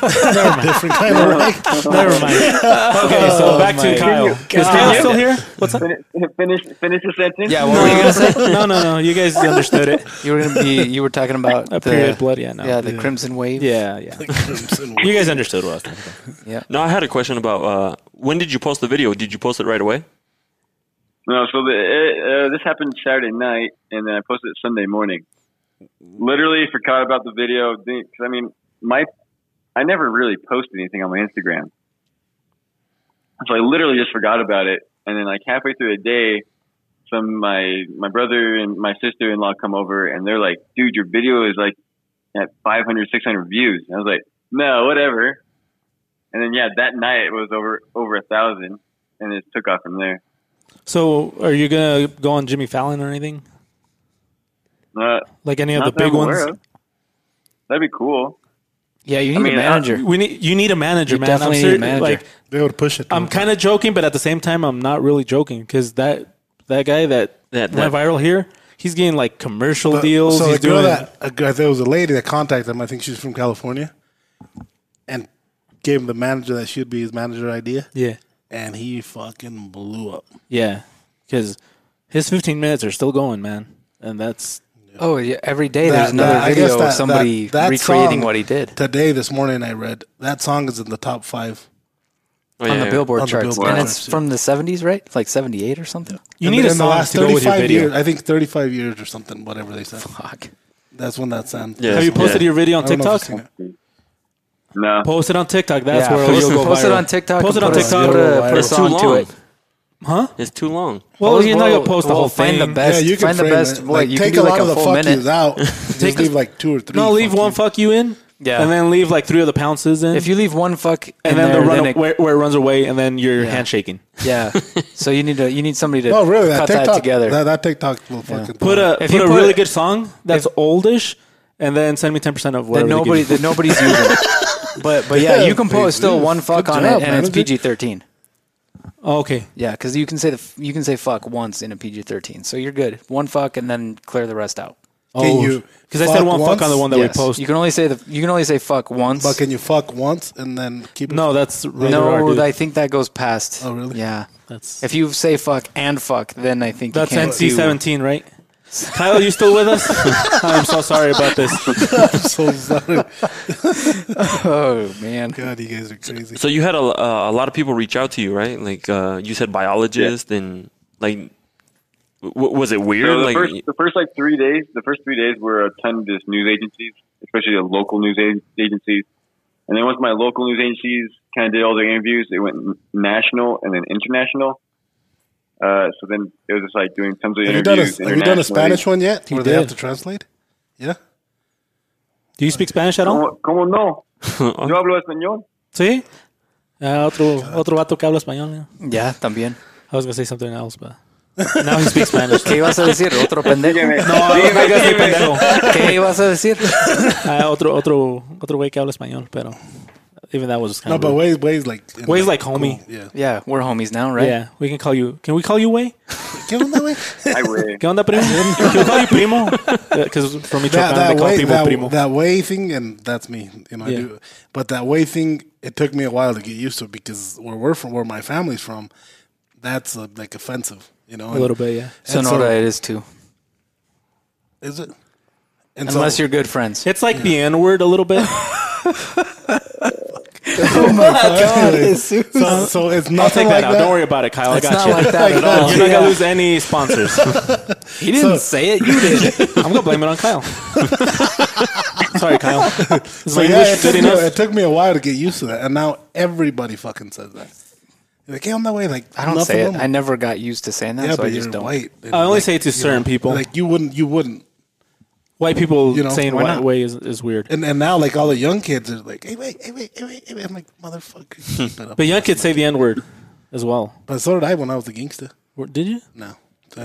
[SPEAKER 5] different kind of rag.
[SPEAKER 3] Never mind. Okay,
[SPEAKER 1] Oh
[SPEAKER 3] so back to Kyle. Is Kyle still here? What's up?
[SPEAKER 2] Fin- Finish, finish the sentence.
[SPEAKER 1] yeah. What were you gonna say?
[SPEAKER 3] No, no, no. You guys understood it.
[SPEAKER 1] You were gonna be. You were talking about
[SPEAKER 3] A period blood. Yeah, no.
[SPEAKER 1] Yeah, the Crimson Wave.
[SPEAKER 3] Yeah, yeah.
[SPEAKER 5] Crimson
[SPEAKER 3] You guys understood what I was talking about.
[SPEAKER 4] No, I had a question about uh, when did you post the video? Did you post it right away?
[SPEAKER 2] No, so the, it, uh, this happened Saturday night, and then I posted it Sunday morning. Literally forgot about the video because I mean, my I never really posted anything on my Instagram, so I literally just forgot about it. And then like halfway through the day, some my my brother and my sister in law come over, and they're like, "Dude, your video is like at 500, 600 views." And I was like, "No, whatever." And then yeah, that night it was over over a thousand, and it took off from there.
[SPEAKER 3] So, are you gonna go on Jimmy Fallon or anything?
[SPEAKER 2] Uh,
[SPEAKER 3] Like any of
[SPEAKER 2] Not
[SPEAKER 3] the
[SPEAKER 2] that
[SPEAKER 3] big
[SPEAKER 2] I'm aware
[SPEAKER 3] ones?
[SPEAKER 2] of. That'd be cool.
[SPEAKER 1] Yeah. You need
[SPEAKER 2] mean,
[SPEAKER 1] a manager.
[SPEAKER 3] We need you need a manager,
[SPEAKER 1] You
[SPEAKER 3] man. I'm
[SPEAKER 1] definitely
[SPEAKER 3] serious.
[SPEAKER 1] need a manager.
[SPEAKER 3] Like
[SPEAKER 5] They would push it.
[SPEAKER 3] I'm kind of joking, but at the same time, I'm not really joking because that that guy that
[SPEAKER 4] That-
[SPEAKER 3] that went
[SPEAKER 4] that-
[SPEAKER 3] viral here, he's getting like commercial
[SPEAKER 5] But-
[SPEAKER 3] deals.
[SPEAKER 5] Uh, So
[SPEAKER 3] he's
[SPEAKER 5] the girl
[SPEAKER 3] doing
[SPEAKER 5] that a guy, there was a lady that contacted him. I think she's from California, and gave him the manager that should be his manager idea,
[SPEAKER 3] yeah,
[SPEAKER 5] and he fucking blew up.
[SPEAKER 3] yeah, because his 15 minutes are still going, man, and that's
[SPEAKER 1] Oh yeah. Every day
[SPEAKER 5] That-
[SPEAKER 1] there's another
[SPEAKER 5] that- I guess
[SPEAKER 1] video
[SPEAKER 5] that-
[SPEAKER 1] of somebody
[SPEAKER 5] that- that
[SPEAKER 1] recreating
[SPEAKER 5] song-
[SPEAKER 1] what he did
[SPEAKER 5] Today, this morning, I read that song is in the top five.
[SPEAKER 4] Oh,
[SPEAKER 1] on
[SPEAKER 4] yeah,
[SPEAKER 1] the
[SPEAKER 4] yeah.
[SPEAKER 1] Billboard
[SPEAKER 5] On the
[SPEAKER 1] charts,
[SPEAKER 5] Billboard
[SPEAKER 1] and
[SPEAKER 5] charts,
[SPEAKER 1] it's
[SPEAKER 5] yeah.
[SPEAKER 1] from the 70s, right? Like 78 or something.
[SPEAKER 3] you
[SPEAKER 5] In
[SPEAKER 3] need a
[SPEAKER 5] the- in the
[SPEAKER 3] song
[SPEAKER 5] last
[SPEAKER 3] to go with your
[SPEAKER 5] 35
[SPEAKER 3] video.
[SPEAKER 5] Years, I think 35 years or something, whatever they said.
[SPEAKER 1] Fuck.
[SPEAKER 5] That's when that sound.
[SPEAKER 4] Yeah.
[SPEAKER 3] Have you posted
[SPEAKER 4] Yeah.
[SPEAKER 3] your video on
[SPEAKER 5] I don't know if
[SPEAKER 3] TikTok?
[SPEAKER 5] you've seen it.
[SPEAKER 2] No,
[SPEAKER 3] Post it on TikTok. That's
[SPEAKER 1] yeah,
[SPEAKER 3] where
[SPEAKER 1] post,
[SPEAKER 3] it'll go
[SPEAKER 1] post it
[SPEAKER 3] viral.
[SPEAKER 1] on TikTok.
[SPEAKER 3] Post it
[SPEAKER 1] and
[SPEAKER 3] on
[SPEAKER 1] put a-
[SPEAKER 3] TikTok.
[SPEAKER 1] Put a, put a
[SPEAKER 4] It's too
[SPEAKER 1] song to
[SPEAKER 4] long.
[SPEAKER 1] it.
[SPEAKER 3] Huh?
[SPEAKER 4] It's too long.
[SPEAKER 3] Well, you're not gonna
[SPEAKER 1] well,
[SPEAKER 3] post the
[SPEAKER 1] well,
[SPEAKER 3] whole
[SPEAKER 1] find
[SPEAKER 3] thing.
[SPEAKER 1] the best.
[SPEAKER 5] yeah, you can
[SPEAKER 1] find the
[SPEAKER 5] frame
[SPEAKER 1] best.
[SPEAKER 5] it.
[SPEAKER 1] What, you
[SPEAKER 5] take
[SPEAKER 1] can do
[SPEAKER 5] a
[SPEAKER 1] like
[SPEAKER 5] lot
[SPEAKER 1] a
[SPEAKER 5] of the
[SPEAKER 1] full
[SPEAKER 5] fuck yous
[SPEAKER 1] minute.
[SPEAKER 5] out. Just leave like two or three.
[SPEAKER 3] No, leave
[SPEAKER 5] fuck
[SPEAKER 3] one
[SPEAKER 5] yous.
[SPEAKER 3] fuck you in.
[SPEAKER 1] Yeah.
[SPEAKER 3] And then leave like three of the pounces in.
[SPEAKER 1] If you leave one fuck
[SPEAKER 3] and
[SPEAKER 1] in
[SPEAKER 3] then
[SPEAKER 1] there,
[SPEAKER 3] the run
[SPEAKER 1] then it-
[SPEAKER 3] where, where it runs away, and then you're handshaking.
[SPEAKER 1] yeah. so you need to you need somebody to
[SPEAKER 5] No, Oh, really,
[SPEAKER 1] cut
[SPEAKER 5] that TikTok.
[SPEAKER 1] that together.
[SPEAKER 5] That, that TikTok will fucking
[SPEAKER 3] Put a
[SPEAKER 1] If
[SPEAKER 3] put
[SPEAKER 1] you
[SPEAKER 3] a
[SPEAKER 1] put
[SPEAKER 3] really
[SPEAKER 1] it-
[SPEAKER 3] good song that's oldish, and then send me ten percent of
[SPEAKER 1] that
[SPEAKER 3] whatever. they give
[SPEAKER 1] nobody
[SPEAKER 3] you.
[SPEAKER 1] that nobody's using. But but yeah,
[SPEAKER 5] Yeah,
[SPEAKER 1] you can post
[SPEAKER 5] please,
[SPEAKER 1] still
[SPEAKER 5] yeah.
[SPEAKER 1] one fuck
[SPEAKER 5] Good
[SPEAKER 1] on
[SPEAKER 5] job,
[SPEAKER 1] it,
[SPEAKER 5] man.
[SPEAKER 1] and it's
[SPEAKER 5] Good-
[SPEAKER 1] PG thirteen.
[SPEAKER 3] Oh, okay.
[SPEAKER 1] Yeah, because you can say the f- you can say fuck once in a PG thirteen, so you're good. One fuck and then clear the rest out.
[SPEAKER 5] Can you
[SPEAKER 3] Because Oh. I said
[SPEAKER 5] fuck
[SPEAKER 3] one
[SPEAKER 5] once?
[SPEAKER 3] fuck on the one that
[SPEAKER 1] Yes.
[SPEAKER 3] we post.
[SPEAKER 1] You can only say the you can only say fuck once.
[SPEAKER 5] But can you fuck once and then keep? it-
[SPEAKER 3] no, that's really hard,
[SPEAKER 1] no,
[SPEAKER 3] dude.
[SPEAKER 1] I think that goes past.
[SPEAKER 5] Oh, really?
[SPEAKER 1] Yeah.
[SPEAKER 3] that's
[SPEAKER 1] If you say fuck and fuck, then I think
[SPEAKER 3] that's
[SPEAKER 1] you can't
[SPEAKER 3] NC
[SPEAKER 1] do-
[SPEAKER 3] seventeen, right? Kyle, you still with us? I'm so sorry about this.
[SPEAKER 5] I'm so sorry.
[SPEAKER 1] Oh man,
[SPEAKER 5] God, you guys are crazy.
[SPEAKER 4] So you had a, uh, a lot of people reach out to you, right? Like uh, you said, biologist and like, w- was it weird?
[SPEAKER 2] so the
[SPEAKER 4] like,
[SPEAKER 2] first the first like three days, the first three days were a ton of just news agencies, especially the local news a- agencies. And then once my local news agencies kind of did all their interviews, they went n- national and then international. Uh, so then it was just like doing tons of
[SPEAKER 5] Have you done a
[SPEAKER 2] interviews.
[SPEAKER 5] Have you done a
[SPEAKER 2] internationally.
[SPEAKER 5] Spanish one yet?
[SPEAKER 3] He
[SPEAKER 5] where they have
[SPEAKER 3] did.
[SPEAKER 5] to translate? Yeah.
[SPEAKER 3] Do you speak Spanish at
[SPEAKER 2] Como,
[SPEAKER 3] all?
[SPEAKER 2] como no? Yo hablo español.
[SPEAKER 3] Sí. Uh, otro otro vato que habla español. Ah, yeah.
[SPEAKER 1] yeah, también.
[SPEAKER 3] I was gonna say something else, but now he speaks Spanish.
[SPEAKER 1] ¿Qué ibas a decir? Otro pendejo.
[SPEAKER 2] Dígame,
[SPEAKER 3] No, I was gonna say pendejo.
[SPEAKER 1] ¿Qué ibas a decir?
[SPEAKER 3] Ah, otro otro otro güey que habla español, pero even that was kind
[SPEAKER 5] No,
[SPEAKER 3] of
[SPEAKER 5] but Wade's Wade's like in
[SPEAKER 3] Wade's
[SPEAKER 5] the-
[SPEAKER 3] like homie.
[SPEAKER 5] cool, Yeah.
[SPEAKER 1] Yeah, we're homies now, right?
[SPEAKER 3] yeah, we can call you. Can we call you Way?
[SPEAKER 5] Give him that way.
[SPEAKER 2] I will.
[SPEAKER 3] ¿Qué onda, primo? Can we call you primo? Because from Michoacán,
[SPEAKER 5] that, that
[SPEAKER 3] they call
[SPEAKER 5] way,
[SPEAKER 3] people
[SPEAKER 5] that,
[SPEAKER 3] primo.
[SPEAKER 5] that way thing, and that's me. You know,
[SPEAKER 3] Yeah.
[SPEAKER 5] I do. But that way thing, it took me a while to get used to because where we're from, where my family's from, that's uh like offensive. You know,
[SPEAKER 3] a little bit, yeah.
[SPEAKER 5] And
[SPEAKER 1] Sonora, it is too.
[SPEAKER 5] so, is it? And
[SPEAKER 1] Unless you're good friends.
[SPEAKER 3] It's like the N word a little bit.
[SPEAKER 5] Oh so, so it's
[SPEAKER 3] I'll take
[SPEAKER 5] nothing
[SPEAKER 3] that
[SPEAKER 5] like
[SPEAKER 3] out.
[SPEAKER 5] that.
[SPEAKER 3] Don't worry about it, Kyle.
[SPEAKER 1] It's
[SPEAKER 3] I
[SPEAKER 1] not
[SPEAKER 3] got you.
[SPEAKER 1] like that at all.
[SPEAKER 3] You're not
[SPEAKER 1] Yeah.
[SPEAKER 3] gonna lose any sponsors.
[SPEAKER 1] He didn't say it. You did.
[SPEAKER 3] I'm gonna blame it on Kyle. Sorry, Kyle. Is
[SPEAKER 5] So
[SPEAKER 3] my
[SPEAKER 5] yeah,
[SPEAKER 3] English good
[SPEAKER 5] it took, me,
[SPEAKER 3] enough?
[SPEAKER 5] it took me a while to get used to that, and now everybody fucking says that. You're like, get on that way. Like,
[SPEAKER 1] I don't
[SPEAKER 5] nothing
[SPEAKER 1] say it.
[SPEAKER 5] wrong.
[SPEAKER 1] I never got used to saying that,
[SPEAKER 5] yeah,
[SPEAKER 1] so
[SPEAKER 5] but
[SPEAKER 1] I
[SPEAKER 5] you're
[SPEAKER 1] just don't.
[SPEAKER 5] white. and,
[SPEAKER 3] I only
[SPEAKER 5] like,
[SPEAKER 3] say it to certain people.
[SPEAKER 5] like you wouldn't. You wouldn't.
[SPEAKER 3] White people
[SPEAKER 5] you know,
[SPEAKER 3] saying
[SPEAKER 5] why
[SPEAKER 3] white
[SPEAKER 5] not?
[SPEAKER 3] way is, is weird.
[SPEAKER 5] And and now like all the young kids are like, hey wait, hey wait, hey wait, hey wait. I'm like, motherfucker, keep it up.
[SPEAKER 3] But young kids say the N word as well.
[SPEAKER 5] But so did I when I was a gangster.
[SPEAKER 3] Or- Did you?
[SPEAKER 5] No. I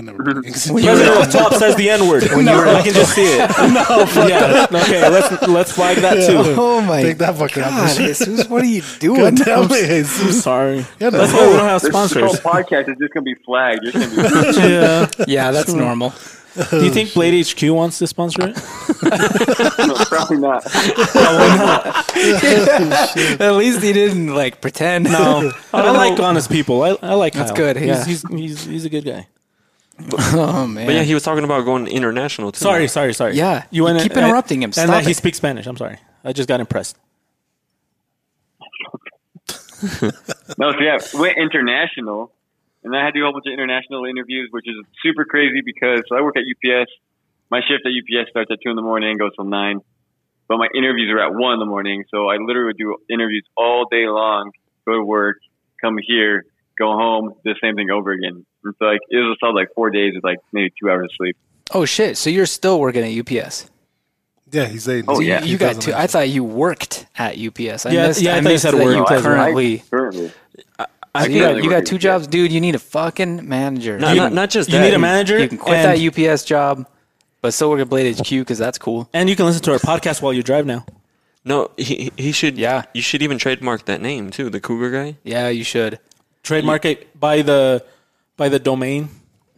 [SPEAKER 5] never.
[SPEAKER 3] When you were up top says the N word. When you were, I can just see it. no, yeah. Okay, let's let's flag that too.
[SPEAKER 1] Oh my
[SPEAKER 5] Take that fucking
[SPEAKER 1] God,
[SPEAKER 5] out.
[SPEAKER 1] Jesus, what are you doing?
[SPEAKER 5] God damn
[SPEAKER 1] I'm
[SPEAKER 5] it,
[SPEAKER 3] I'm
[SPEAKER 5] Jesus.
[SPEAKER 3] sorry.
[SPEAKER 5] Yeah,
[SPEAKER 3] That's
[SPEAKER 5] no.
[SPEAKER 3] why Oh, we don't have
[SPEAKER 2] This whole
[SPEAKER 3] sponsors.
[SPEAKER 2] podcast is just gonna be flagged. You're just gonna be
[SPEAKER 3] Yeah.
[SPEAKER 1] Yeah, that's normal.
[SPEAKER 3] Do you think Blade HQ wants to sponsor it?
[SPEAKER 2] no, probably not.
[SPEAKER 1] At least he didn't like pretend.
[SPEAKER 3] No, I like honest people. I, I like.
[SPEAKER 1] That's
[SPEAKER 3] Kyle.
[SPEAKER 1] good.
[SPEAKER 3] He's,
[SPEAKER 1] Yeah.
[SPEAKER 3] he's he's he's a good guy.
[SPEAKER 1] oh man.
[SPEAKER 4] But yeah, he was talking about going international too.
[SPEAKER 3] Sorry, sorry, sorry.
[SPEAKER 1] Yeah, you
[SPEAKER 3] went-
[SPEAKER 1] keep
[SPEAKER 3] and-
[SPEAKER 1] interrupting him.
[SPEAKER 3] And
[SPEAKER 1] Stop
[SPEAKER 3] that he
[SPEAKER 1] it.
[SPEAKER 3] speaks Spanish. I'm sorry. I just got impressed.
[SPEAKER 2] No, so yeah, went international, and I had to do a whole bunch of international interviews, which is super crazy because so I work at UPS. My shift at UPS starts at two in the morning and goes till nine, but my interviews are at one in the morning. So I literally would do interviews all day long, go to work, come here, go home, do the same thing over again. And so like it was solid like four days with like maybe two hours of sleep.
[SPEAKER 1] oh shit. So you're still working at UPS?
[SPEAKER 5] Yeah, he's saying.
[SPEAKER 2] Oh,
[SPEAKER 1] So you-
[SPEAKER 2] yeah.
[SPEAKER 1] You, got two. I thought you worked at UPS. I
[SPEAKER 3] Yeah,
[SPEAKER 1] missed,
[SPEAKER 3] yeah, I
[SPEAKER 1] I
[SPEAKER 3] thought you
[SPEAKER 1] missed
[SPEAKER 3] said
[SPEAKER 1] that
[SPEAKER 3] work.
[SPEAKER 1] you
[SPEAKER 3] I-
[SPEAKER 1] currently.
[SPEAKER 2] Currently,
[SPEAKER 1] So you,
[SPEAKER 2] currently
[SPEAKER 1] got, you
[SPEAKER 2] work
[SPEAKER 1] got
[SPEAKER 2] at
[SPEAKER 1] two
[SPEAKER 2] UPS.
[SPEAKER 1] jobs, dude. You need a fucking manager.
[SPEAKER 4] Not,
[SPEAKER 1] you,
[SPEAKER 4] not, not just
[SPEAKER 3] you
[SPEAKER 4] that.
[SPEAKER 3] need a manager
[SPEAKER 1] you can quit
[SPEAKER 3] and,
[SPEAKER 1] that UPS job, but still work at Blade HQ because that's cool.
[SPEAKER 3] and you can listen to our podcast while you drive now.
[SPEAKER 4] No, he he should.
[SPEAKER 1] Yeah.
[SPEAKER 4] you should even trademark that name too. The Cougar guy.
[SPEAKER 1] Yeah, you should.
[SPEAKER 3] Trademark it by the by the domain.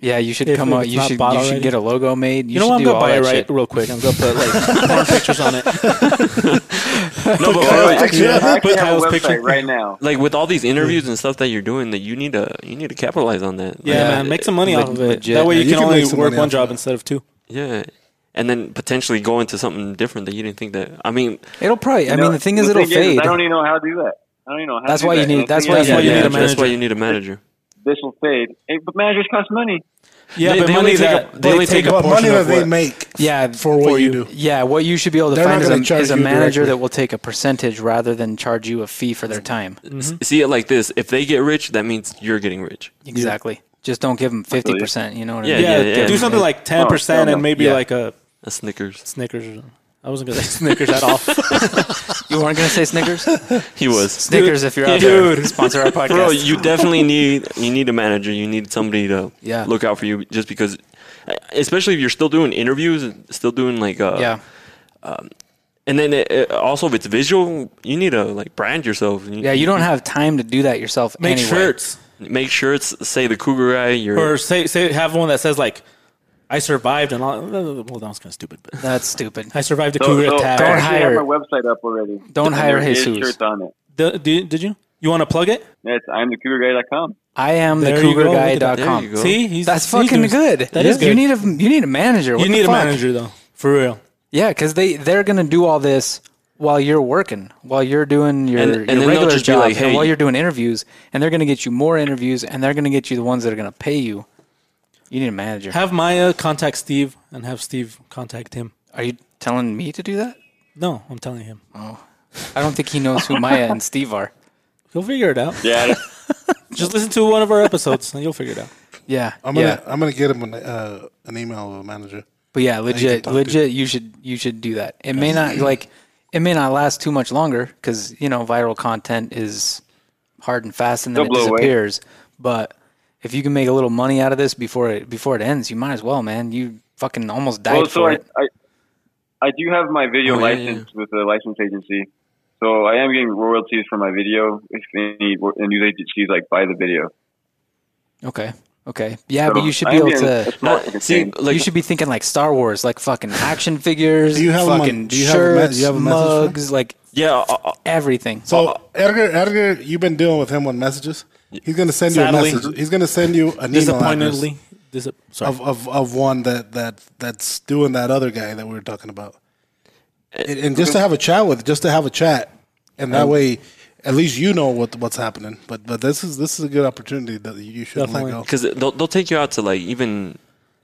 [SPEAKER 1] Yeah, you should
[SPEAKER 3] If
[SPEAKER 1] come up.
[SPEAKER 3] it's
[SPEAKER 1] You
[SPEAKER 3] not
[SPEAKER 1] should.
[SPEAKER 3] bought
[SPEAKER 1] You
[SPEAKER 3] already.
[SPEAKER 1] should get a logo made. You,
[SPEAKER 3] You know
[SPEAKER 1] should
[SPEAKER 3] what? I'm
[SPEAKER 1] do
[SPEAKER 3] gonna
[SPEAKER 1] all
[SPEAKER 3] buy it
[SPEAKER 1] that
[SPEAKER 3] right
[SPEAKER 1] shit.
[SPEAKER 3] real quick. I'm gonna put like porn pictures on it.
[SPEAKER 4] No, but
[SPEAKER 2] I
[SPEAKER 4] for,
[SPEAKER 2] actually, I actually
[SPEAKER 3] Put
[SPEAKER 2] have a
[SPEAKER 3] Kyle's
[SPEAKER 2] website
[SPEAKER 3] picture.
[SPEAKER 2] right now.
[SPEAKER 4] like with all these interviews and stuff that you're doing, that you need to you need to capitalize on that.
[SPEAKER 3] Yeah,
[SPEAKER 4] Like,
[SPEAKER 3] man, make some money
[SPEAKER 1] leg-
[SPEAKER 3] off of it.
[SPEAKER 1] legit.
[SPEAKER 3] That way
[SPEAKER 5] Yeah,
[SPEAKER 3] you,
[SPEAKER 5] you
[SPEAKER 3] can,
[SPEAKER 5] can
[SPEAKER 3] only
[SPEAKER 5] make some
[SPEAKER 3] work
[SPEAKER 5] money
[SPEAKER 3] one
[SPEAKER 5] off
[SPEAKER 3] job
[SPEAKER 5] of it.
[SPEAKER 3] instead of two.
[SPEAKER 4] Yeah, and then potentially go into something different that you didn't think that. I mean,
[SPEAKER 1] It'll probably. I
[SPEAKER 2] No,
[SPEAKER 1] mean, the thing is, it'll
[SPEAKER 2] thing is,
[SPEAKER 1] fade.
[SPEAKER 2] I don't even know how to do that. I don't even know how.
[SPEAKER 1] That's
[SPEAKER 2] to do
[SPEAKER 1] why you
[SPEAKER 2] that. And
[SPEAKER 1] need-
[SPEAKER 2] the
[SPEAKER 1] that's
[SPEAKER 2] thing
[SPEAKER 1] why
[SPEAKER 2] is,
[SPEAKER 1] you
[SPEAKER 3] need a
[SPEAKER 4] That's
[SPEAKER 3] manager.
[SPEAKER 4] why you need a manager.
[SPEAKER 2] this will fade. Hey, but managers cost money.
[SPEAKER 3] Yeah,
[SPEAKER 4] They-
[SPEAKER 3] but
[SPEAKER 4] they only
[SPEAKER 3] money
[SPEAKER 4] take
[SPEAKER 3] that
[SPEAKER 4] a- they only take a
[SPEAKER 5] What money
[SPEAKER 3] portion
[SPEAKER 5] that
[SPEAKER 3] of
[SPEAKER 5] they
[SPEAKER 3] what-
[SPEAKER 5] make
[SPEAKER 1] yeah,
[SPEAKER 5] for what you do.
[SPEAKER 1] Yeah, what you should be able to
[SPEAKER 5] They're not
[SPEAKER 1] find is
[SPEAKER 5] gonna
[SPEAKER 1] a,
[SPEAKER 5] charge
[SPEAKER 1] is a
[SPEAKER 5] you
[SPEAKER 1] manager
[SPEAKER 5] directly.
[SPEAKER 1] that will take a percentage rather than charge you a fee for their time.
[SPEAKER 3] Mm, Mm-hmm.
[SPEAKER 4] S- See it like this: if they get rich, that means you're getting rich.
[SPEAKER 1] Exactly. Just don't give them fifty percent. You know what I mean?
[SPEAKER 3] Yeah,
[SPEAKER 4] Yeah, yeah, yeah.
[SPEAKER 3] do something like ten percent and maybe
[SPEAKER 1] Yeah.
[SPEAKER 3] like a
[SPEAKER 4] A Snickers.
[SPEAKER 3] Snickers. Or something. I wasn't gonna say Snickers at all.
[SPEAKER 1] You weren't gonna say Snickers.
[SPEAKER 4] He was.
[SPEAKER 1] Snickers, if you're out there, sponsor our podcast.
[SPEAKER 4] Bro, you definitely need you need a manager. You need somebody to
[SPEAKER 1] Yeah.
[SPEAKER 4] look out for you, just because, especially if you're still doing interviews, and still doing like uh,
[SPEAKER 1] yeah,
[SPEAKER 4] And then it, it- also, if it's visual, you need to like brand yourself. You,
[SPEAKER 1] yeah. You don't have time to do that yourself.
[SPEAKER 3] Make
[SPEAKER 1] anyway.
[SPEAKER 3] shirts
[SPEAKER 4] make sure it's say the Cougar Eye. Your
[SPEAKER 3] or say say have one that says like I survived and all. Well, that was kind of stupid. But
[SPEAKER 1] That's stupid.
[SPEAKER 3] I survived a
[SPEAKER 2] So,
[SPEAKER 3] cougar
[SPEAKER 2] so I
[SPEAKER 3] attack.
[SPEAKER 1] Don't
[SPEAKER 2] actually
[SPEAKER 1] hire-
[SPEAKER 2] have my website up already.
[SPEAKER 1] Don't
[SPEAKER 2] And
[SPEAKER 1] hire
[SPEAKER 2] there is
[SPEAKER 1] Jesus.
[SPEAKER 2] shirts on it.
[SPEAKER 3] Do- do- did you? You want to plug it?
[SPEAKER 2] That's I'm the cougarguy.com.
[SPEAKER 1] I am the
[SPEAKER 3] There you go.
[SPEAKER 1] cougar
[SPEAKER 3] Look at
[SPEAKER 1] guy
[SPEAKER 3] that.
[SPEAKER 1] dot
[SPEAKER 4] there
[SPEAKER 1] com.
[SPEAKER 4] you go.
[SPEAKER 3] See, he's
[SPEAKER 1] That's
[SPEAKER 3] he's
[SPEAKER 1] fucking
[SPEAKER 3] doing-
[SPEAKER 1] good.
[SPEAKER 3] That is good.
[SPEAKER 1] You need a you need a manager. What
[SPEAKER 3] You
[SPEAKER 1] the
[SPEAKER 3] need a
[SPEAKER 1] fuck?
[SPEAKER 3] manager though, for real.
[SPEAKER 1] Yeah, because they they're gonna do all this while you're working, while you're doing your,
[SPEAKER 4] And- and
[SPEAKER 1] your
[SPEAKER 4] then they'll
[SPEAKER 1] regular
[SPEAKER 4] just be
[SPEAKER 1] job,
[SPEAKER 4] like,
[SPEAKER 1] and
[SPEAKER 4] "Hey."
[SPEAKER 1] while you're doing interviews, and they're gonna get you more interviews, and they're gonna get you the ones that are gonna pay you. You need a manager.
[SPEAKER 3] Have Maya contact Steve and have Steve contact him.
[SPEAKER 1] Are you telling me to do that?
[SPEAKER 3] No, I'm telling him.
[SPEAKER 1] I don't think he knows who Maya and Steve are.
[SPEAKER 3] He'll figure it out.
[SPEAKER 2] Yeah,
[SPEAKER 3] Just listen to one of our episodes and you'll figure it out.
[SPEAKER 1] Yeah,
[SPEAKER 5] I'm
[SPEAKER 1] yeah,
[SPEAKER 5] gonna I'm gonna get him an, uh, an email of a manager.
[SPEAKER 1] but yeah,
[SPEAKER 5] I can
[SPEAKER 1] legit,
[SPEAKER 5] talk to
[SPEAKER 1] legit. You should you should do that. It may not like it may not last too much longer because you know viral content is hard and fast, and then
[SPEAKER 2] They'll
[SPEAKER 1] it
[SPEAKER 2] blow away.
[SPEAKER 1] disappears. But if you can make a little money out of this before it before it ends, you might as well, man. You fucking almost died
[SPEAKER 2] well, so
[SPEAKER 1] for
[SPEAKER 2] I,
[SPEAKER 1] it.
[SPEAKER 2] I I do have my video
[SPEAKER 4] Oh, yeah,
[SPEAKER 2] license with a license agency, so I am getting royalties for my video. If any wo- and news agencies like buy the video,
[SPEAKER 1] Okay, okay, yeah,
[SPEAKER 2] so
[SPEAKER 1] but you should
[SPEAKER 2] I
[SPEAKER 1] be
[SPEAKER 2] am
[SPEAKER 1] able
[SPEAKER 2] getting a
[SPEAKER 1] to.
[SPEAKER 2] small
[SPEAKER 4] Uh,
[SPEAKER 2] fucking
[SPEAKER 4] see,
[SPEAKER 2] thing.
[SPEAKER 4] like
[SPEAKER 1] you should be thinking like Star Wars, like fucking action figures,
[SPEAKER 5] Do you have 'em on-
[SPEAKER 1] fucking
[SPEAKER 5] do you have a me-
[SPEAKER 1] shirts,
[SPEAKER 5] do you have a message for 'em?
[SPEAKER 1] mugs, like
[SPEAKER 4] yeah, uh,
[SPEAKER 1] everything.
[SPEAKER 5] So Oh, Edgar, Edgar, you've been dealing with him on messages. He's gonna send you a
[SPEAKER 3] Sadly.
[SPEAKER 5] message. He's gonna send you an email address
[SPEAKER 3] Disappointingly. Disap- sorry.
[SPEAKER 5] of, of of one that that that's doing that other guy that we were talking about. And, and just to have a chat with, just to have a chat, and that way, at least you know what what's happening. But but this is this is a good opportunity that you shouldn't let go.
[SPEAKER 4] because they'll they'll take you out to like even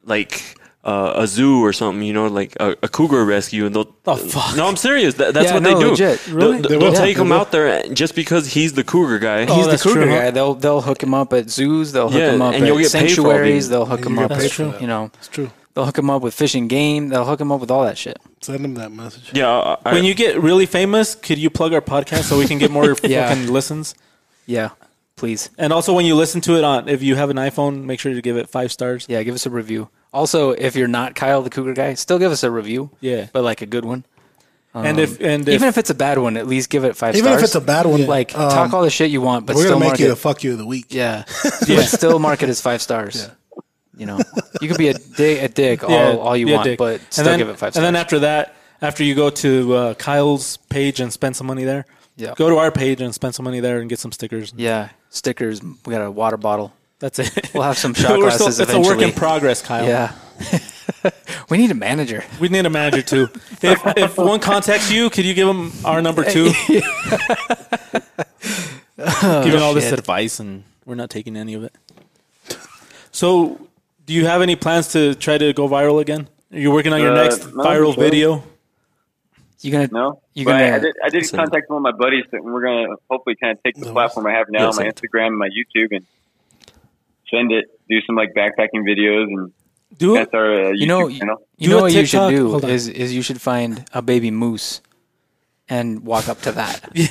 [SPEAKER 4] like uh, a zoo or something. You know, like a, a cougar rescue, and they'll.
[SPEAKER 3] Oh, fuck.
[SPEAKER 4] No, I'm serious. That, that's
[SPEAKER 1] Yeah,
[SPEAKER 4] what
[SPEAKER 1] no,
[SPEAKER 4] they do.
[SPEAKER 1] legit.
[SPEAKER 4] They'll-
[SPEAKER 1] Really? Oh.
[SPEAKER 4] They'll,
[SPEAKER 1] They
[SPEAKER 4] they'll
[SPEAKER 1] will.
[SPEAKER 4] take
[SPEAKER 1] They
[SPEAKER 4] him
[SPEAKER 1] will.
[SPEAKER 4] out there just because he's the cougar guy.
[SPEAKER 1] He's the
[SPEAKER 3] Oh, that's true,
[SPEAKER 1] cougar
[SPEAKER 3] huh?
[SPEAKER 1] guy. They'll they'll hook him up at zoos. They'll hook
[SPEAKER 4] Yeah,
[SPEAKER 1] him up
[SPEAKER 4] and
[SPEAKER 1] at
[SPEAKER 4] you'll get paid for all
[SPEAKER 1] sanctuaries.
[SPEAKER 4] these.
[SPEAKER 1] They'll hook him
[SPEAKER 5] get
[SPEAKER 1] up.
[SPEAKER 5] paid
[SPEAKER 1] with,
[SPEAKER 5] for that.
[SPEAKER 1] You know,
[SPEAKER 5] It's true.
[SPEAKER 1] they'll hook him up with fish and game. They'll hook him up with all that shit.
[SPEAKER 5] Send him that message.
[SPEAKER 4] yeah, I, I-
[SPEAKER 3] when you get really famous, could you plug our podcast so we can get more fucking listens?
[SPEAKER 1] Yeah, please.
[SPEAKER 3] And also, when you listen to it on, if you have an iPhone, make sure to give it five stars.
[SPEAKER 1] Yeah, give us a review. Also, if you're not Kyle the Cougar guy, still give us a review.
[SPEAKER 3] Yeah.
[SPEAKER 1] but like a good one.
[SPEAKER 3] and if and if,
[SPEAKER 1] Um, even if it's a bad one, at least give it five.
[SPEAKER 5] Even if
[SPEAKER 1] stars.
[SPEAKER 5] it's a bad one,
[SPEAKER 1] like
[SPEAKER 5] um,
[SPEAKER 1] talk all the shit you want, but
[SPEAKER 5] We're
[SPEAKER 1] still
[SPEAKER 5] gonna make
[SPEAKER 1] market.
[SPEAKER 5] you the fuck you of the week.
[SPEAKER 1] yeah, yeah. still market as five stars. You know, you could be a dick, a dick all,
[SPEAKER 3] yeah,
[SPEAKER 1] all you
[SPEAKER 3] yeah,
[SPEAKER 1] want,
[SPEAKER 3] Dick.
[SPEAKER 1] but
[SPEAKER 3] And
[SPEAKER 1] still
[SPEAKER 3] then-
[SPEAKER 1] give it five
[SPEAKER 3] And
[SPEAKER 1] stars.
[SPEAKER 3] then after that, after you go to uh, Kyle's page and spend some money there,
[SPEAKER 1] Yeah.
[SPEAKER 3] go to our page and spend some money there and get some stickers.
[SPEAKER 1] yeah, stickers. We got a water bottle.
[SPEAKER 3] That's it.
[SPEAKER 1] We'll have some shot
[SPEAKER 3] We're
[SPEAKER 1] glasses
[SPEAKER 3] it's a work
[SPEAKER 1] eventually.
[SPEAKER 3] in progress, Kyle.
[SPEAKER 1] Yeah, we need a manager.
[SPEAKER 3] We need a manager too. if if one contacts you, could you give them our number two? Giving all this
[SPEAKER 1] shit.
[SPEAKER 3] advice and we're not taking any of it. So, do you have any plans to try to go viral again? Are you working on your
[SPEAKER 2] Uh,
[SPEAKER 3] next
[SPEAKER 2] no,
[SPEAKER 3] viral
[SPEAKER 2] sure.
[SPEAKER 3] video?
[SPEAKER 1] You gonna
[SPEAKER 2] No,
[SPEAKER 1] You uh,
[SPEAKER 2] but I, I
[SPEAKER 1] gonna-
[SPEAKER 2] did, I did
[SPEAKER 4] so-
[SPEAKER 2] contact one of my buddies, and we're gonna hopefully kind of take the platform I have now,
[SPEAKER 4] Yes,
[SPEAKER 2] my
[SPEAKER 4] sir.
[SPEAKER 2] Instagram and my YouTube, and send it. Do some like backpacking videos, and
[SPEAKER 3] Do
[SPEAKER 2] that's
[SPEAKER 3] it.
[SPEAKER 2] our uh, YouTube
[SPEAKER 1] You know,
[SPEAKER 2] channel.
[SPEAKER 1] you
[SPEAKER 3] Do
[SPEAKER 1] know
[SPEAKER 3] a
[SPEAKER 1] what you should
[SPEAKER 3] TikTok.
[SPEAKER 1] do
[SPEAKER 3] Hold on.
[SPEAKER 1] is is you should find a baby moose and walk up to that, and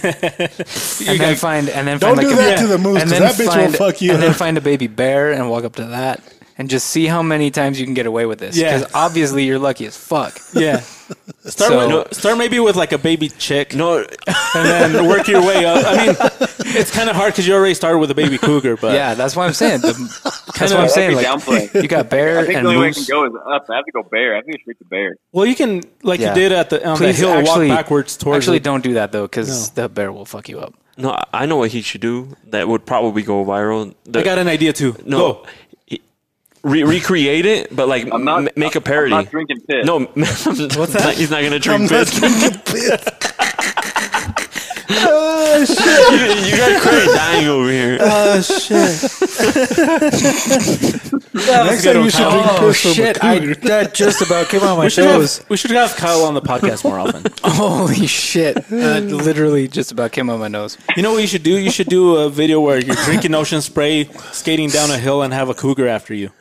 [SPEAKER 1] then find and then
[SPEAKER 5] Don't
[SPEAKER 1] find like
[SPEAKER 5] do
[SPEAKER 1] a,
[SPEAKER 5] that to the moose,
[SPEAKER 1] and then
[SPEAKER 5] 'cause that bitch will
[SPEAKER 1] find-
[SPEAKER 5] fuck you
[SPEAKER 1] and then
[SPEAKER 5] up.
[SPEAKER 1] find a baby bear and walk up to that, and just see how many times you can get away with this.
[SPEAKER 3] Yeah.
[SPEAKER 1] Because obviously you're lucky as fuck.
[SPEAKER 3] Yeah. Start
[SPEAKER 1] So-
[SPEAKER 3] with, start maybe with like a baby chick,
[SPEAKER 4] No,
[SPEAKER 3] and then work your way up. I mean, it's kind of hard because you already started with a baby cougar, but
[SPEAKER 1] Yeah, that's what I'm saying. The- that's what I'm
[SPEAKER 3] That'd
[SPEAKER 1] saying.
[SPEAKER 2] be
[SPEAKER 1] Like,
[SPEAKER 2] downplaying.
[SPEAKER 1] you got
[SPEAKER 2] I
[SPEAKER 1] bear
[SPEAKER 2] think
[SPEAKER 1] and
[SPEAKER 2] the only way I can
[SPEAKER 1] moose.
[SPEAKER 2] go is up. I have to go bear. I think it's straight to bear.
[SPEAKER 3] Well, you can like
[SPEAKER 1] Yeah.
[SPEAKER 3] you did at the on
[SPEAKER 1] Please
[SPEAKER 3] the hill,
[SPEAKER 1] actually,
[SPEAKER 3] walk backwards towards.
[SPEAKER 1] Actually,
[SPEAKER 3] the-
[SPEAKER 1] don't do that though, because the bear will fuck you up.
[SPEAKER 4] no, I- I know what he should do. That would probably go viral. The-
[SPEAKER 3] I got an idea too.
[SPEAKER 4] no.
[SPEAKER 3] Go.
[SPEAKER 4] Re- recreate it, but like
[SPEAKER 2] I'm not
[SPEAKER 4] m- make a parody.
[SPEAKER 2] I'm not drinking piss.
[SPEAKER 4] No, what's that? He's not gonna drink piss. you, you got Craig dying over here.
[SPEAKER 5] Oh shit! Next time you should drink
[SPEAKER 1] Oh
[SPEAKER 5] piss from a
[SPEAKER 1] shit! I,
[SPEAKER 5] cougar.
[SPEAKER 1] that just about came on my
[SPEAKER 3] We should,
[SPEAKER 1] toes.
[SPEAKER 3] have, we should have Kyle on the podcast more often.
[SPEAKER 1] Holy shit! That literally just about came on my nose.
[SPEAKER 3] You know what you should do? You should do a video where you're drinking ocean spray, skating down a hill, and have a cougar after you.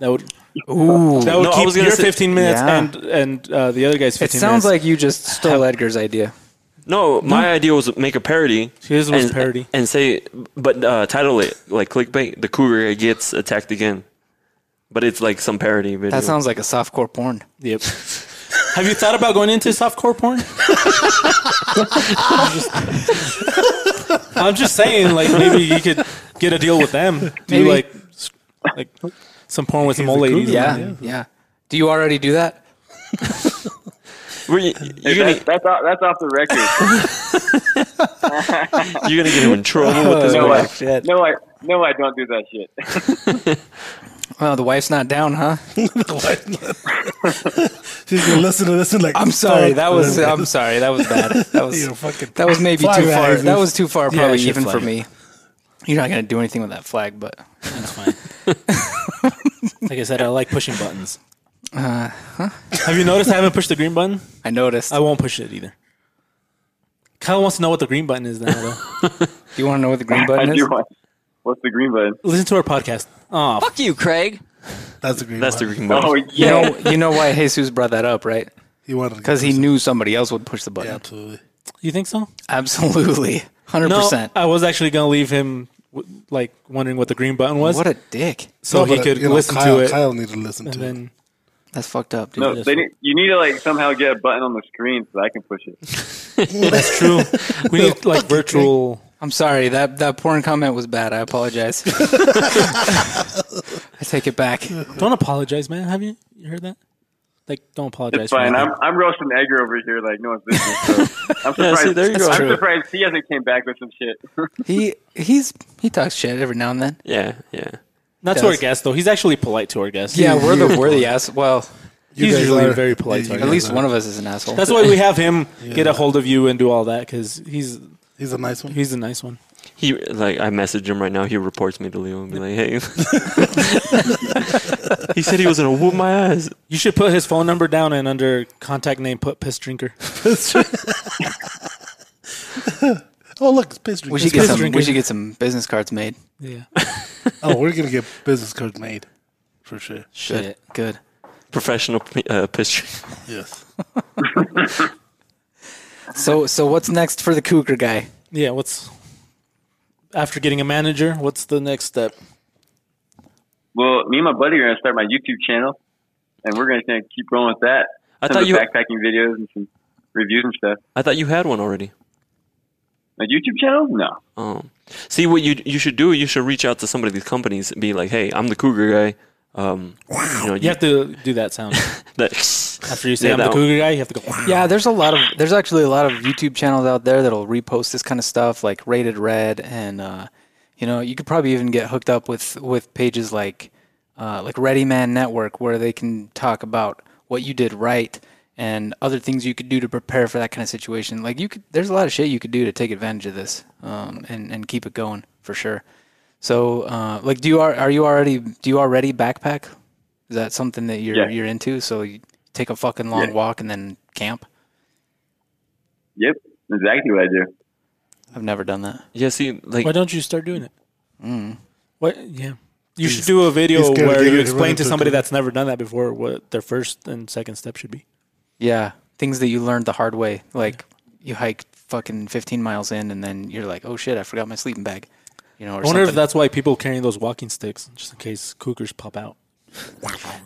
[SPEAKER 3] That would
[SPEAKER 1] Ooh,
[SPEAKER 3] that would
[SPEAKER 4] No, I
[SPEAKER 3] keep
[SPEAKER 4] was gonna
[SPEAKER 3] your
[SPEAKER 4] say-
[SPEAKER 3] 15 minutes
[SPEAKER 1] Yeah.
[SPEAKER 3] and and uh, the other guy's
[SPEAKER 1] it
[SPEAKER 3] 15
[SPEAKER 1] sounds
[SPEAKER 3] minutes.
[SPEAKER 1] like you just stole Edgar's idea.
[SPEAKER 4] No, my idea was make a parody.
[SPEAKER 3] His was
[SPEAKER 4] and,
[SPEAKER 3] parody.
[SPEAKER 4] and say, but uh, title it like clickbait. The cougar gets attacked again, but it's like some parody video.
[SPEAKER 1] That sounds like a softcore porn.
[SPEAKER 3] Yep. have you thought about going into softcore porn? I'm just saying, like maybe you could get a deal with them. Do
[SPEAKER 1] Maybe.
[SPEAKER 3] like s- like some porn with some old ladies?
[SPEAKER 1] Yeah, yeah, Do you already do that?
[SPEAKER 4] Were you,
[SPEAKER 2] Hey,
[SPEAKER 4] you're gonna
[SPEAKER 2] that's, that's, off, that's off the record.
[SPEAKER 4] you're gonna get him in trouble with this.
[SPEAKER 2] no,
[SPEAKER 4] one.
[SPEAKER 2] I, no, I, no, I don't do that shit.
[SPEAKER 1] Oh, the wife's not down, huh?
[SPEAKER 5] Oh, She's gonna listen to this and like.
[SPEAKER 1] I'm sorry.
[SPEAKER 5] fuck
[SPEAKER 1] That was. uh,
[SPEAKER 5] this.
[SPEAKER 1] I'm sorry. That was bad. That was.
[SPEAKER 5] You're fucking-
[SPEAKER 1] That was maybe too
[SPEAKER 5] Flag that,
[SPEAKER 1] far.
[SPEAKER 5] Ethan.
[SPEAKER 1] That was too far,
[SPEAKER 3] Yeah,
[SPEAKER 1] probably
[SPEAKER 3] I should
[SPEAKER 1] even for
[SPEAKER 3] flag it.
[SPEAKER 1] me. You're not gonna do anything with that flag, but
[SPEAKER 3] That's fine. like I said, I like pushing buttons. Have you noticed I haven't pushed the green button?
[SPEAKER 1] I noticed.
[SPEAKER 3] I won't push it either. Kyle wants to know what the green button is now, though.
[SPEAKER 1] do you want to know what the green
[SPEAKER 2] I
[SPEAKER 1] button
[SPEAKER 2] do
[SPEAKER 1] is?
[SPEAKER 2] want. What's the green button?
[SPEAKER 3] Listen to our podcast. Oh,
[SPEAKER 8] Fuck you, Craig.
[SPEAKER 5] That's the green.
[SPEAKER 4] That's the
[SPEAKER 5] one.
[SPEAKER 4] green
[SPEAKER 2] Oh
[SPEAKER 4] button.
[SPEAKER 2] yeah.
[SPEAKER 1] You know. You know why Jesus brought that up, right?
[SPEAKER 5] He wanted to
[SPEAKER 1] Because he
[SPEAKER 5] get-
[SPEAKER 1] knew somebody else would push the button.
[SPEAKER 5] absolutely.
[SPEAKER 3] you think so?
[SPEAKER 1] Absolutely, hundred
[SPEAKER 3] No,
[SPEAKER 1] percent.
[SPEAKER 3] I was actually gonna leave him w- like wondering what the green button was,
[SPEAKER 1] What a dick.
[SPEAKER 3] so
[SPEAKER 5] No,
[SPEAKER 3] he
[SPEAKER 5] but, uh,
[SPEAKER 3] could
[SPEAKER 5] you know,
[SPEAKER 3] listen
[SPEAKER 5] Kyle-
[SPEAKER 3] to it.
[SPEAKER 5] Kyle needed to listen
[SPEAKER 3] and
[SPEAKER 5] to it.
[SPEAKER 3] then
[SPEAKER 1] That's fucked up, dude.
[SPEAKER 2] No, they need, you need to like somehow get a button on the screen so I can push it.
[SPEAKER 3] that's true. We need like virtual.
[SPEAKER 1] I'm sorry that that porn comment was bad. I apologize. I take it back.
[SPEAKER 3] Don't apologize, man. Have you you heard that? Like, don't apologize.
[SPEAKER 2] It's
[SPEAKER 3] for
[SPEAKER 2] fine.
[SPEAKER 3] nothing.
[SPEAKER 2] I'm I'm roasting Edgar over here like no one's listening. So I'm surprised.
[SPEAKER 4] see, there you go.
[SPEAKER 2] I'm
[SPEAKER 4] True.
[SPEAKER 2] surprised he hasn't came back with some shit.
[SPEAKER 1] He he's he talks shit every now and then.
[SPEAKER 4] Yeah, yeah.
[SPEAKER 3] not to
[SPEAKER 1] Yes.
[SPEAKER 3] our guest though. He's actually polite to our guest.
[SPEAKER 1] Yeah, we're the we're the ass. Well,
[SPEAKER 5] You
[SPEAKER 3] He's
[SPEAKER 5] guys
[SPEAKER 3] usually
[SPEAKER 5] are-
[SPEAKER 3] very polite
[SPEAKER 5] yeah,
[SPEAKER 3] to
[SPEAKER 5] you
[SPEAKER 3] our
[SPEAKER 1] at
[SPEAKER 5] guys
[SPEAKER 1] least
[SPEAKER 5] are-
[SPEAKER 1] one of us is an asshole.
[SPEAKER 3] That's why we have him get a hold of you and do all that because he's
[SPEAKER 5] He's a nice one.
[SPEAKER 3] he's a nice one.
[SPEAKER 4] He like I message him right now. He reports me to Leo and be like, "Hey." he said he was gonna whoop my ass.
[SPEAKER 3] You should put his phone number down and under contact name put piss drinker.
[SPEAKER 5] oh look, it's piss drink.
[SPEAKER 1] we should
[SPEAKER 5] It's
[SPEAKER 1] get
[SPEAKER 5] piss
[SPEAKER 1] some
[SPEAKER 5] drink.
[SPEAKER 1] we should get some business cards made.
[SPEAKER 3] Yeah.
[SPEAKER 5] Oh, we're gonna get business cards made for sure.
[SPEAKER 1] Shit, good.
[SPEAKER 4] Professional p- uh, piss. drink.
[SPEAKER 5] Yes.
[SPEAKER 1] So so what's next for the cougar guy?
[SPEAKER 3] Yeah, what's after getting a manager, what's the next step?
[SPEAKER 2] Well, me and my buddy are gonna start my YouTube channel, and we're gonna kinda keep rolling with that.
[SPEAKER 4] I
[SPEAKER 2] some
[SPEAKER 4] thought
[SPEAKER 2] of the
[SPEAKER 4] you-
[SPEAKER 2] backpacking videos and some reviews and stuff.
[SPEAKER 4] I thought you had one already.
[SPEAKER 2] My YouTube channel? No.
[SPEAKER 4] Um, see what you you should do. You should reach out to somebody of these companies and be like, "Hey, I'm the Cougar guy." Um, you know,
[SPEAKER 3] You have to do that sound
[SPEAKER 4] that-
[SPEAKER 3] after you say
[SPEAKER 4] Yeah,
[SPEAKER 3] I'm
[SPEAKER 4] that
[SPEAKER 3] the
[SPEAKER 4] one.
[SPEAKER 3] cougar guy. You have to go.
[SPEAKER 1] Yeah, there's a lot of there's actually a lot of YouTube channels out there that'll repost this kind of stuff like Rated Red and uh, you know you could probably even get hooked up with with pages like uh, like Ready Man Network where they can talk about what you did right and other things you could do to prepare for that kind of situation. Like you could there's a lot of shit you could do to take advantage of this um, and and keep it going for sure. So uh, like do you are are you already do you already backpack? Is that something that you're
[SPEAKER 2] Yeah.
[SPEAKER 1] you're into? So you take a fucking long
[SPEAKER 2] Yeah.
[SPEAKER 1] walk and then camp.
[SPEAKER 2] Yep, exactly what I do.
[SPEAKER 1] I've never done that.
[SPEAKER 4] yeah, see, like
[SPEAKER 3] Why don't you start doing it? What? Yeah. You should do a
[SPEAKER 5] he's
[SPEAKER 3] video
[SPEAKER 5] gotta
[SPEAKER 3] where
[SPEAKER 5] get
[SPEAKER 3] you
[SPEAKER 5] it
[SPEAKER 3] explain
[SPEAKER 5] running
[SPEAKER 3] to
[SPEAKER 5] to a
[SPEAKER 3] somebody
[SPEAKER 5] cougar.
[SPEAKER 3] that's never done that before what their first and second step should be.
[SPEAKER 1] Yeah, things that you learned the hard way. Like you hike fucking 15 miles in, and then you're like, "Oh shit, I forgot my sleeping bag." You know, or
[SPEAKER 3] I wonder if
[SPEAKER 1] something.
[SPEAKER 3] that's why people carrying those walking sticks, just in case cougars pop out.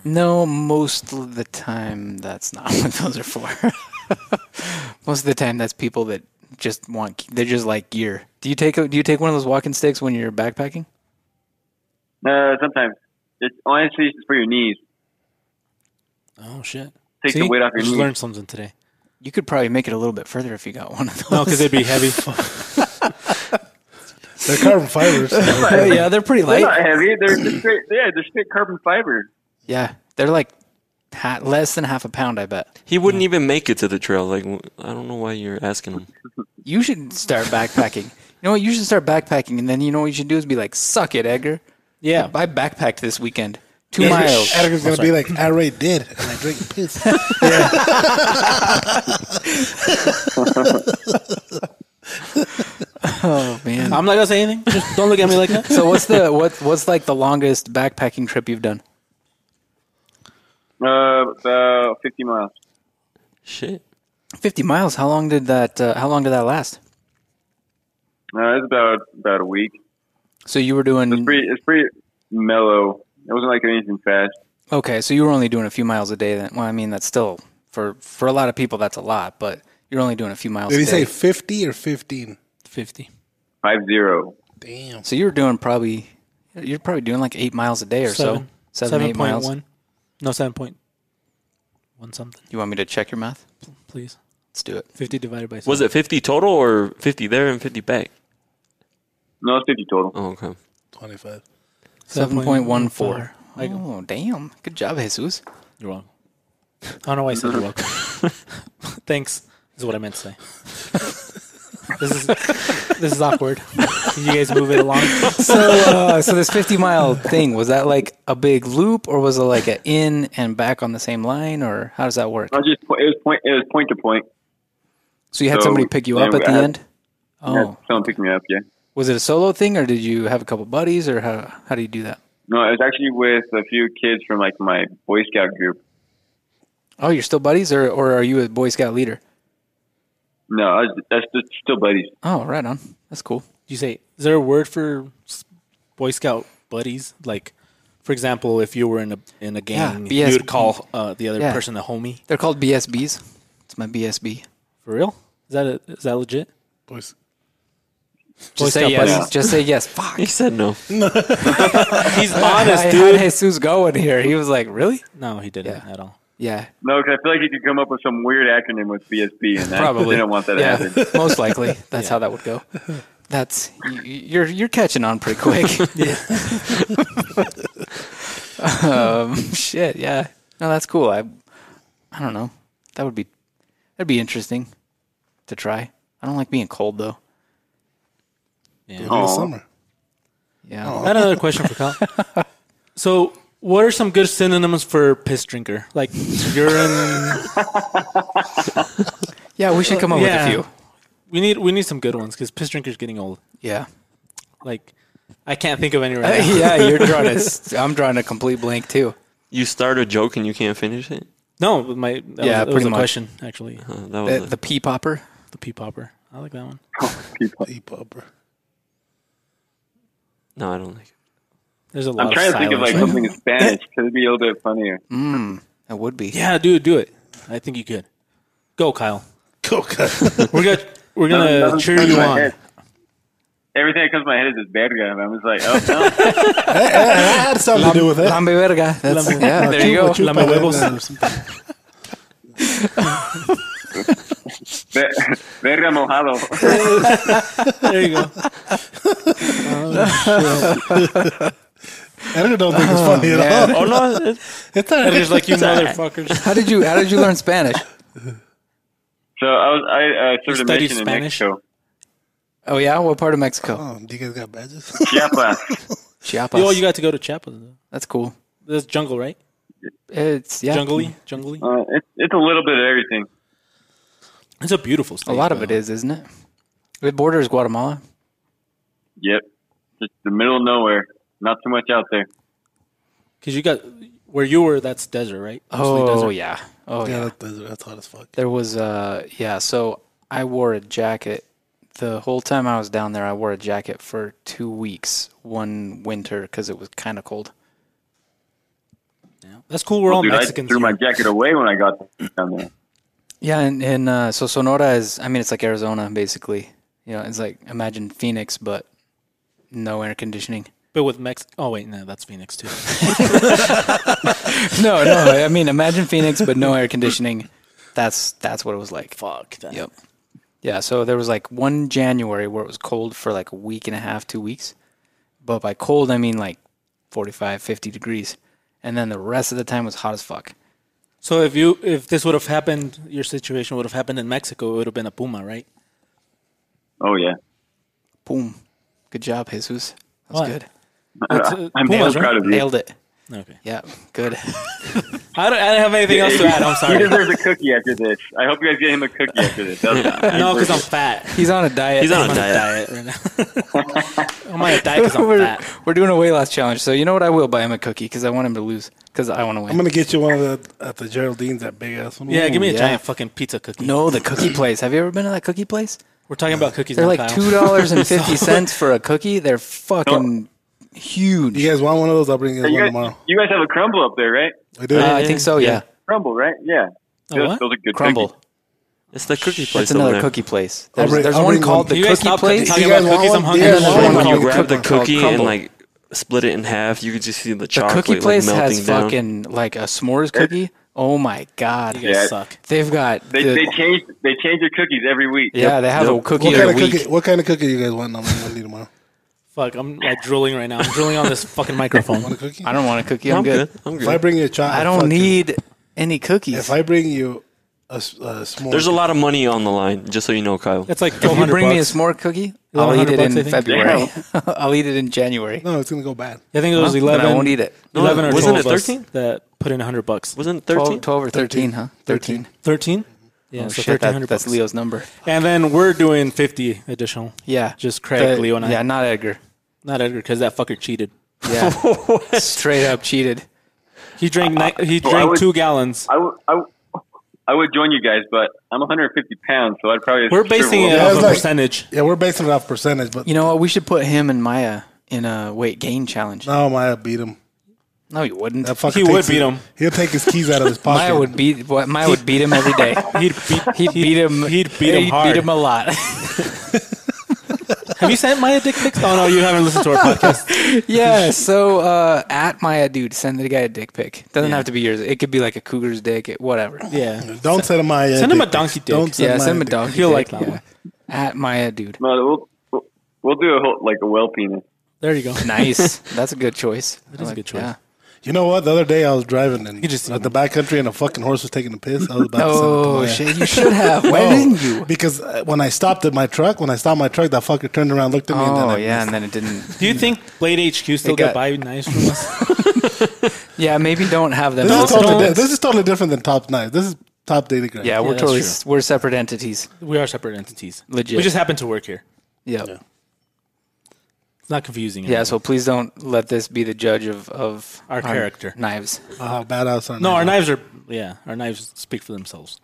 [SPEAKER 1] No, most of the time that's not what those are for. most of the time, that's people that just want they just like gear. Do you take a, do you take one of those walking sticks when you're backpacking?
[SPEAKER 2] Uh, sometimes it's honestly it's for your knees.
[SPEAKER 3] Oh shit!
[SPEAKER 2] Take the weight off your
[SPEAKER 3] just
[SPEAKER 2] knees.
[SPEAKER 3] learned something today.
[SPEAKER 1] You could probably make it a little bit further if you got one of those.
[SPEAKER 3] No, because they'd be heavy.
[SPEAKER 5] They're carbon fibers.
[SPEAKER 1] yeah, they're pretty light.
[SPEAKER 2] They're not heavy. They're just straight. Yeah, they're straight carbon fiber.
[SPEAKER 1] Yeah, they're like ha- less than half a pound, I bet.
[SPEAKER 4] he wouldn't even make it to the trail. Like, w- I don't know why you're asking him.
[SPEAKER 1] You should start backpacking. you know what? You should start backpacking, and then you know what you should do is be like, "Suck it, Edgar."
[SPEAKER 3] yeah,
[SPEAKER 1] I backpacked this weekend, two miles.
[SPEAKER 5] Edgar's gonna be like, I already did, and I drink piss.
[SPEAKER 1] Oh man!
[SPEAKER 3] I'm not gonna say anything. Just don't look at me like that.
[SPEAKER 1] so what's the what what's like the longest backpacking trip you've done?
[SPEAKER 2] Uh, about fifty miles.
[SPEAKER 4] Shit.
[SPEAKER 1] Fifty miles. How long did that? Uh, how long did that last?
[SPEAKER 2] Uh, it's about about a week.
[SPEAKER 1] So you were
[SPEAKER 2] It's
[SPEAKER 1] doing
[SPEAKER 2] pretty. It's pretty mellow. It wasn't like anything fast.
[SPEAKER 1] okay. So you were only doing a few miles a day. Then, well, I mean, that's still for for a lot of people that's a lot, but you're only doing a few miles.
[SPEAKER 5] Did
[SPEAKER 1] a
[SPEAKER 5] he
[SPEAKER 1] day.
[SPEAKER 5] say 50 or 15?
[SPEAKER 3] Fifty.
[SPEAKER 2] Five zero.
[SPEAKER 5] Damn.
[SPEAKER 1] So you were doing probably you're probably doing like eight miles a day or
[SPEAKER 3] Seven.
[SPEAKER 1] so. Seven,
[SPEAKER 3] Seven
[SPEAKER 1] eight
[SPEAKER 3] point
[SPEAKER 1] miles.
[SPEAKER 3] one. No, seven point one something.
[SPEAKER 1] You want me to check your math?
[SPEAKER 3] Please,
[SPEAKER 1] Let's do it.
[SPEAKER 3] fifty divided by. Seven.
[SPEAKER 4] Was it 50 total or 50 there and 50 back?
[SPEAKER 2] No, it's fifty total.
[SPEAKER 4] Oh, okay.
[SPEAKER 5] 25.
[SPEAKER 1] Seven point one four.
[SPEAKER 3] Like-
[SPEAKER 1] Oh damn! Good job, Jesus.
[SPEAKER 3] You're wrong. I don't know why I said you're welcome. Thanks. Is what I meant to say. this is this is awkward. Can you guys move it along?
[SPEAKER 1] So, uh, so this fifty mile thing was that like a big loop, or was it like an in and back on the same line, or how does that work?
[SPEAKER 2] I was just. It was point. It was point to point.
[SPEAKER 1] So you had
[SPEAKER 2] so,
[SPEAKER 1] somebody pick you
[SPEAKER 2] yeah,
[SPEAKER 1] up at
[SPEAKER 2] we
[SPEAKER 1] the
[SPEAKER 2] had-
[SPEAKER 1] end.
[SPEAKER 2] Yeah,
[SPEAKER 1] Oh,
[SPEAKER 2] someone picked me up. Yeah.
[SPEAKER 1] was it a solo thing, or did you have a couple buddies, or how how do you do that?
[SPEAKER 2] No, it was actually with a few kids from like my Boy Scout group.
[SPEAKER 1] Oh, you're still buddies, or or are you a Boy Scout leader?
[SPEAKER 2] No, I was, that's just still buddies.
[SPEAKER 1] Oh, right on. That's cool.
[SPEAKER 3] you say is there a word for s- boy scout buddies like for example if you were in a in a gang
[SPEAKER 1] Yeah, BS
[SPEAKER 3] you would call uh, the other
[SPEAKER 1] Yeah.
[SPEAKER 3] person a homie
[SPEAKER 1] They're called BSBs. It's my BSB.
[SPEAKER 3] for real is that a, is that legit
[SPEAKER 5] Boys.
[SPEAKER 1] Just say
[SPEAKER 3] Scout
[SPEAKER 1] yes.
[SPEAKER 3] buddies.
[SPEAKER 1] Just say yes. Fuck.
[SPEAKER 4] He said no.
[SPEAKER 3] he's
[SPEAKER 1] I
[SPEAKER 3] honest
[SPEAKER 1] had
[SPEAKER 3] dude
[SPEAKER 1] Jesus going here. He was like, really?
[SPEAKER 3] no he didn't
[SPEAKER 1] Yeah.
[SPEAKER 3] at all
[SPEAKER 1] Yeah,
[SPEAKER 2] No, because I feel like you could come up with some weird acronym with BSB, and that,
[SPEAKER 1] Probably.
[SPEAKER 2] they don't want that to
[SPEAKER 1] yeah.
[SPEAKER 2] happen.
[SPEAKER 1] Most likely, that's how that would go. That's y- y- you're you're catching on pretty quick. um, shit, yeah. No, that's cool. I I don't know. That would be that'd be interesting to try. I don't like being cold though.
[SPEAKER 5] Dude,
[SPEAKER 2] Aw.
[SPEAKER 5] it's summer.
[SPEAKER 1] Yeah.
[SPEAKER 3] I had another question for Kyle so what are some good synonyms for piss drinker like urine
[SPEAKER 1] Yeah, we should come up
[SPEAKER 3] Yeah.
[SPEAKER 1] with a few.
[SPEAKER 3] we need we need some good ones because piss drinker's getting old
[SPEAKER 1] Yeah.
[SPEAKER 3] like I can't think of any right now.
[SPEAKER 1] yeah, you're drawing a s- I'm drawing a complete blank too.
[SPEAKER 4] You start a joke and you can't finish it?
[SPEAKER 3] No,
[SPEAKER 1] Yeah,
[SPEAKER 3] my that yeah, was, that was
[SPEAKER 1] pretty
[SPEAKER 3] a
[SPEAKER 1] much.
[SPEAKER 3] question actually.
[SPEAKER 4] Uh, that was
[SPEAKER 1] The,
[SPEAKER 4] it.
[SPEAKER 1] the pea popper.
[SPEAKER 3] The pea popper, I like that one.
[SPEAKER 5] Deep upper.
[SPEAKER 4] No, I don't like it.
[SPEAKER 3] There's a lot.
[SPEAKER 2] I'm trying to think of like
[SPEAKER 3] Oh, silence. Uh,
[SPEAKER 2] something in Spanish because it'd be a little bit funnier.
[SPEAKER 1] Mm, that would be.
[SPEAKER 3] Yeah, dude, do it. I think you could. Go, Kyle.
[SPEAKER 5] Coca.
[SPEAKER 3] We're gonna we're
[SPEAKER 2] Nothing-
[SPEAKER 3] gonna
[SPEAKER 2] nothing
[SPEAKER 3] cheer
[SPEAKER 2] comes
[SPEAKER 3] you
[SPEAKER 2] to my
[SPEAKER 3] on.
[SPEAKER 2] head. Everything that comes to my head is this verga. and I'm just like, oh no.
[SPEAKER 5] I had something to do with it.
[SPEAKER 1] Lambe verga. That's, yeah, there you go.
[SPEAKER 5] Chupa
[SPEAKER 3] Lame huevos.
[SPEAKER 5] verga or something.
[SPEAKER 2] Ver- verga mojado.
[SPEAKER 3] There you go.
[SPEAKER 5] I don't think it's funny at all.
[SPEAKER 4] Oh no, it's,
[SPEAKER 5] It's not.
[SPEAKER 3] There's like you motherfuckers.
[SPEAKER 1] How did you How did you learn Spanish?
[SPEAKER 2] So I was I uh, served a
[SPEAKER 3] studied
[SPEAKER 2] mission in
[SPEAKER 3] Spanish?
[SPEAKER 2] Mexico.
[SPEAKER 1] Oh yeah, what part of Mexico?
[SPEAKER 5] Oh, do you guys got badges?
[SPEAKER 2] Chiapas.
[SPEAKER 1] Chiapas.
[SPEAKER 3] Yo, you got to go to Chapas.
[SPEAKER 1] That's cool.
[SPEAKER 3] That's jungle, right?
[SPEAKER 1] It's yeah,
[SPEAKER 3] Jungly, jungly.
[SPEAKER 2] Uh, it's it's a little bit of everything.
[SPEAKER 3] It's a beautiful state.
[SPEAKER 1] A lot of it is, isn't it? It borders Guatemala.
[SPEAKER 2] Yep. Just the middle of nowhere. Not too much out there.
[SPEAKER 3] because you got where you were. That's desert, right? Mostly
[SPEAKER 1] Oh
[SPEAKER 3] desert.
[SPEAKER 1] yeah. Oh yeah.
[SPEAKER 5] yeah, that, that's, that's hot as fuck.
[SPEAKER 1] There was uh yeah, so I wore a jacket the whole time I was down there. I wore a jacket for 2 weeks one winter cuz it was kind of cold.
[SPEAKER 3] That's cool. We're all
[SPEAKER 2] Dude, I
[SPEAKER 3] Mexicans.
[SPEAKER 2] threw my
[SPEAKER 3] here.
[SPEAKER 2] jacket away when I got down there.
[SPEAKER 1] Yeah, and and uh, so Sonora is I mean it's like Arizona basically. You know, it's like imagine Phoenix but no air conditioning.
[SPEAKER 3] But with Mex. Oh wait, no, that's Phoenix too.
[SPEAKER 1] No, no, I mean imagine Phoenix but no air conditioning. That's that's what it was like.
[SPEAKER 3] Fuck that.
[SPEAKER 1] Yep. Yeah, so there was like one January where it was cold for like a week and a half, two weeks. But by cold, I mean like 45, 50 degrees. And then the rest of the time was hot as fuck.
[SPEAKER 3] So if you if this would have happened, your situation would have happened in Mexico. It would have been a puma, right?
[SPEAKER 2] Oh yeah.
[SPEAKER 1] Boom. Good job, Jesus. That was
[SPEAKER 3] What?
[SPEAKER 1] good.
[SPEAKER 3] It's,
[SPEAKER 2] I,
[SPEAKER 3] uh,
[SPEAKER 2] I'm
[SPEAKER 3] Pumas,
[SPEAKER 2] so proud of you.
[SPEAKER 1] Nailed it.
[SPEAKER 3] Okay.
[SPEAKER 1] Yeah, good.
[SPEAKER 3] I don't, I don't have anything else to add. I'm
[SPEAKER 2] He
[SPEAKER 3] sorry.
[SPEAKER 2] deserves a cookie after this. I hope you guys get him a cookie after this. That was-
[SPEAKER 3] No, because I'm fat.
[SPEAKER 1] He's on a diet.
[SPEAKER 4] he's on a
[SPEAKER 3] I'm on a diet
[SPEAKER 4] diet.
[SPEAKER 3] right now. I'm on a diet because I'm
[SPEAKER 1] we're,
[SPEAKER 3] fat.
[SPEAKER 1] we're doing a weight loss challenge. So you know what? I will buy him a cookie because I want him to lose because I want to win.
[SPEAKER 5] I'm gonna get you one of the at the Geraldine's, that big ass one.
[SPEAKER 3] Yeah, give me a
[SPEAKER 1] Mm, yeah.
[SPEAKER 3] giant fucking pizza cookie.
[SPEAKER 1] no, the cookie place. Have you ever been to that cookie place?
[SPEAKER 3] We're talking about cookies.
[SPEAKER 1] They're
[SPEAKER 3] now,
[SPEAKER 1] like
[SPEAKER 3] Kyle.
[SPEAKER 1] two dollars and fifty cents for a cookie. They're fucking huge.
[SPEAKER 5] You guys want one of those? I'll bring you guys
[SPEAKER 2] you,
[SPEAKER 5] one
[SPEAKER 2] guys,
[SPEAKER 5] tomorrow.
[SPEAKER 2] you guys have a crumble up there, right?
[SPEAKER 5] I do.
[SPEAKER 1] Uh,
[SPEAKER 5] Uh,
[SPEAKER 1] I think so.
[SPEAKER 4] yeah.
[SPEAKER 1] Yeah,
[SPEAKER 2] Crumble, right? Yeah.
[SPEAKER 3] A
[SPEAKER 2] Those-
[SPEAKER 3] what?
[SPEAKER 2] Those are good
[SPEAKER 1] crumble.
[SPEAKER 2] cookies.
[SPEAKER 4] It's the cookie place
[SPEAKER 1] That's
[SPEAKER 4] over
[SPEAKER 1] another
[SPEAKER 4] there.
[SPEAKER 1] cookie place. There's,
[SPEAKER 5] bring-
[SPEAKER 1] there's
[SPEAKER 5] I'll
[SPEAKER 1] one
[SPEAKER 5] bring
[SPEAKER 1] called
[SPEAKER 5] one.
[SPEAKER 1] the
[SPEAKER 3] You guys
[SPEAKER 1] Cookie
[SPEAKER 3] stop
[SPEAKER 1] Place.
[SPEAKER 3] talking
[SPEAKER 5] You guys
[SPEAKER 3] about
[SPEAKER 5] want
[SPEAKER 3] cookies. I'm
[SPEAKER 5] one?
[SPEAKER 3] hungry. Oh
[SPEAKER 5] Yeah,
[SPEAKER 1] Another one
[SPEAKER 5] one
[SPEAKER 4] When you
[SPEAKER 1] called
[SPEAKER 4] grab the
[SPEAKER 1] cook- called
[SPEAKER 4] cookie and
[SPEAKER 1] crumble.
[SPEAKER 4] like split it in half, you can just see the
[SPEAKER 1] the
[SPEAKER 4] chocolate
[SPEAKER 1] Cookie
[SPEAKER 4] like,
[SPEAKER 1] Place
[SPEAKER 4] melting
[SPEAKER 1] has
[SPEAKER 4] down.
[SPEAKER 1] fucking like a s'mores cookie. Oh my god,
[SPEAKER 3] You guys
[SPEAKER 2] Yeah.
[SPEAKER 3] suck.
[SPEAKER 1] they've got
[SPEAKER 2] They,
[SPEAKER 1] the-
[SPEAKER 2] they change they change their cookies every week.
[SPEAKER 1] yeah, they have
[SPEAKER 4] Yep.
[SPEAKER 1] a cookie
[SPEAKER 5] what
[SPEAKER 1] a
[SPEAKER 5] kind of
[SPEAKER 1] week.
[SPEAKER 5] cookie? What kind of cookie you guys want? I'm gonna need tomorrow.
[SPEAKER 3] Fuck, I'm like drooling right now. I'm drooling on this fucking microphone.
[SPEAKER 5] Want a cookie?
[SPEAKER 1] I don't want a cookie.
[SPEAKER 4] No,
[SPEAKER 1] I'm,
[SPEAKER 4] I'm
[SPEAKER 1] good.
[SPEAKER 4] good. I'm
[SPEAKER 5] If I
[SPEAKER 4] good.
[SPEAKER 5] bring you a chocolate,
[SPEAKER 1] I don't
[SPEAKER 5] fucking-
[SPEAKER 1] need any cookies.
[SPEAKER 5] If I bring you a, s- a small,
[SPEAKER 4] There's a lot of money on the line, just so you know, Kyle.
[SPEAKER 3] That's like
[SPEAKER 1] if you
[SPEAKER 3] 1200
[SPEAKER 1] bring me a
[SPEAKER 3] bucks.
[SPEAKER 1] s'more cookie, I'll eat
[SPEAKER 3] 100
[SPEAKER 1] it
[SPEAKER 3] bucks, I
[SPEAKER 1] in
[SPEAKER 3] think.
[SPEAKER 1] February. I'll eat it in January.
[SPEAKER 5] No, it's gonna go bad.
[SPEAKER 3] I think it was
[SPEAKER 1] Huh? Then
[SPEAKER 3] 11.
[SPEAKER 1] I won't eat it.
[SPEAKER 4] No,
[SPEAKER 3] 11 or
[SPEAKER 4] wasn't it
[SPEAKER 3] 12 of us
[SPEAKER 4] 13?
[SPEAKER 3] that put in 100 bucks.
[SPEAKER 4] Wasn't
[SPEAKER 1] 12,
[SPEAKER 4] 13?
[SPEAKER 1] 12 or 13, huh? 13.
[SPEAKER 3] 13? Yeah,
[SPEAKER 1] Oh,
[SPEAKER 3] so
[SPEAKER 1] shit, that-
[SPEAKER 3] 1300
[SPEAKER 1] that's
[SPEAKER 3] bucks.
[SPEAKER 1] Leo's number.
[SPEAKER 3] And then we're doing 50 additional.
[SPEAKER 1] Yeah.
[SPEAKER 3] Just credit
[SPEAKER 1] The-
[SPEAKER 3] Leo and I.
[SPEAKER 1] Yeah, not Edgar.
[SPEAKER 3] Not Edgar, because that fucker cheated.
[SPEAKER 1] Yeah. Straight up cheated.
[SPEAKER 3] He drank ni- he
[SPEAKER 2] Well, I
[SPEAKER 3] drank
[SPEAKER 2] would-
[SPEAKER 3] two gallons.
[SPEAKER 2] I, w- I, w- I would join you guys, but I'm 150 pounds, so I'd probably
[SPEAKER 3] We're basing it
[SPEAKER 2] shrivel
[SPEAKER 5] Yeah,
[SPEAKER 2] up.
[SPEAKER 3] off
[SPEAKER 5] it's
[SPEAKER 3] a
[SPEAKER 5] like-
[SPEAKER 3] percentage.
[SPEAKER 5] Yeah, we're basing it off percentage, but
[SPEAKER 1] You know what? We should put him and Maya in a weight gain challenge. No,
[SPEAKER 5] no, Maya beat him.
[SPEAKER 1] you wouldn't.
[SPEAKER 5] That fucker
[SPEAKER 3] He would
[SPEAKER 5] takes
[SPEAKER 3] beat
[SPEAKER 5] his-
[SPEAKER 3] him.
[SPEAKER 5] He'll take his keys out of his pocket.
[SPEAKER 1] Maya would beat what- Maya would beat him every day.
[SPEAKER 3] He'd beat,
[SPEAKER 1] He'd beat him.
[SPEAKER 3] He'd beat him hard.
[SPEAKER 1] a lot.
[SPEAKER 3] Have you sent Maya dick pics? Oh, no, you haven't listened to our podcast.
[SPEAKER 1] yeah. So uh, at Maya, dude, send the guy a dick pic. Doesn't have to be yours. It could be like a cougar's dick. It, whatever.
[SPEAKER 3] Yeah.
[SPEAKER 5] Don't send him Maya.
[SPEAKER 3] Send him a
[SPEAKER 5] dick pics.
[SPEAKER 3] donkey dick.
[SPEAKER 5] Don't send
[SPEAKER 1] yeah.
[SPEAKER 5] Maya
[SPEAKER 1] Send him a
[SPEAKER 5] dick
[SPEAKER 1] dog.
[SPEAKER 3] He'll like that one.
[SPEAKER 1] At Maya, dude.
[SPEAKER 2] No, we'll- we'll, we'll do a whole, like a well penis.
[SPEAKER 3] There you go.
[SPEAKER 1] Nice. That's a good choice. That
[SPEAKER 3] is a good choice.
[SPEAKER 1] Yeah.
[SPEAKER 5] pics. You know what? The other day I was driving and
[SPEAKER 3] just seen
[SPEAKER 5] at the back country and a fucking horse was taking a piss. I was about
[SPEAKER 1] Oh
[SPEAKER 5] to send it
[SPEAKER 1] shit!
[SPEAKER 5] to Maya.
[SPEAKER 1] You should have. Why
[SPEAKER 5] No,
[SPEAKER 1] didn't you?
[SPEAKER 5] Because uh, when I stopped at my truck, when I stopped my truck, that fucker turned around, looked at me, and then
[SPEAKER 1] Oh
[SPEAKER 5] I
[SPEAKER 1] yeah, and then it didn't.
[SPEAKER 3] Do you think Blade HQ still
[SPEAKER 1] It
[SPEAKER 3] got
[SPEAKER 1] got-
[SPEAKER 3] buy knives from us?
[SPEAKER 1] Yeah, maybe don't have them.
[SPEAKER 5] This
[SPEAKER 1] No,
[SPEAKER 5] is totally
[SPEAKER 1] don't.
[SPEAKER 5] di- this is totally different than top nine. This is top daily grade.
[SPEAKER 1] Yeah, we're
[SPEAKER 3] that's
[SPEAKER 1] totally
[SPEAKER 3] true.
[SPEAKER 1] we're separate entities.
[SPEAKER 3] We are separate entities.
[SPEAKER 1] Legit.
[SPEAKER 3] We just happen to work here.
[SPEAKER 1] Yeah.
[SPEAKER 5] Yeah.
[SPEAKER 3] It's not confusing.
[SPEAKER 1] Yeah,
[SPEAKER 3] anymore.
[SPEAKER 1] so please don't let this be the judge of, of
[SPEAKER 3] Our character.
[SPEAKER 1] knives.
[SPEAKER 5] Oh, how badass are
[SPEAKER 3] No, our
[SPEAKER 5] knives.
[SPEAKER 3] knives are. Yeah, our knives speak for themselves.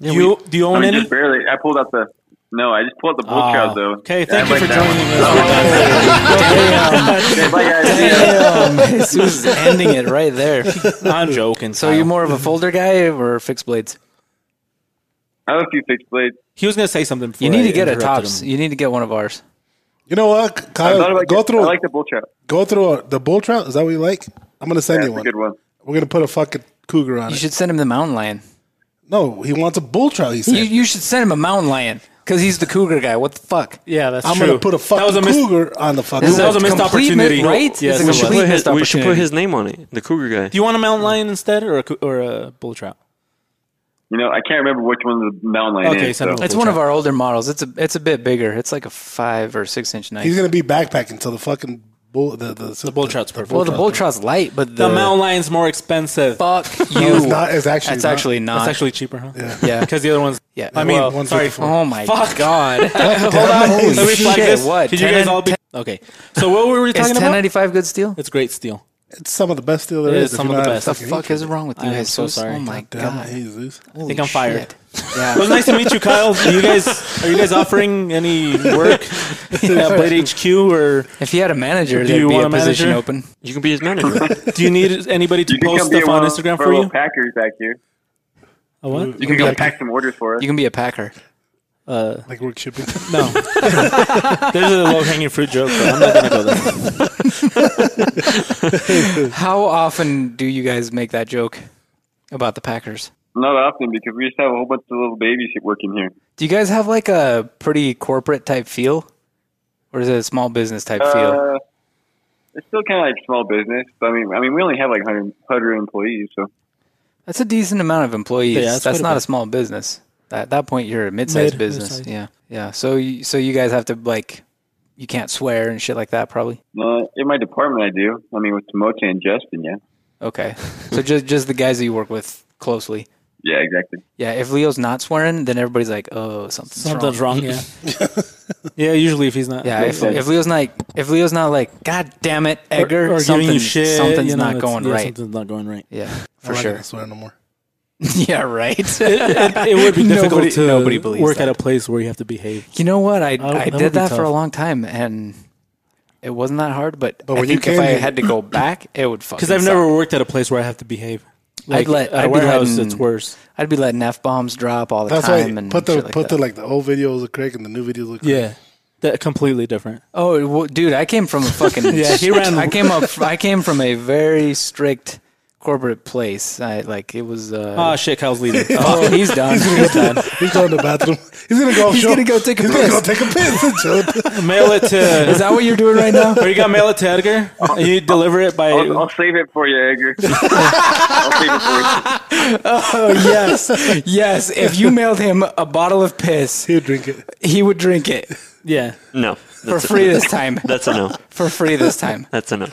[SPEAKER 3] you do you
[SPEAKER 2] I
[SPEAKER 3] own
[SPEAKER 2] mean,
[SPEAKER 3] any?
[SPEAKER 2] just barely. Oh, I pulled out the. No, I just pulled up the bull trout though.
[SPEAKER 3] Ah, Okay,
[SPEAKER 2] Yeah, I
[SPEAKER 3] thank you
[SPEAKER 2] like
[SPEAKER 3] for
[SPEAKER 2] that
[SPEAKER 3] joining
[SPEAKER 2] one.
[SPEAKER 3] us.
[SPEAKER 2] Okay, bye, guys. See ya.
[SPEAKER 1] Damn, Jesus is ending it right there.
[SPEAKER 3] I'm joking.
[SPEAKER 1] So you more of a folder guy or fixed blades?
[SPEAKER 2] I have a few fixed blades.
[SPEAKER 3] he was gonna say something. Before
[SPEAKER 1] You need
[SPEAKER 3] I
[SPEAKER 1] to get a
[SPEAKER 3] interrupted
[SPEAKER 1] tops.
[SPEAKER 3] him.
[SPEAKER 1] You need to get one of ours.
[SPEAKER 5] You know what,
[SPEAKER 2] I thought
[SPEAKER 5] Kyle?
[SPEAKER 2] about
[SPEAKER 5] Go
[SPEAKER 2] getting-
[SPEAKER 5] through,
[SPEAKER 2] I like the bull trout.
[SPEAKER 5] go through uh, the bull trout. Is that what you like? I'm gonna send
[SPEAKER 2] That's
[SPEAKER 5] you
[SPEAKER 2] a
[SPEAKER 5] one.
[SPEAKER 2] good one.
[SPEAKER 5] We're gonna put a fucking cougar on
[SPEAKER 1] You
[SPEAKER 5] it.
[SPEAKER 1] should send him the mountain lion.
[SPEAKER 5] no, he wants a bull trout. He said.
[SPEAKER 1] You, you should send him a mountain lion because he's the cougar guy. What the fuck?
[SPEAKER 3] Yeah, that's
[SPEAKER 5] I'm
[SPEAKER 3] true.
[SPEAKER 5] gonna put a fucking
[SPEAKER 3] that was a mis-
[SPEAKER 5] cougar on the fucking.
[SPEAKER 1] This is
[SPEAKER 3] That was a missed
[SPEAKER 1] complete
[SPEAKER 3] opportunity,
[SPEAKER 1] mi- right? It's
[SPEAKER 3] Yes,
[SPEAKER 1] a
[SPEAKER 3] it
[SPEAKER 4] We
[SPEAKER 3] was.
[SPEAKER 4] should,
[SPEAKER 1] complete
[SPEAKER 4] put his,
[SPEAKER 1] missed
[SPEAKER 4] we should put
[SPEAKER 1] opportunity.
[SPEAKER 4] his name on it, the Cougar guy.
[SPEAKER 3] Do you want a mountain lion instead, or a, cou- or a bull trout?
[SPEAKER 2] You know, I can't remember which one the mountain lion
[SPEAKER 3] Okay,
[SPEAKER 2] is.
[SPEAKER 3] send
[SPEAKER 2] So.
[SPEAKER 3] him
[SPEAKER 1] It's
[SPEAKER 3] Bull
[SPEAKER 1] one
[SPEAKER 3] trout.
[SPEAKER 1] of our older models. It's a it's a bit bigger. It's like a five or six inch knife.
[SPEAKER 5] He's gonna be backpacking until the fucking bull. The the, the
[SPEAKER 3] bull trout's perfect.
[SPEAKER 1] well, the bull trout's light, but the,
[SPEAKER 3] The mountain lion's more expensive.
[SPEAKER 1] Fuck you.
[SPEAKER 5] it's not- it's actually
[SPEAKER 1] That's
[SPEAKER 5] not.
[SPEAKER 1] actually not.
[SPEAKER 3] That's actually cheaper, huh?
[SPEAKER 1] yeah.
[SPEAKER 3] Because the other one's.
[SPEAKER 1] Yeah.
[SPEAKER 3] I mean,
[SPEAKER 5] Well,
[SPEAKER 3] sorry.
[SPEAKER 5] 154.
[SPEAKER 1] Oh my
[SPEAKER 3] Fuck.
[SPEAKER 1] god.
[SPEAKER 5] Hold
[SPEAKER 1] Holy
[SPEAKER 3] Let me flag
[SPEAKER 1] shit,
[SPEAKER 3] this.
[SPEAKER 1] what,
[SPEAKER 3] Did you
[SPEAKER 1] 10?
[SPEAKER 3] guys all be? Okay. So what were we
[SPEAKER 1] Is e-
[SPEAKER 3] talking about?
[SPEAKER 1] 1095 good steel?
[SPEAKER 3] It's great steel.
[SPEAKER 5] It's some of the best deal there
[SPEAKER 3] It
[SPEAKER 5] is.
[SPEAKER 3] is
[SPEAKER 5] if
[SPEAKER 3] some
[SPEAKER 5] you
[SPEAKER 3] of the
[SPEAKER 5] know how
[SPEAKER 3] best.
[SPEAKER 5] to
[SPEAKER 1] The
[SPEAKER 5] fucking
[SPEAKER 1] fuck
[SPEAKER 5] eat
[SPEAKER 1] is wrong with you?
[SPEAKER 3] I am
[SPEAKER 1] guys?
[SPEAKER 3] so sorry.
[SPEAKER 1] Oh my
[SPEAKER 5] it. Damn,
[SPEAKER 1] god.
[SPEAKER 5] Jesus.
[SPEAKER 1] I
[SPEAKER 3] think I'm fired. It was
[SPEAKER 1] Yeah.
[SPEAKER 3] nice to meet you, Kyle. Are you guys are you guys offering any work at Blade HQ, or
[SPEAKER 1] If you had a manager,
[SPEAKER 3] Do
[SPEAKER 1] there'd
[SPEAKER 3] you
[SPEAKER 1] be
[SPEAKER 3] want
[SPEAKER 1] a
[SPEAKER 3] a
[SPEAKER 1] position
[SPEAKER 3] manager?
[SPEAKER 1] open.
[SPEAKER 4] You can be his manager.
[SPEAKER 3] do you need anybody to
[SPEAKER 2] You can
[SPEAKER 3] post
[SPEAKER 2] come be
[SPEAKER 3] stuff on
[SPEAKER 2] one of
[SPEAKER 3] Instagram
[SPEAKER 2] our
[SPEAKER 3] for
[SPEAKER 2] little
[SPEAKER 3] you?
[SPEAKER 2] packers back here.
[SPEAKER 3] A what?
[SPEAKER 2] You can go pack some orders for us.
[SPEAKER 1] You can be a packer.
[SPEAKER 3] Uh,
[SPEAKER 5] Like we're shipping.
[SPEAKER 3] no. There's a low hanging fruit joke, but I'm not gonna go there.
[SPEAKER 1] How often do you guys make that joke about the Packers?
[SPEAKER 2] Not often because we just have a whole bunch of little babies working here.
[SPEAKER 1] Do you guys have like a pretty corporate type feel? Or is it a small business type feel?
[SPEAKER 2] Uh, it's still kind of like small business, but I mean, I mean, we only have like 100, 100 employees, so
[SPEAKER 1] That's a decent amount of employees.
[SPEAKER 3] Yeah,
[SPEAKER 1] that's
[SPEAKER 3] that's quite a
[SPEAKER 1] not a
[SPEAKER 3] bit.
[SPEAKER 1] small business. At that point, you're a mid-sized
[SPEAKER 3] Mid,
[SPEAKER 1] business.
[SPEAKER 3] mid-sized.
[SPEAKER 1] Yeah, yeah. So, you, so you guys have to like, you can't swear and shit like that, probably.
[SPEAKER 2] uh, in my department, I do. I mean, with Tamote and Justin, yeah,
[SPEAKER 1] Okay. so just just the guys that you work with closely.
[SPEAKER 2] yeah, exactly.
[SPEAKER 1] Yeah. If Leo's not swearing, then everybody's like, oh, something's,
[SPEAKER 3] Something's
[SPEAKER 1] wrong.
[SPEAKER 3] wrong. Yeah. yeah. Usually, if he's not.
[SPEAKER 1] Yeah. If,
[SPEAKER 2] Yeah.
[SPEAKER 1] if Leo's not if Leo's not like, God damn it, Edgar,
[SPEAKER 3] or, or
[SPEAKER 1] something,
[SPEAKER 3] giving you shit,
[SPEAKER 1] something's
[SPEAKER 3] you know,
[SPEAKER 1] not
[SPEAKER 3] it's-
[SPEAKER 1] going
[SPEAKER 3] yeah,
[SPEAKER 1] right.
[SPEAKER 3] Something's not going right.
[SPEAKER 1] Yeah.
[SPEAKER 5] I'm
[SPEAKER 1] For
[SPEAKER 5] not
[SPEAKER 1] sure.
[SPEAKER 5] gonna swear no more.
[SPEAKER 1] yeah. Right.
[SPEAKER 3] It would be difficult
[SPEAKER 1] Nobody-
[SPEAKER 3] to
[SPEAKER 1] nobody believes
[SPEAKER 3] work
[SPEAKER 1] that.
[SPEAKER 3] at a place where you have to behave.
[SPEAKER 1] You know what? I
[SPEAKER 3] Oh,
[SPEAKER 1] I
[SPEAKER 3] that
[SPEAKER 1] did
[SPEAKER 3] would be
[SPEAKER 1] that for a
[SPEAKER 3] tough.
[SPEAKER 1] long time, and it wasn't that hard. But, I
[SPEAKER 5] when you
[SPEAKER 1] think if
[SPEAKER 5] came
[SPEAKER 1] I
[SPEAKER 5] here-
[SPEAKER 1] had to go back, it would fucking.
[SPEAKER 3] Because I've
[SPEAKER 1] suck.
[SPEAKER 3] never worked at a place where I have to behave. Like,
[SPEAKER 1] let-
[SPEAKER 3] at
[SPEAKER 1] I'd
[SPEAKER 3] a
[SPEAKER 1] be
[SPEAKER 3] warehouse.
[SPEAKER 1] letting-
[SPEAKER 3] it's worse.
[SPEAKER 1] I'd be letting f bombs drop all the
[SPEAKER 5] That's why
[SPEAKER 1] time and
[SPEAKER 5] put the
[SPEAKER 1] shit like
[SPEAKER 5] put
[SPEAKER 1] that.
[SPEAKER 5] the like the old videos of Craig and the new videos of Craig.
[SPEAKER 3] Yeah, that completely different.
[SPEAKER 1] oh, it- well, dude, I came from a fucking
[SPEAKER 3] Yeah, he ran-
[SPEAKER 1] I came up. I came from a very strict corporate place. I like it was. Uh,
[SPEAKER 3] Oh shit, Kyle's leaving. Oh,
[SPEAKER 1] oh, he's done. He's done.
[SPEAKER 5] He's going to the bathroom. He's gonna go.
[SPEAKER 1] He's
[SPEAKER 5] show-
[SPEAKER 1] gonna go take a
[SPEAKER 5] he's
[SPEAKER 1] piss.
[SPEAKER 5] Gonna go take a piss. Joe.
[SPEAKER 3] mail it
[SPEAKER 1] Is
[SPEAKER 3] to.
[SPEAKER 1] that what you're doing right now?
[SPEAKER 3] Or you gotta mail it to Edgar. And you deliver it by.
[SPEAKER 2] I'll, I'll save it for you, Edgar. I'll save it for you.
[SPEAKER 1] yes, yes. If you mailed him a bottle of piss,
[SPEAKER 5] He'll drink it.
[SPEAKER 1] he would drink it
[SPEAKER 3] yeah,
[SPEAKER 4] No,
[SPEAKER 1] for
[SPEAKER 4] that's
[SPEAKER 1] free
[SPEAKER 4] A,
[SPEAKER 1] this time.
[SPEAKER 4] that's a no.
[SPEAKER 1] For free this time.
[SPEAKER 4] That's a no.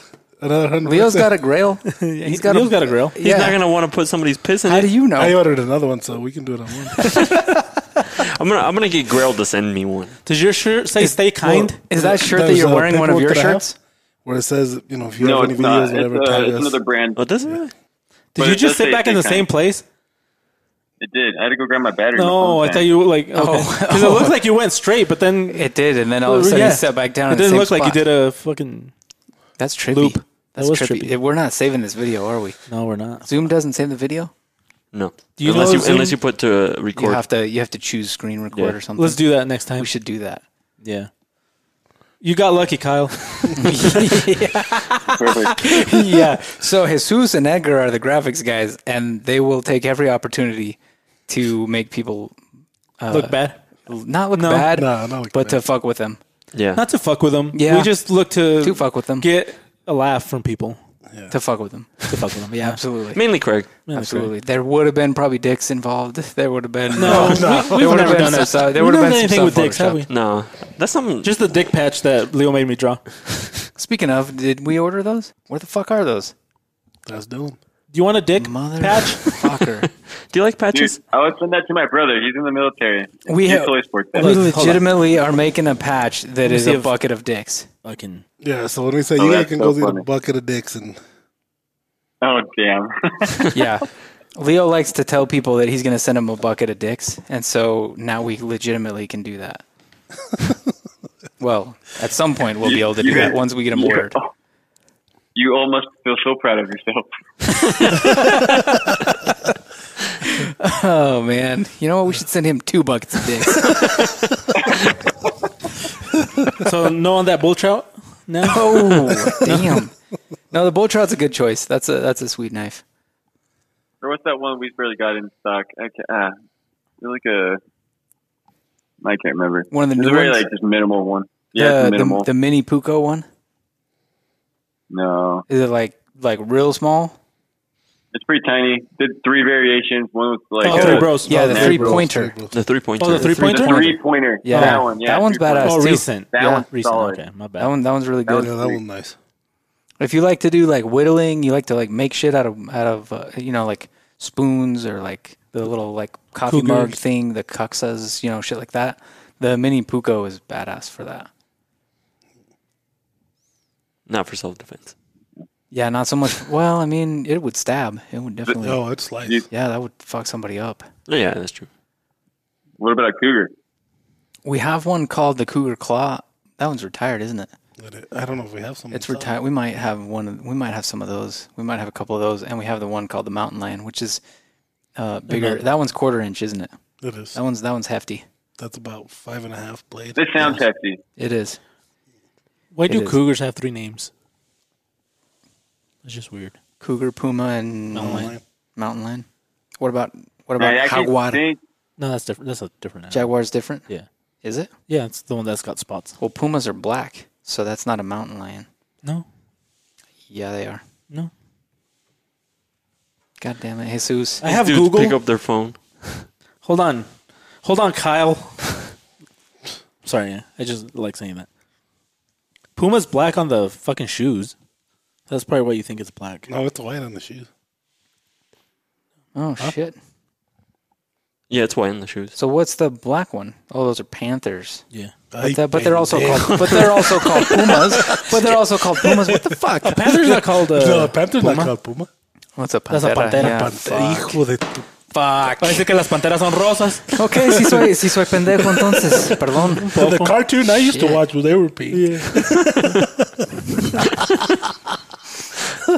[SPEAKER 5] Another hundred.
[SPEAKER 1] Leo's
[SPEAKER 5] percent.
[SPEAKER 1] got a grail. He's got
[SPEAKER 3] Neil's
[SPEAKER 1] a.
[SPEAKER 3] got a grill.
[SPEAKER 4] He's not gonna want to put somebody's piss in
[SPEAKER 1] How
[SPEAKER 4] it.
[SPEAKER 1] do you know?
[SPEAKER 5] I ordered another one, so we can do it on one.
[SPEAKER 4] I'm gonna I'm gonna get Grail to send me one.
[SPEAKER 3] Does your shirt say "Stay kind"?
[SPEAKER 1] Is that shirt that
[SPEAKER 5] There's,
[SPEAKER 1] you're
[SPEAKER 5] uh,
[SPEAKER 1] wearing one of your
[SPEAKER 5] paperwork that I have
[SPEAKER 1] shirts?
[SPEAKER 5] Where it says, you know, if you
[SPEAKER 2] No,
[SPEAKER 5] have
[SPEAKER 2] it's
[SPEAKER 5] any videos,
[SPEAKER 2] not. It's,
[SPEAKER 5] whatever,
[SPEAKER 2] uh,
[SPEAKER 5] tag
[SPEAKER 2] it's
[SPEAKER 5] us.
[SPEAKER 2] another brand.
[SPEAKER 4] Oh, does it? Really?
[SPEAKER 3] Did
[SPEAKER 2] But
[SPEAKER 3] you
[SPEAKER 2] it
[SPEAKER 3] just
[SPEAKER 2] does
[SPEAKER 3] sit
[SPEAKER 2] say
[SPEAKER 3] back in
[SPEAKER 2] stay
[SPEAKER 3] the
[SPEAKER 2] kind.
[SPEAKER 3] same place?
[SPEAKER 2] It did. I had to go grab my battery.
[SPEAKER 3] No, I thought
[SPEAKER 2] tell
[SPEAKER 3] you were like okay. Because it looked like you went straight, but then
[SPEAKER 1] It did, and then all of a sudden
[SPEAKER 3] yeah.
[SPEAKER 1] he Oh, sat back down.
[SPEAKER 3] it
[SPEAKER 1] in the
[SPEAKER 3] didn't
[SPEAKER 1] same
[SPEAKER 3] look like you
[SPEAKER 1] spot.
[SPEAKER 3] did a fucking.
[SPEAKER 1] That's trippy.
[SPEAKER 3] loop. That
[SPEAKER 1] That's
[SPEAKER 3] was
[SPEAKER 1] trippy.
[SPEAKER 3] trippy.
[SPEAKER 1] It- We're not saving this video, are we?
[SPEAKER 3] No, we're not.
[SPEAKER 1] Zoom doesn't save the video.
[SPEAKER 4] No.
[SPEAKER 3] you
[SPEAKER 4] unless
[SPEAKER 3] know
[SPEAKER 4] you
[SPEAKER 3] Zoom?
[SPEAKER 4] unless you put to uh,
[SPEAKER 1] You
[SPEAKER 4] record.
[SPEAKER 1] have to. You have to choose screen record
[SPEAKER 4] Yeah.
[SPEAKER 1] or something.
[SPEAKER 3] Let's do that next time.
[SPEAKER 1] We should do that.
[SPEAKER 3] Yeah. You got lucky, Kyle.
[SPEAKER 2] Perfect.
[SPEAKER 1] yeah. So Jesus and Edgar are the graphics guys, and they will take every opportunity to make people uh,
[SPEAKER 3] Look bad.
[SPEAKER 1] not look
[SPEAKER 3] No.
[SPEAKER 1] bad,
[SPEAKER 5] No, not look
[SPEAKER 1] but to
[SPEAKER 5] bad.
[SPEAKER 1] fuck with them,
[SPEAKER 4] yeah.
[SPEAKER 3] Not to fuck with them.
[SPEAKER 1] Yeah.
[SPEAKER 3] We just look to
[SPEAKER 1] To fuck with them.
[SPEAKER 3] Get a laugh from people.
[SPEAKER 1] to fuck with them,
[SPEAKER 3] To fuck with them. Yeah.
[SPEAKER 1] absolutely.
[SPEAKER 4] Mainly Craig.
[SPEAKER 1] Absolutely. There would have been probably dicks involved. There would have been uh,
[SPEAKER 3] No, we,
[SPEAKER 1] There
[SPEAKER 3] we've
[SPEAKER 1] would have
[SPEAKER 3] never
[SPEAKER 1] been
[SPEAKER 3] done
[SPEAKER 1] some
[SPEAKER 3] it.
[SPEAKER 1] stuff- there
[SPEAKER 3] We've
[SPEAKER 1] would have
[SPEAKER 3] never
[SPEAKER 1] been
[SPEAKER 3] done
[SPEAKER 1] some
[SPEAKER 3] anything
[SPEAKER 1] stuff
[SPEAKER 3] with dicks, have we?
[SPEAKER 1] photoshopped.
[SPEAKER 4] No, that's something.
[SPEAKER 3] Just the dick patch that Leo made me draw. Do
[SPEAKER 1] Speaking of, did we order those? Where the fuck are those?
[SPEAKER 5] That's Dylan.
[SPEAKER 3] you want a dick patch?
[SPEAKER 1] Motherfucker.
[SPEAKER 4] do you like
[SPEAKER 2] Dude,
[SPEAKER 4] patches?
[SPEAKER 2] I would send that to my brother. He's in the military.
[SPEAKER 1] We
[SPEAKER 2] He's
[SPEAKER 1] have-
[SPEAKER 2] totally sports.
[SPEAKER 1] we
[SPEAKER 2] that.
[SPEAKER 1] legitimately are making a patch that is
[SPEAKER 3] see
[SPEAKER 1] a
[SPEAKER 3] if-
[SPEAKER 1] bucket of dicks.
[SPEAKER 3] Fucking.
[SPEAKER 5] Yeah, so when we say
[SPEAKER 2] Oh,
[SPEAKER 5] you guys
[SPEAKER 2] that's
[SPEAKER 5] can
[SPEAKER 2] so
[SPEAKER 5] go see the
[SPEAKER 2] funny.
[SPEAKER 5] bucket of dicks and
[SPEAKER 2] Oh damn!
[SPEAKER 1] Yeah. Leo likes to tell people that he's going to send him a bucket of dicks, and so now we legitimately can do that. Well, at some point we'll be able to do
[SPEAKER 2] You
[SPEAKER 1] that
[SPEAKER 2] guys-
[SPEAKER 1] once we get them
[SPEAKER 2] you-
[SPEAKER 1] ordered.
[SPEAKER 2] You all must feel so proud of yourself.
[SPEAKER 1] Oh man, you know what? We should send him two buckets of dicks.
[SPEAKER 3] So no on that bull trout. No.
[SPEAKER 1] oh damn! No, the bull trout's a good choice. That's a that's a sweet knife.
[SPEAKER 2] Or what's that one we barely got in stock? I ca ah, it was like a. I can't remember.
[SPEAKER 1] One of the
[SPEAKER 2] It's
[SPEAKER 1] new
[SPEAKER 2] a very
[SPEAKER 1] ones?
[SPEAKER 2] like just minimal one. Yeah,
[SPEAKER 1] Uh, the,
[SPEAKER 2] it's
[SPEAKER 1] the,
[SPEAKER 2] minimal.
[SPEAKER 1] the mini puko one
[SPEAKER 2] no,
[SPEAKER 1] is it like like real small?
[SPEAKER 2] it's pretty tiny. Did three variations. One was like
[SPEAKER 3] Oh,
[SPEAKER 2] a,
[SPEAKER 3] three bros.
[SPEAKER 1] Yeah, the
[SPEAKER 3] Oh,
[SPEAKER 1] three
[SPEAKER 5] Bros,
[SPEAKER 1] pointer.
[SPEAKER 5] Bros.
[SPEAKER 4] The three pointer.
[SPEAKER 3] Oh, the three
[SPEAKER 2] the
[SPEAKER 3] pointer.
[SPEAKER 2] three pointer.
[SPEAKER 1] Yeah.
[SPEAKER 2] that one. Yeah,
[SPEAKER 1] That one's
[SPEAKER 2] three-pointer.
[SPEAKER 1] badass.
[SPEAKER 3] Oh,
[SPEAKER 1] Too.
[SPEAKER 3] recent.
[SPEAKER 2] That
[SPEAKER 1] Yeah.
[SPEAKER 2] one's
[SPEAKER 3] Recent.
[SPEAKER 2] solid.
[SPEAKER 3] Okay, my
[SPEAKER 1] That
[SPEAKER 3] bad.
[SPEAKER 1] one that one's really good.
[SPEAKER 5] Yeah, that was nice.
[SPEAKER 1] if you like to do like whittling, you like to like make shit out of out of uh, you know like spoons or like the little like coffee mug
[SPEAKER 3] Cougars.
[SPEAKER 1] thing, the cuxas, you know, shit like that. The mini puko is badass for that.
[SPEAKER 4] Not for self defense.
[SPEAKER 1] Yeah, not so much. Well, I mean, it would stab. It would definitely.
[SPEAKER 5] No, Oh, it's light.
[SPEAKER 2] You-
[SPEAKER 1] Yeah, that would fuck somebody up.
[SPEAKER 4] Yeah, that's true.
[SPEAKER 2] What about a cougar?
[SPEAKER 1] We have one called the Cougar Claw. That one's retired, isn't it?
[SPEAKER 5] I don't know if we have some.
[SPEAKER 1] It's
[SPEAKER 5] in stock.
[SPEAKER 1] retired. We might have one. of- We might have some of those. We might have a couple of those, and we have the one called the Mountain Lion, which is uh, bigger. That one's quarter inch, isn't it?
[SPEAKER 5] It is.
[SPEAKER 1] That one's that one's hefty.
[SPEAKER 5] That's about five and a half blade.
[SPEAKER 2] This sounds hefty.
[SPEAKER 1] It is.
[SPEAKER 3] Why do
[SPEAKER 1] is.
[SPEAKER 3] cougars have three names? It's just weird.
[SPEAKER 1] Cougar, Puma, and
[SPEAKER 3] Mountain lion.
[SPEAKER 1] Mountain Lion. What about what
[SPEAKER 2] I
[SPEAKER 1] about
[SPEAKER 2] actually
[SPEAKER 1] Jaguar?
[SPEAKER 2] think
[SPEAKER 3] No, that's different. That's a different animal.
[SPEAKER 1] Jaguar's different.
[SPEAKER 3] Yeah.
[SPEAKER 1] Is it?
[SPEAKER 3] Yeah, it's the one that's got spots.
[SPEAKER 1] Well, Pumas are black, so that's not a mountain lion.
[SPEAKER 3] No,
[SPEAKER 1] Yeah, they are.
[SPEAKER 3] no.
[SPEAKER 1] God damn it, Jesus!
[SPEAKER 3] I have
[SPEAKER 4] Dudes
[SPEAKER 3] Google.
[SPEAKER 4] pick up their phone.
[SPEAKER 3] Hold on. Hold on, Kyle. Sorry, I just like saying that. Puma's black on the fucking shoes. That's probably why you think it's black.
[SPEAKER 5] No, it's white on the shoes.
[SPEAKER 1] Oh shit!
[SPEAKER 4] Yeah, it's white in the shoes.
[SPEAKER 1] So what's the black one? Oh, those are panthers.
[SPEAKER 3] Yeah.
[SPEAKER 5] Uh,
[SPEAKER 1] But, the- but they're also called. But they're also called pumas. But they're also called pumas. What the fuck?
[SPEAKER 3] Panther's not called. Uh,
[SPEAKER 5] No, Panther's not called Puma.
[SPEAKER 1] What's a pantera?
[SPEAKER 3] That's a pantera.
[SPEAKER 1] Yeah,
[SPEAKER 5] Panther.
[SPEAKER 1] Ah, fuck.
[SPEAKER 5] Hijo de tu-
[SPEAKER 3] Parece que las panteras son rosas.
[SPEAKER 1] Okay, si soy si soy pendejo entonces. Perdón.
[SPEAKER 5] The cartoon I used
[SPEAKER 1] Shit.
[SPEAKER 5] to watch, well, they were pink.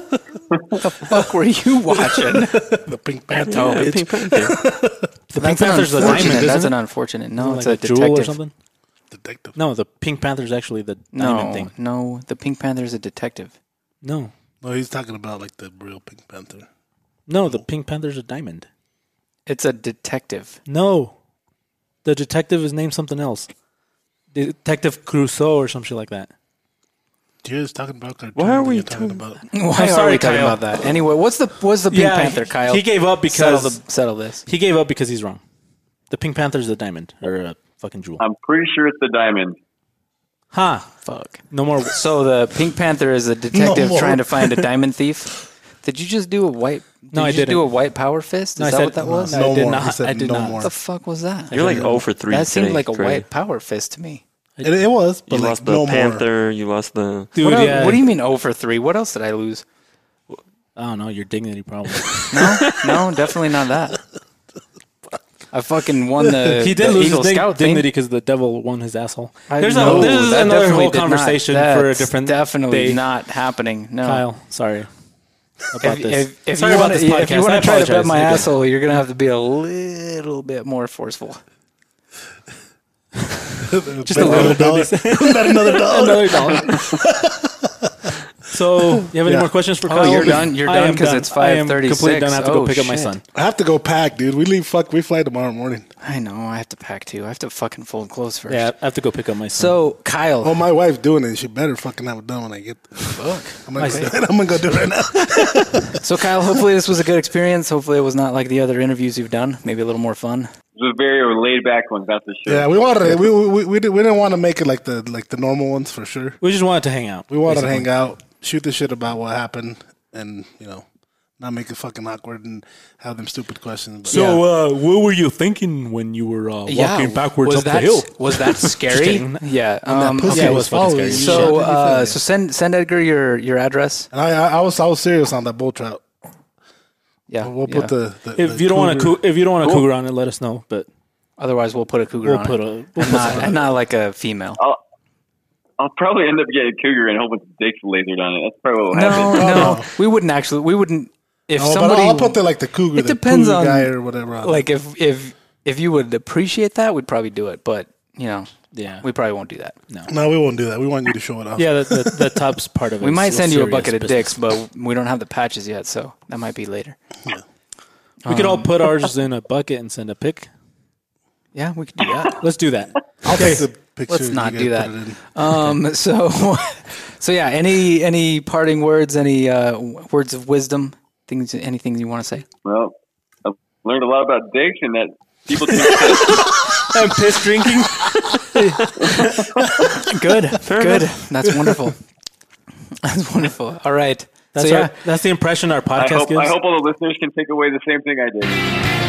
[SPEAKER 1] Fuck, were you watching?
[SPEAKER 5] The Pink Panther.
[SPEAKER 1] Oh,
[SPEAKER 5] bitch.
[SPEAKER 4] Pink Panther.
[SPEAKER 3] The
[SPEAKER 1] That's
[SPEAKER 3] Pink
[SPEAKER 1] an
[SPEAKER 3] Panther's the
[SPEAKER 1] unfortunate.
[SPEAKER 3] diamond,
[SPEAKER 1] That's
[SPEAKER 3] isn't
[SPEAKER 1] an
[SPEAKER 3] it?
[SPEAKER 1] unfortunate. No,
[SPEAKER 3] Like
[SPEAKER 1] it's a
[SPEAKER 3] jewel
[SPEAKER 1] detective.
[SPEAKER 3] or something.
[SPEAKER 5] Detective.
[SPEAKER 3] No, the Pink Panther's actually the diamond
[SPEAKER 1] No,
[SPEAKER 3] thing.
[SPEAKER 1] no, the Pink Panther is a detective.
[SPEAKER 3] No,
[SPEAKER 5] No, he's talking about like the real Pink Panther.
[SPEAKER 3] no, the Pink Panther's a diamond.
[SPEAKER 1] It's a detective.
[SPEAKER 3] No, the detective is named something else. Detective Crusoe or some shit like that.
[SPEAKER 5] Dude, he's talking about cartoon.
[SPEAKER 4] Why are
[SPEAKER 5] when
[SPEAKER 4] we
[SPEAKER 5] you're talking
[SPEAKER 4] talking-
[SPEAKER 5] about?
[SPEAKER 1] Why
[SPEAKER 3] I'm
[SPEAKER 1] are
[SPEAKER 3] sorry,
[SPEAKER 1] we talking
[SPEAKER 3] Kyle.
[SPEAKER 1] about that? Anyway, what's the what's the Pink Panther, Kyle?
[SPEAKER 3] He gave up
[SPEAKER 1] settle,
[SPEAKER 3] because
[SPEAKER 1] the, settle this.
[SPEAKER 3] he gave up because he's wrong. The Pink Panther's a diamond or a fucking jewel.
[SPEAKER 1] Uh,
[SPEAKER 2] I'm pretty sure it's the diamond.
[SPEAKER 3] ha!
[SPEAKER 1] Fuck.
[SPEAKER 3] No more.
[SPEAKER 1] So the Pink Panther is a detective
[SPEAKER 5] more.
[SPEAKER 1] trying to find a diamond thief. Did you just do a white? Did
[SPEAKER 3] No,
[SPEAKER 1] you
[SPEAKER 3] I
[SPEAKER 1] just
[SPEAKER 3] didn't.
[SPEAKER 1] Do a white power fist? Is
[SPEAKER 3] No, I
[SPEAKER 1] that
[SPEAKER 3] said-
[SPEAKER 1] what that was?
[SPEAKER 3] I
[SPEAKER 5] No
[SPEAKER 3] did
[SPEAKER 5] more.
[SPEAKER 3] not-
[SPEAKER 5] He said
[SPEAKER 3] I did
[SPEAKER 5] no
[SPEAKER 3] not.
[SPEAKER 5] more.
[SPEAKER 1] What the fuck was that?
[SPEAKER 4] You're like 0 for 3.
[SPEAKER 1] that seemed
[SPEAKER 4] today,
[SPEAKER 1] like a
[SPEAKER 4] Craig.
[SPEAKER 1] white power fist to me.
[SPEAKER 5] It, it was,
[SPEAKER 4] You
[SPEAKER 5] but like
[SPEAKER 4] lost the
[SPEAKER 5] no
[SPEAKER 4] Panther.
[SPEAKER 5] more.
[SPEAKER 4] You lost the.
[SPEAKER 3] Dude,
[SPEAKER 1] what, el-
[SPEAKER 3] yeah.
[SPEAKER 1] what do you mean 0 for 3? What else did I lose?
[SPEAKER 3] I don't know. Your dignity problem.
[SPEAKER 1] No, no, definitely not that. I fucking won the,
[SPEAKER 3] he did
[SPEAKER 1] the
[SPEAKER 3] lose
[SPEAKER 1] Eagle
[SPEAKER 3] his dig-
[SPEAKER 1] Scout thing.
[SPEAKER 3] dignity because the devil won his asshole.
[SPEAKER 1] I
[SPEAKER 3] There's
[SPEAKER 1] know,
[SPEAKER 3] a, this is
[SPEAKER 1] that
[SPEAKER 3] another
[SPEAKER 1] definitely
[SPEAKER 3] whole
[SPEAKER 1] did not-
[SPEAKER 3] conversation for a
[SPEAKER 1] that's
[SPEAKER 3] different
[SPEAKER 1] definitely
[SPEAKER 3] day.
[SPEAKER 1] not happening. No.
[SPEAKER 3] Kyle, sorry about
[SPEAKER 1] If,
[SPEAKER 3] this.
[SPEAKER 1] if- if
[SPEAKER 3] sorry
[SPEAKER 1] you
[SPEAKER 3] about
[SPEAKER 1] wanna,
[SPEAKER 3] this podcast.
[SPEAKER 1] If you
[SPEAKER 3] I
[SPEAKER 1] want to try to bet
[SPEAKER 3] apologize.
[SPEAKER 1] my
[SPEAKER 3] You're good.
[SPEAKER 1] asshole, you're gonna have to be a little bit more forceful.
[SPEAKER 5] Just a little dollar. Not another dollar.
[SPEAKER 3] Another dollar. so, you have any
[SPEAKER 5] Yeah.
[SPEAKER 3] more questions for
[SPEAKER 1] Oh,
[SPEAKER 3] Kyle?
[SPEAKER 1] you're done- you're
[SPEAKER 3] I
[SPEAKER 1] done
[SPEAKER 3] am
[SPEAKER 1] 'cause
[SPEAKER 3] done.
[SPEAKER 1] it's
[SPEAKER 3] I am completely
[SPEAKER 1] 5:36.
[SPEAKER 3] done. I have to
[SPEAKER 1] Oh,
[SPEAKER 3] go pick up my
[SPEAKER 1] shit.
[SPEAKER 3] son.
[SPEAKER 5] I have to go pack, dude. We leave. Fuck, we fly tomorrow morning.
[SPEAKER 1] I know. I have to pack too. I have to fucking fold clothes first.
[SPEAKER 3] Yeah, I have to go pick up my son.
[SPEAKER 1] So Kyle,
[SPEAKER 5] Well, Oh, my wife's doing it. She better fucking have it done when I get. there. I'm gonna, go, I'm gonna go do it right now.
[SPEAKER 1] so Kyle, hopefully this was a good experience. Hopefully it was not like the other interviews you've done. Maybe a little more fun.
[SPEAKER 2] It was a very laid back one. That's the show.
[SPEAKER 5] yeah, we wanted. to- We we we, did, we didn't want to make it like the like the normal ones for sure.
[SPEAKER 3] we just wanted to hang out.
[SPEAKER 5] We wanted to hang out, shoot the shit about what happened, and you know, not make it fucking awkward and have them stupid questions. But
[SPEAKER 3] So, uh, what were you thinking when you were uh, walking backwards
[SPEAKER 1] was
[SPEAKER 3] up
[SPEAKER 1] that,
[SPEAKER 3] the hill?
[SPEAKER 1] Was that scary?
[SPEAKER 3] kidding.
[SPEAKER 1] yeah. Um,
[SPEAKER 5] pussy
[SPEAKER 1] okay.
[SPEAKER 3] it
[SPEAKER 5] was
[SPEAKER 3] was fucking scary.
[SPEAKER 5] following you.
[SPEAKER 1] So
[SPEAKER 5] Shit, did you
[SPEAKER 1] uh,
[SPEAKER 5] feel
[SPEAKER 1] so
[SPEAKER 5] it?
[SPEAKER 1] send send Edgar your your address.
[SPEAKER 5] and I, I I was I was serious on that bull trout.
[SPEAKER 1] Yeah.
[SPEAKER 5] We'll
[SPEAKER 1] yeah.
[SPEAKER 5] put the, the
[SPEAKER 3] if
[SPEAKER 5] the
[SPEAKER 3] you don't want
[SPEAKER 5] cougar-
[SPEAKER 3] to, if you don't want to cougar on it, let us know. But
[SPEAKER 1] Otherwise, we'll put a cougar
[SPEAKER 3] We'll
[SPEAKER 1] on
[SPEAKER 3] put
[SPEAKER 1] it.
[SPEAKER 3] a- we'll
[SPEAKER 1] and,
[SPEAKER 3] put
[SPEAKER 1] not,
[SPEAKER 3] some-
[SPEAKER 1] and not like a female.
[SPEAKER 2] I'll probably end up getting a cougar and a whole bunch of dicks lasered on it. That's probably what will happen.
[SPEAKER 1] No,
[SPEAKER 5] Oh,
[SPEAKER 1] no,
[SPEAKER 5] no.
[SPEAKER 1] we wouldn't actually. We wouldn't. If
[SPEAKER 5] No,
[SPEAKER 1] somebody,
[SPEAKER 5] Oh, but I'll put the like the cougar,
[SPEAKER 1] It
[SPEAKER 5] the
[SPEAKER 1] depends
[SPEAKER 5] cougar
[SPEAKER 1] on-
[SPEAKER 5] guy or whatever. on it.
[SPEAKER 1] like if if if you would appreciate that, we'd probably do it. But you know,
[SPEAKER 3] Yeah.
[SPEAKER 1] we probably won't do that.
[SPEAKER 5] no, we won't do that. We want you to show it off.
[SPEAKER 3] yeah, the, the, the top's part of it.
[SPEAKER 1] We
[SPEAKER 3] is
[SPEAKER 1] might send you a
[SPEAKER 3] serious
[SPEAKER 1] bucket of
[SPEAKER 3] business.
[SPEAKER 1] dicks, but we don't have the patches yet, so that might be later.
[SPEAKER 3] We could all
[SPEAKER 1] Um.
[SPEAKER 3] put ours in a bucket and send a pic.
[SPEAKER 1] Yeah, we could do that.
[SPEAKER 3] Let's do that.
[SPEAKER 5] I'll take the picture.
[SPEAKER 1] Let's
[SPEAKER 5] you
[SPEAKER 1] not
[SPEAKER 5] guys
[SPEAKER 1] do
[SPEAKER 5] put
[SPEAKER 1] that.
[SPEAKER 5] it in.
[SPEAKER 1] Um, so, so yeah. Any any parting words? Any uh, w- words of wisdom? Things? Anything you want to say?
[SPEAKER 2] Well, I've learned a lot about dicks and that people think that
[SPEAKER 3] I'm piss drinking.
[SPEAKER 1] Good, good. That's wonderful. That's wonderful. All right.
[SPEAKER 3] That's,
[SPEAKER 1] so
[SPEAKER 3] our-
[SPEAKER 1] yeah,
[SPEAKER 3] that's the impression our
[SPEAKER 2] I
[SPEAKER 3] podcast
[SPEAKER 2] hope
[SPEAKER 3] gives.
[SPEAKER 2] I hope all the listeners can take away the same thing I did.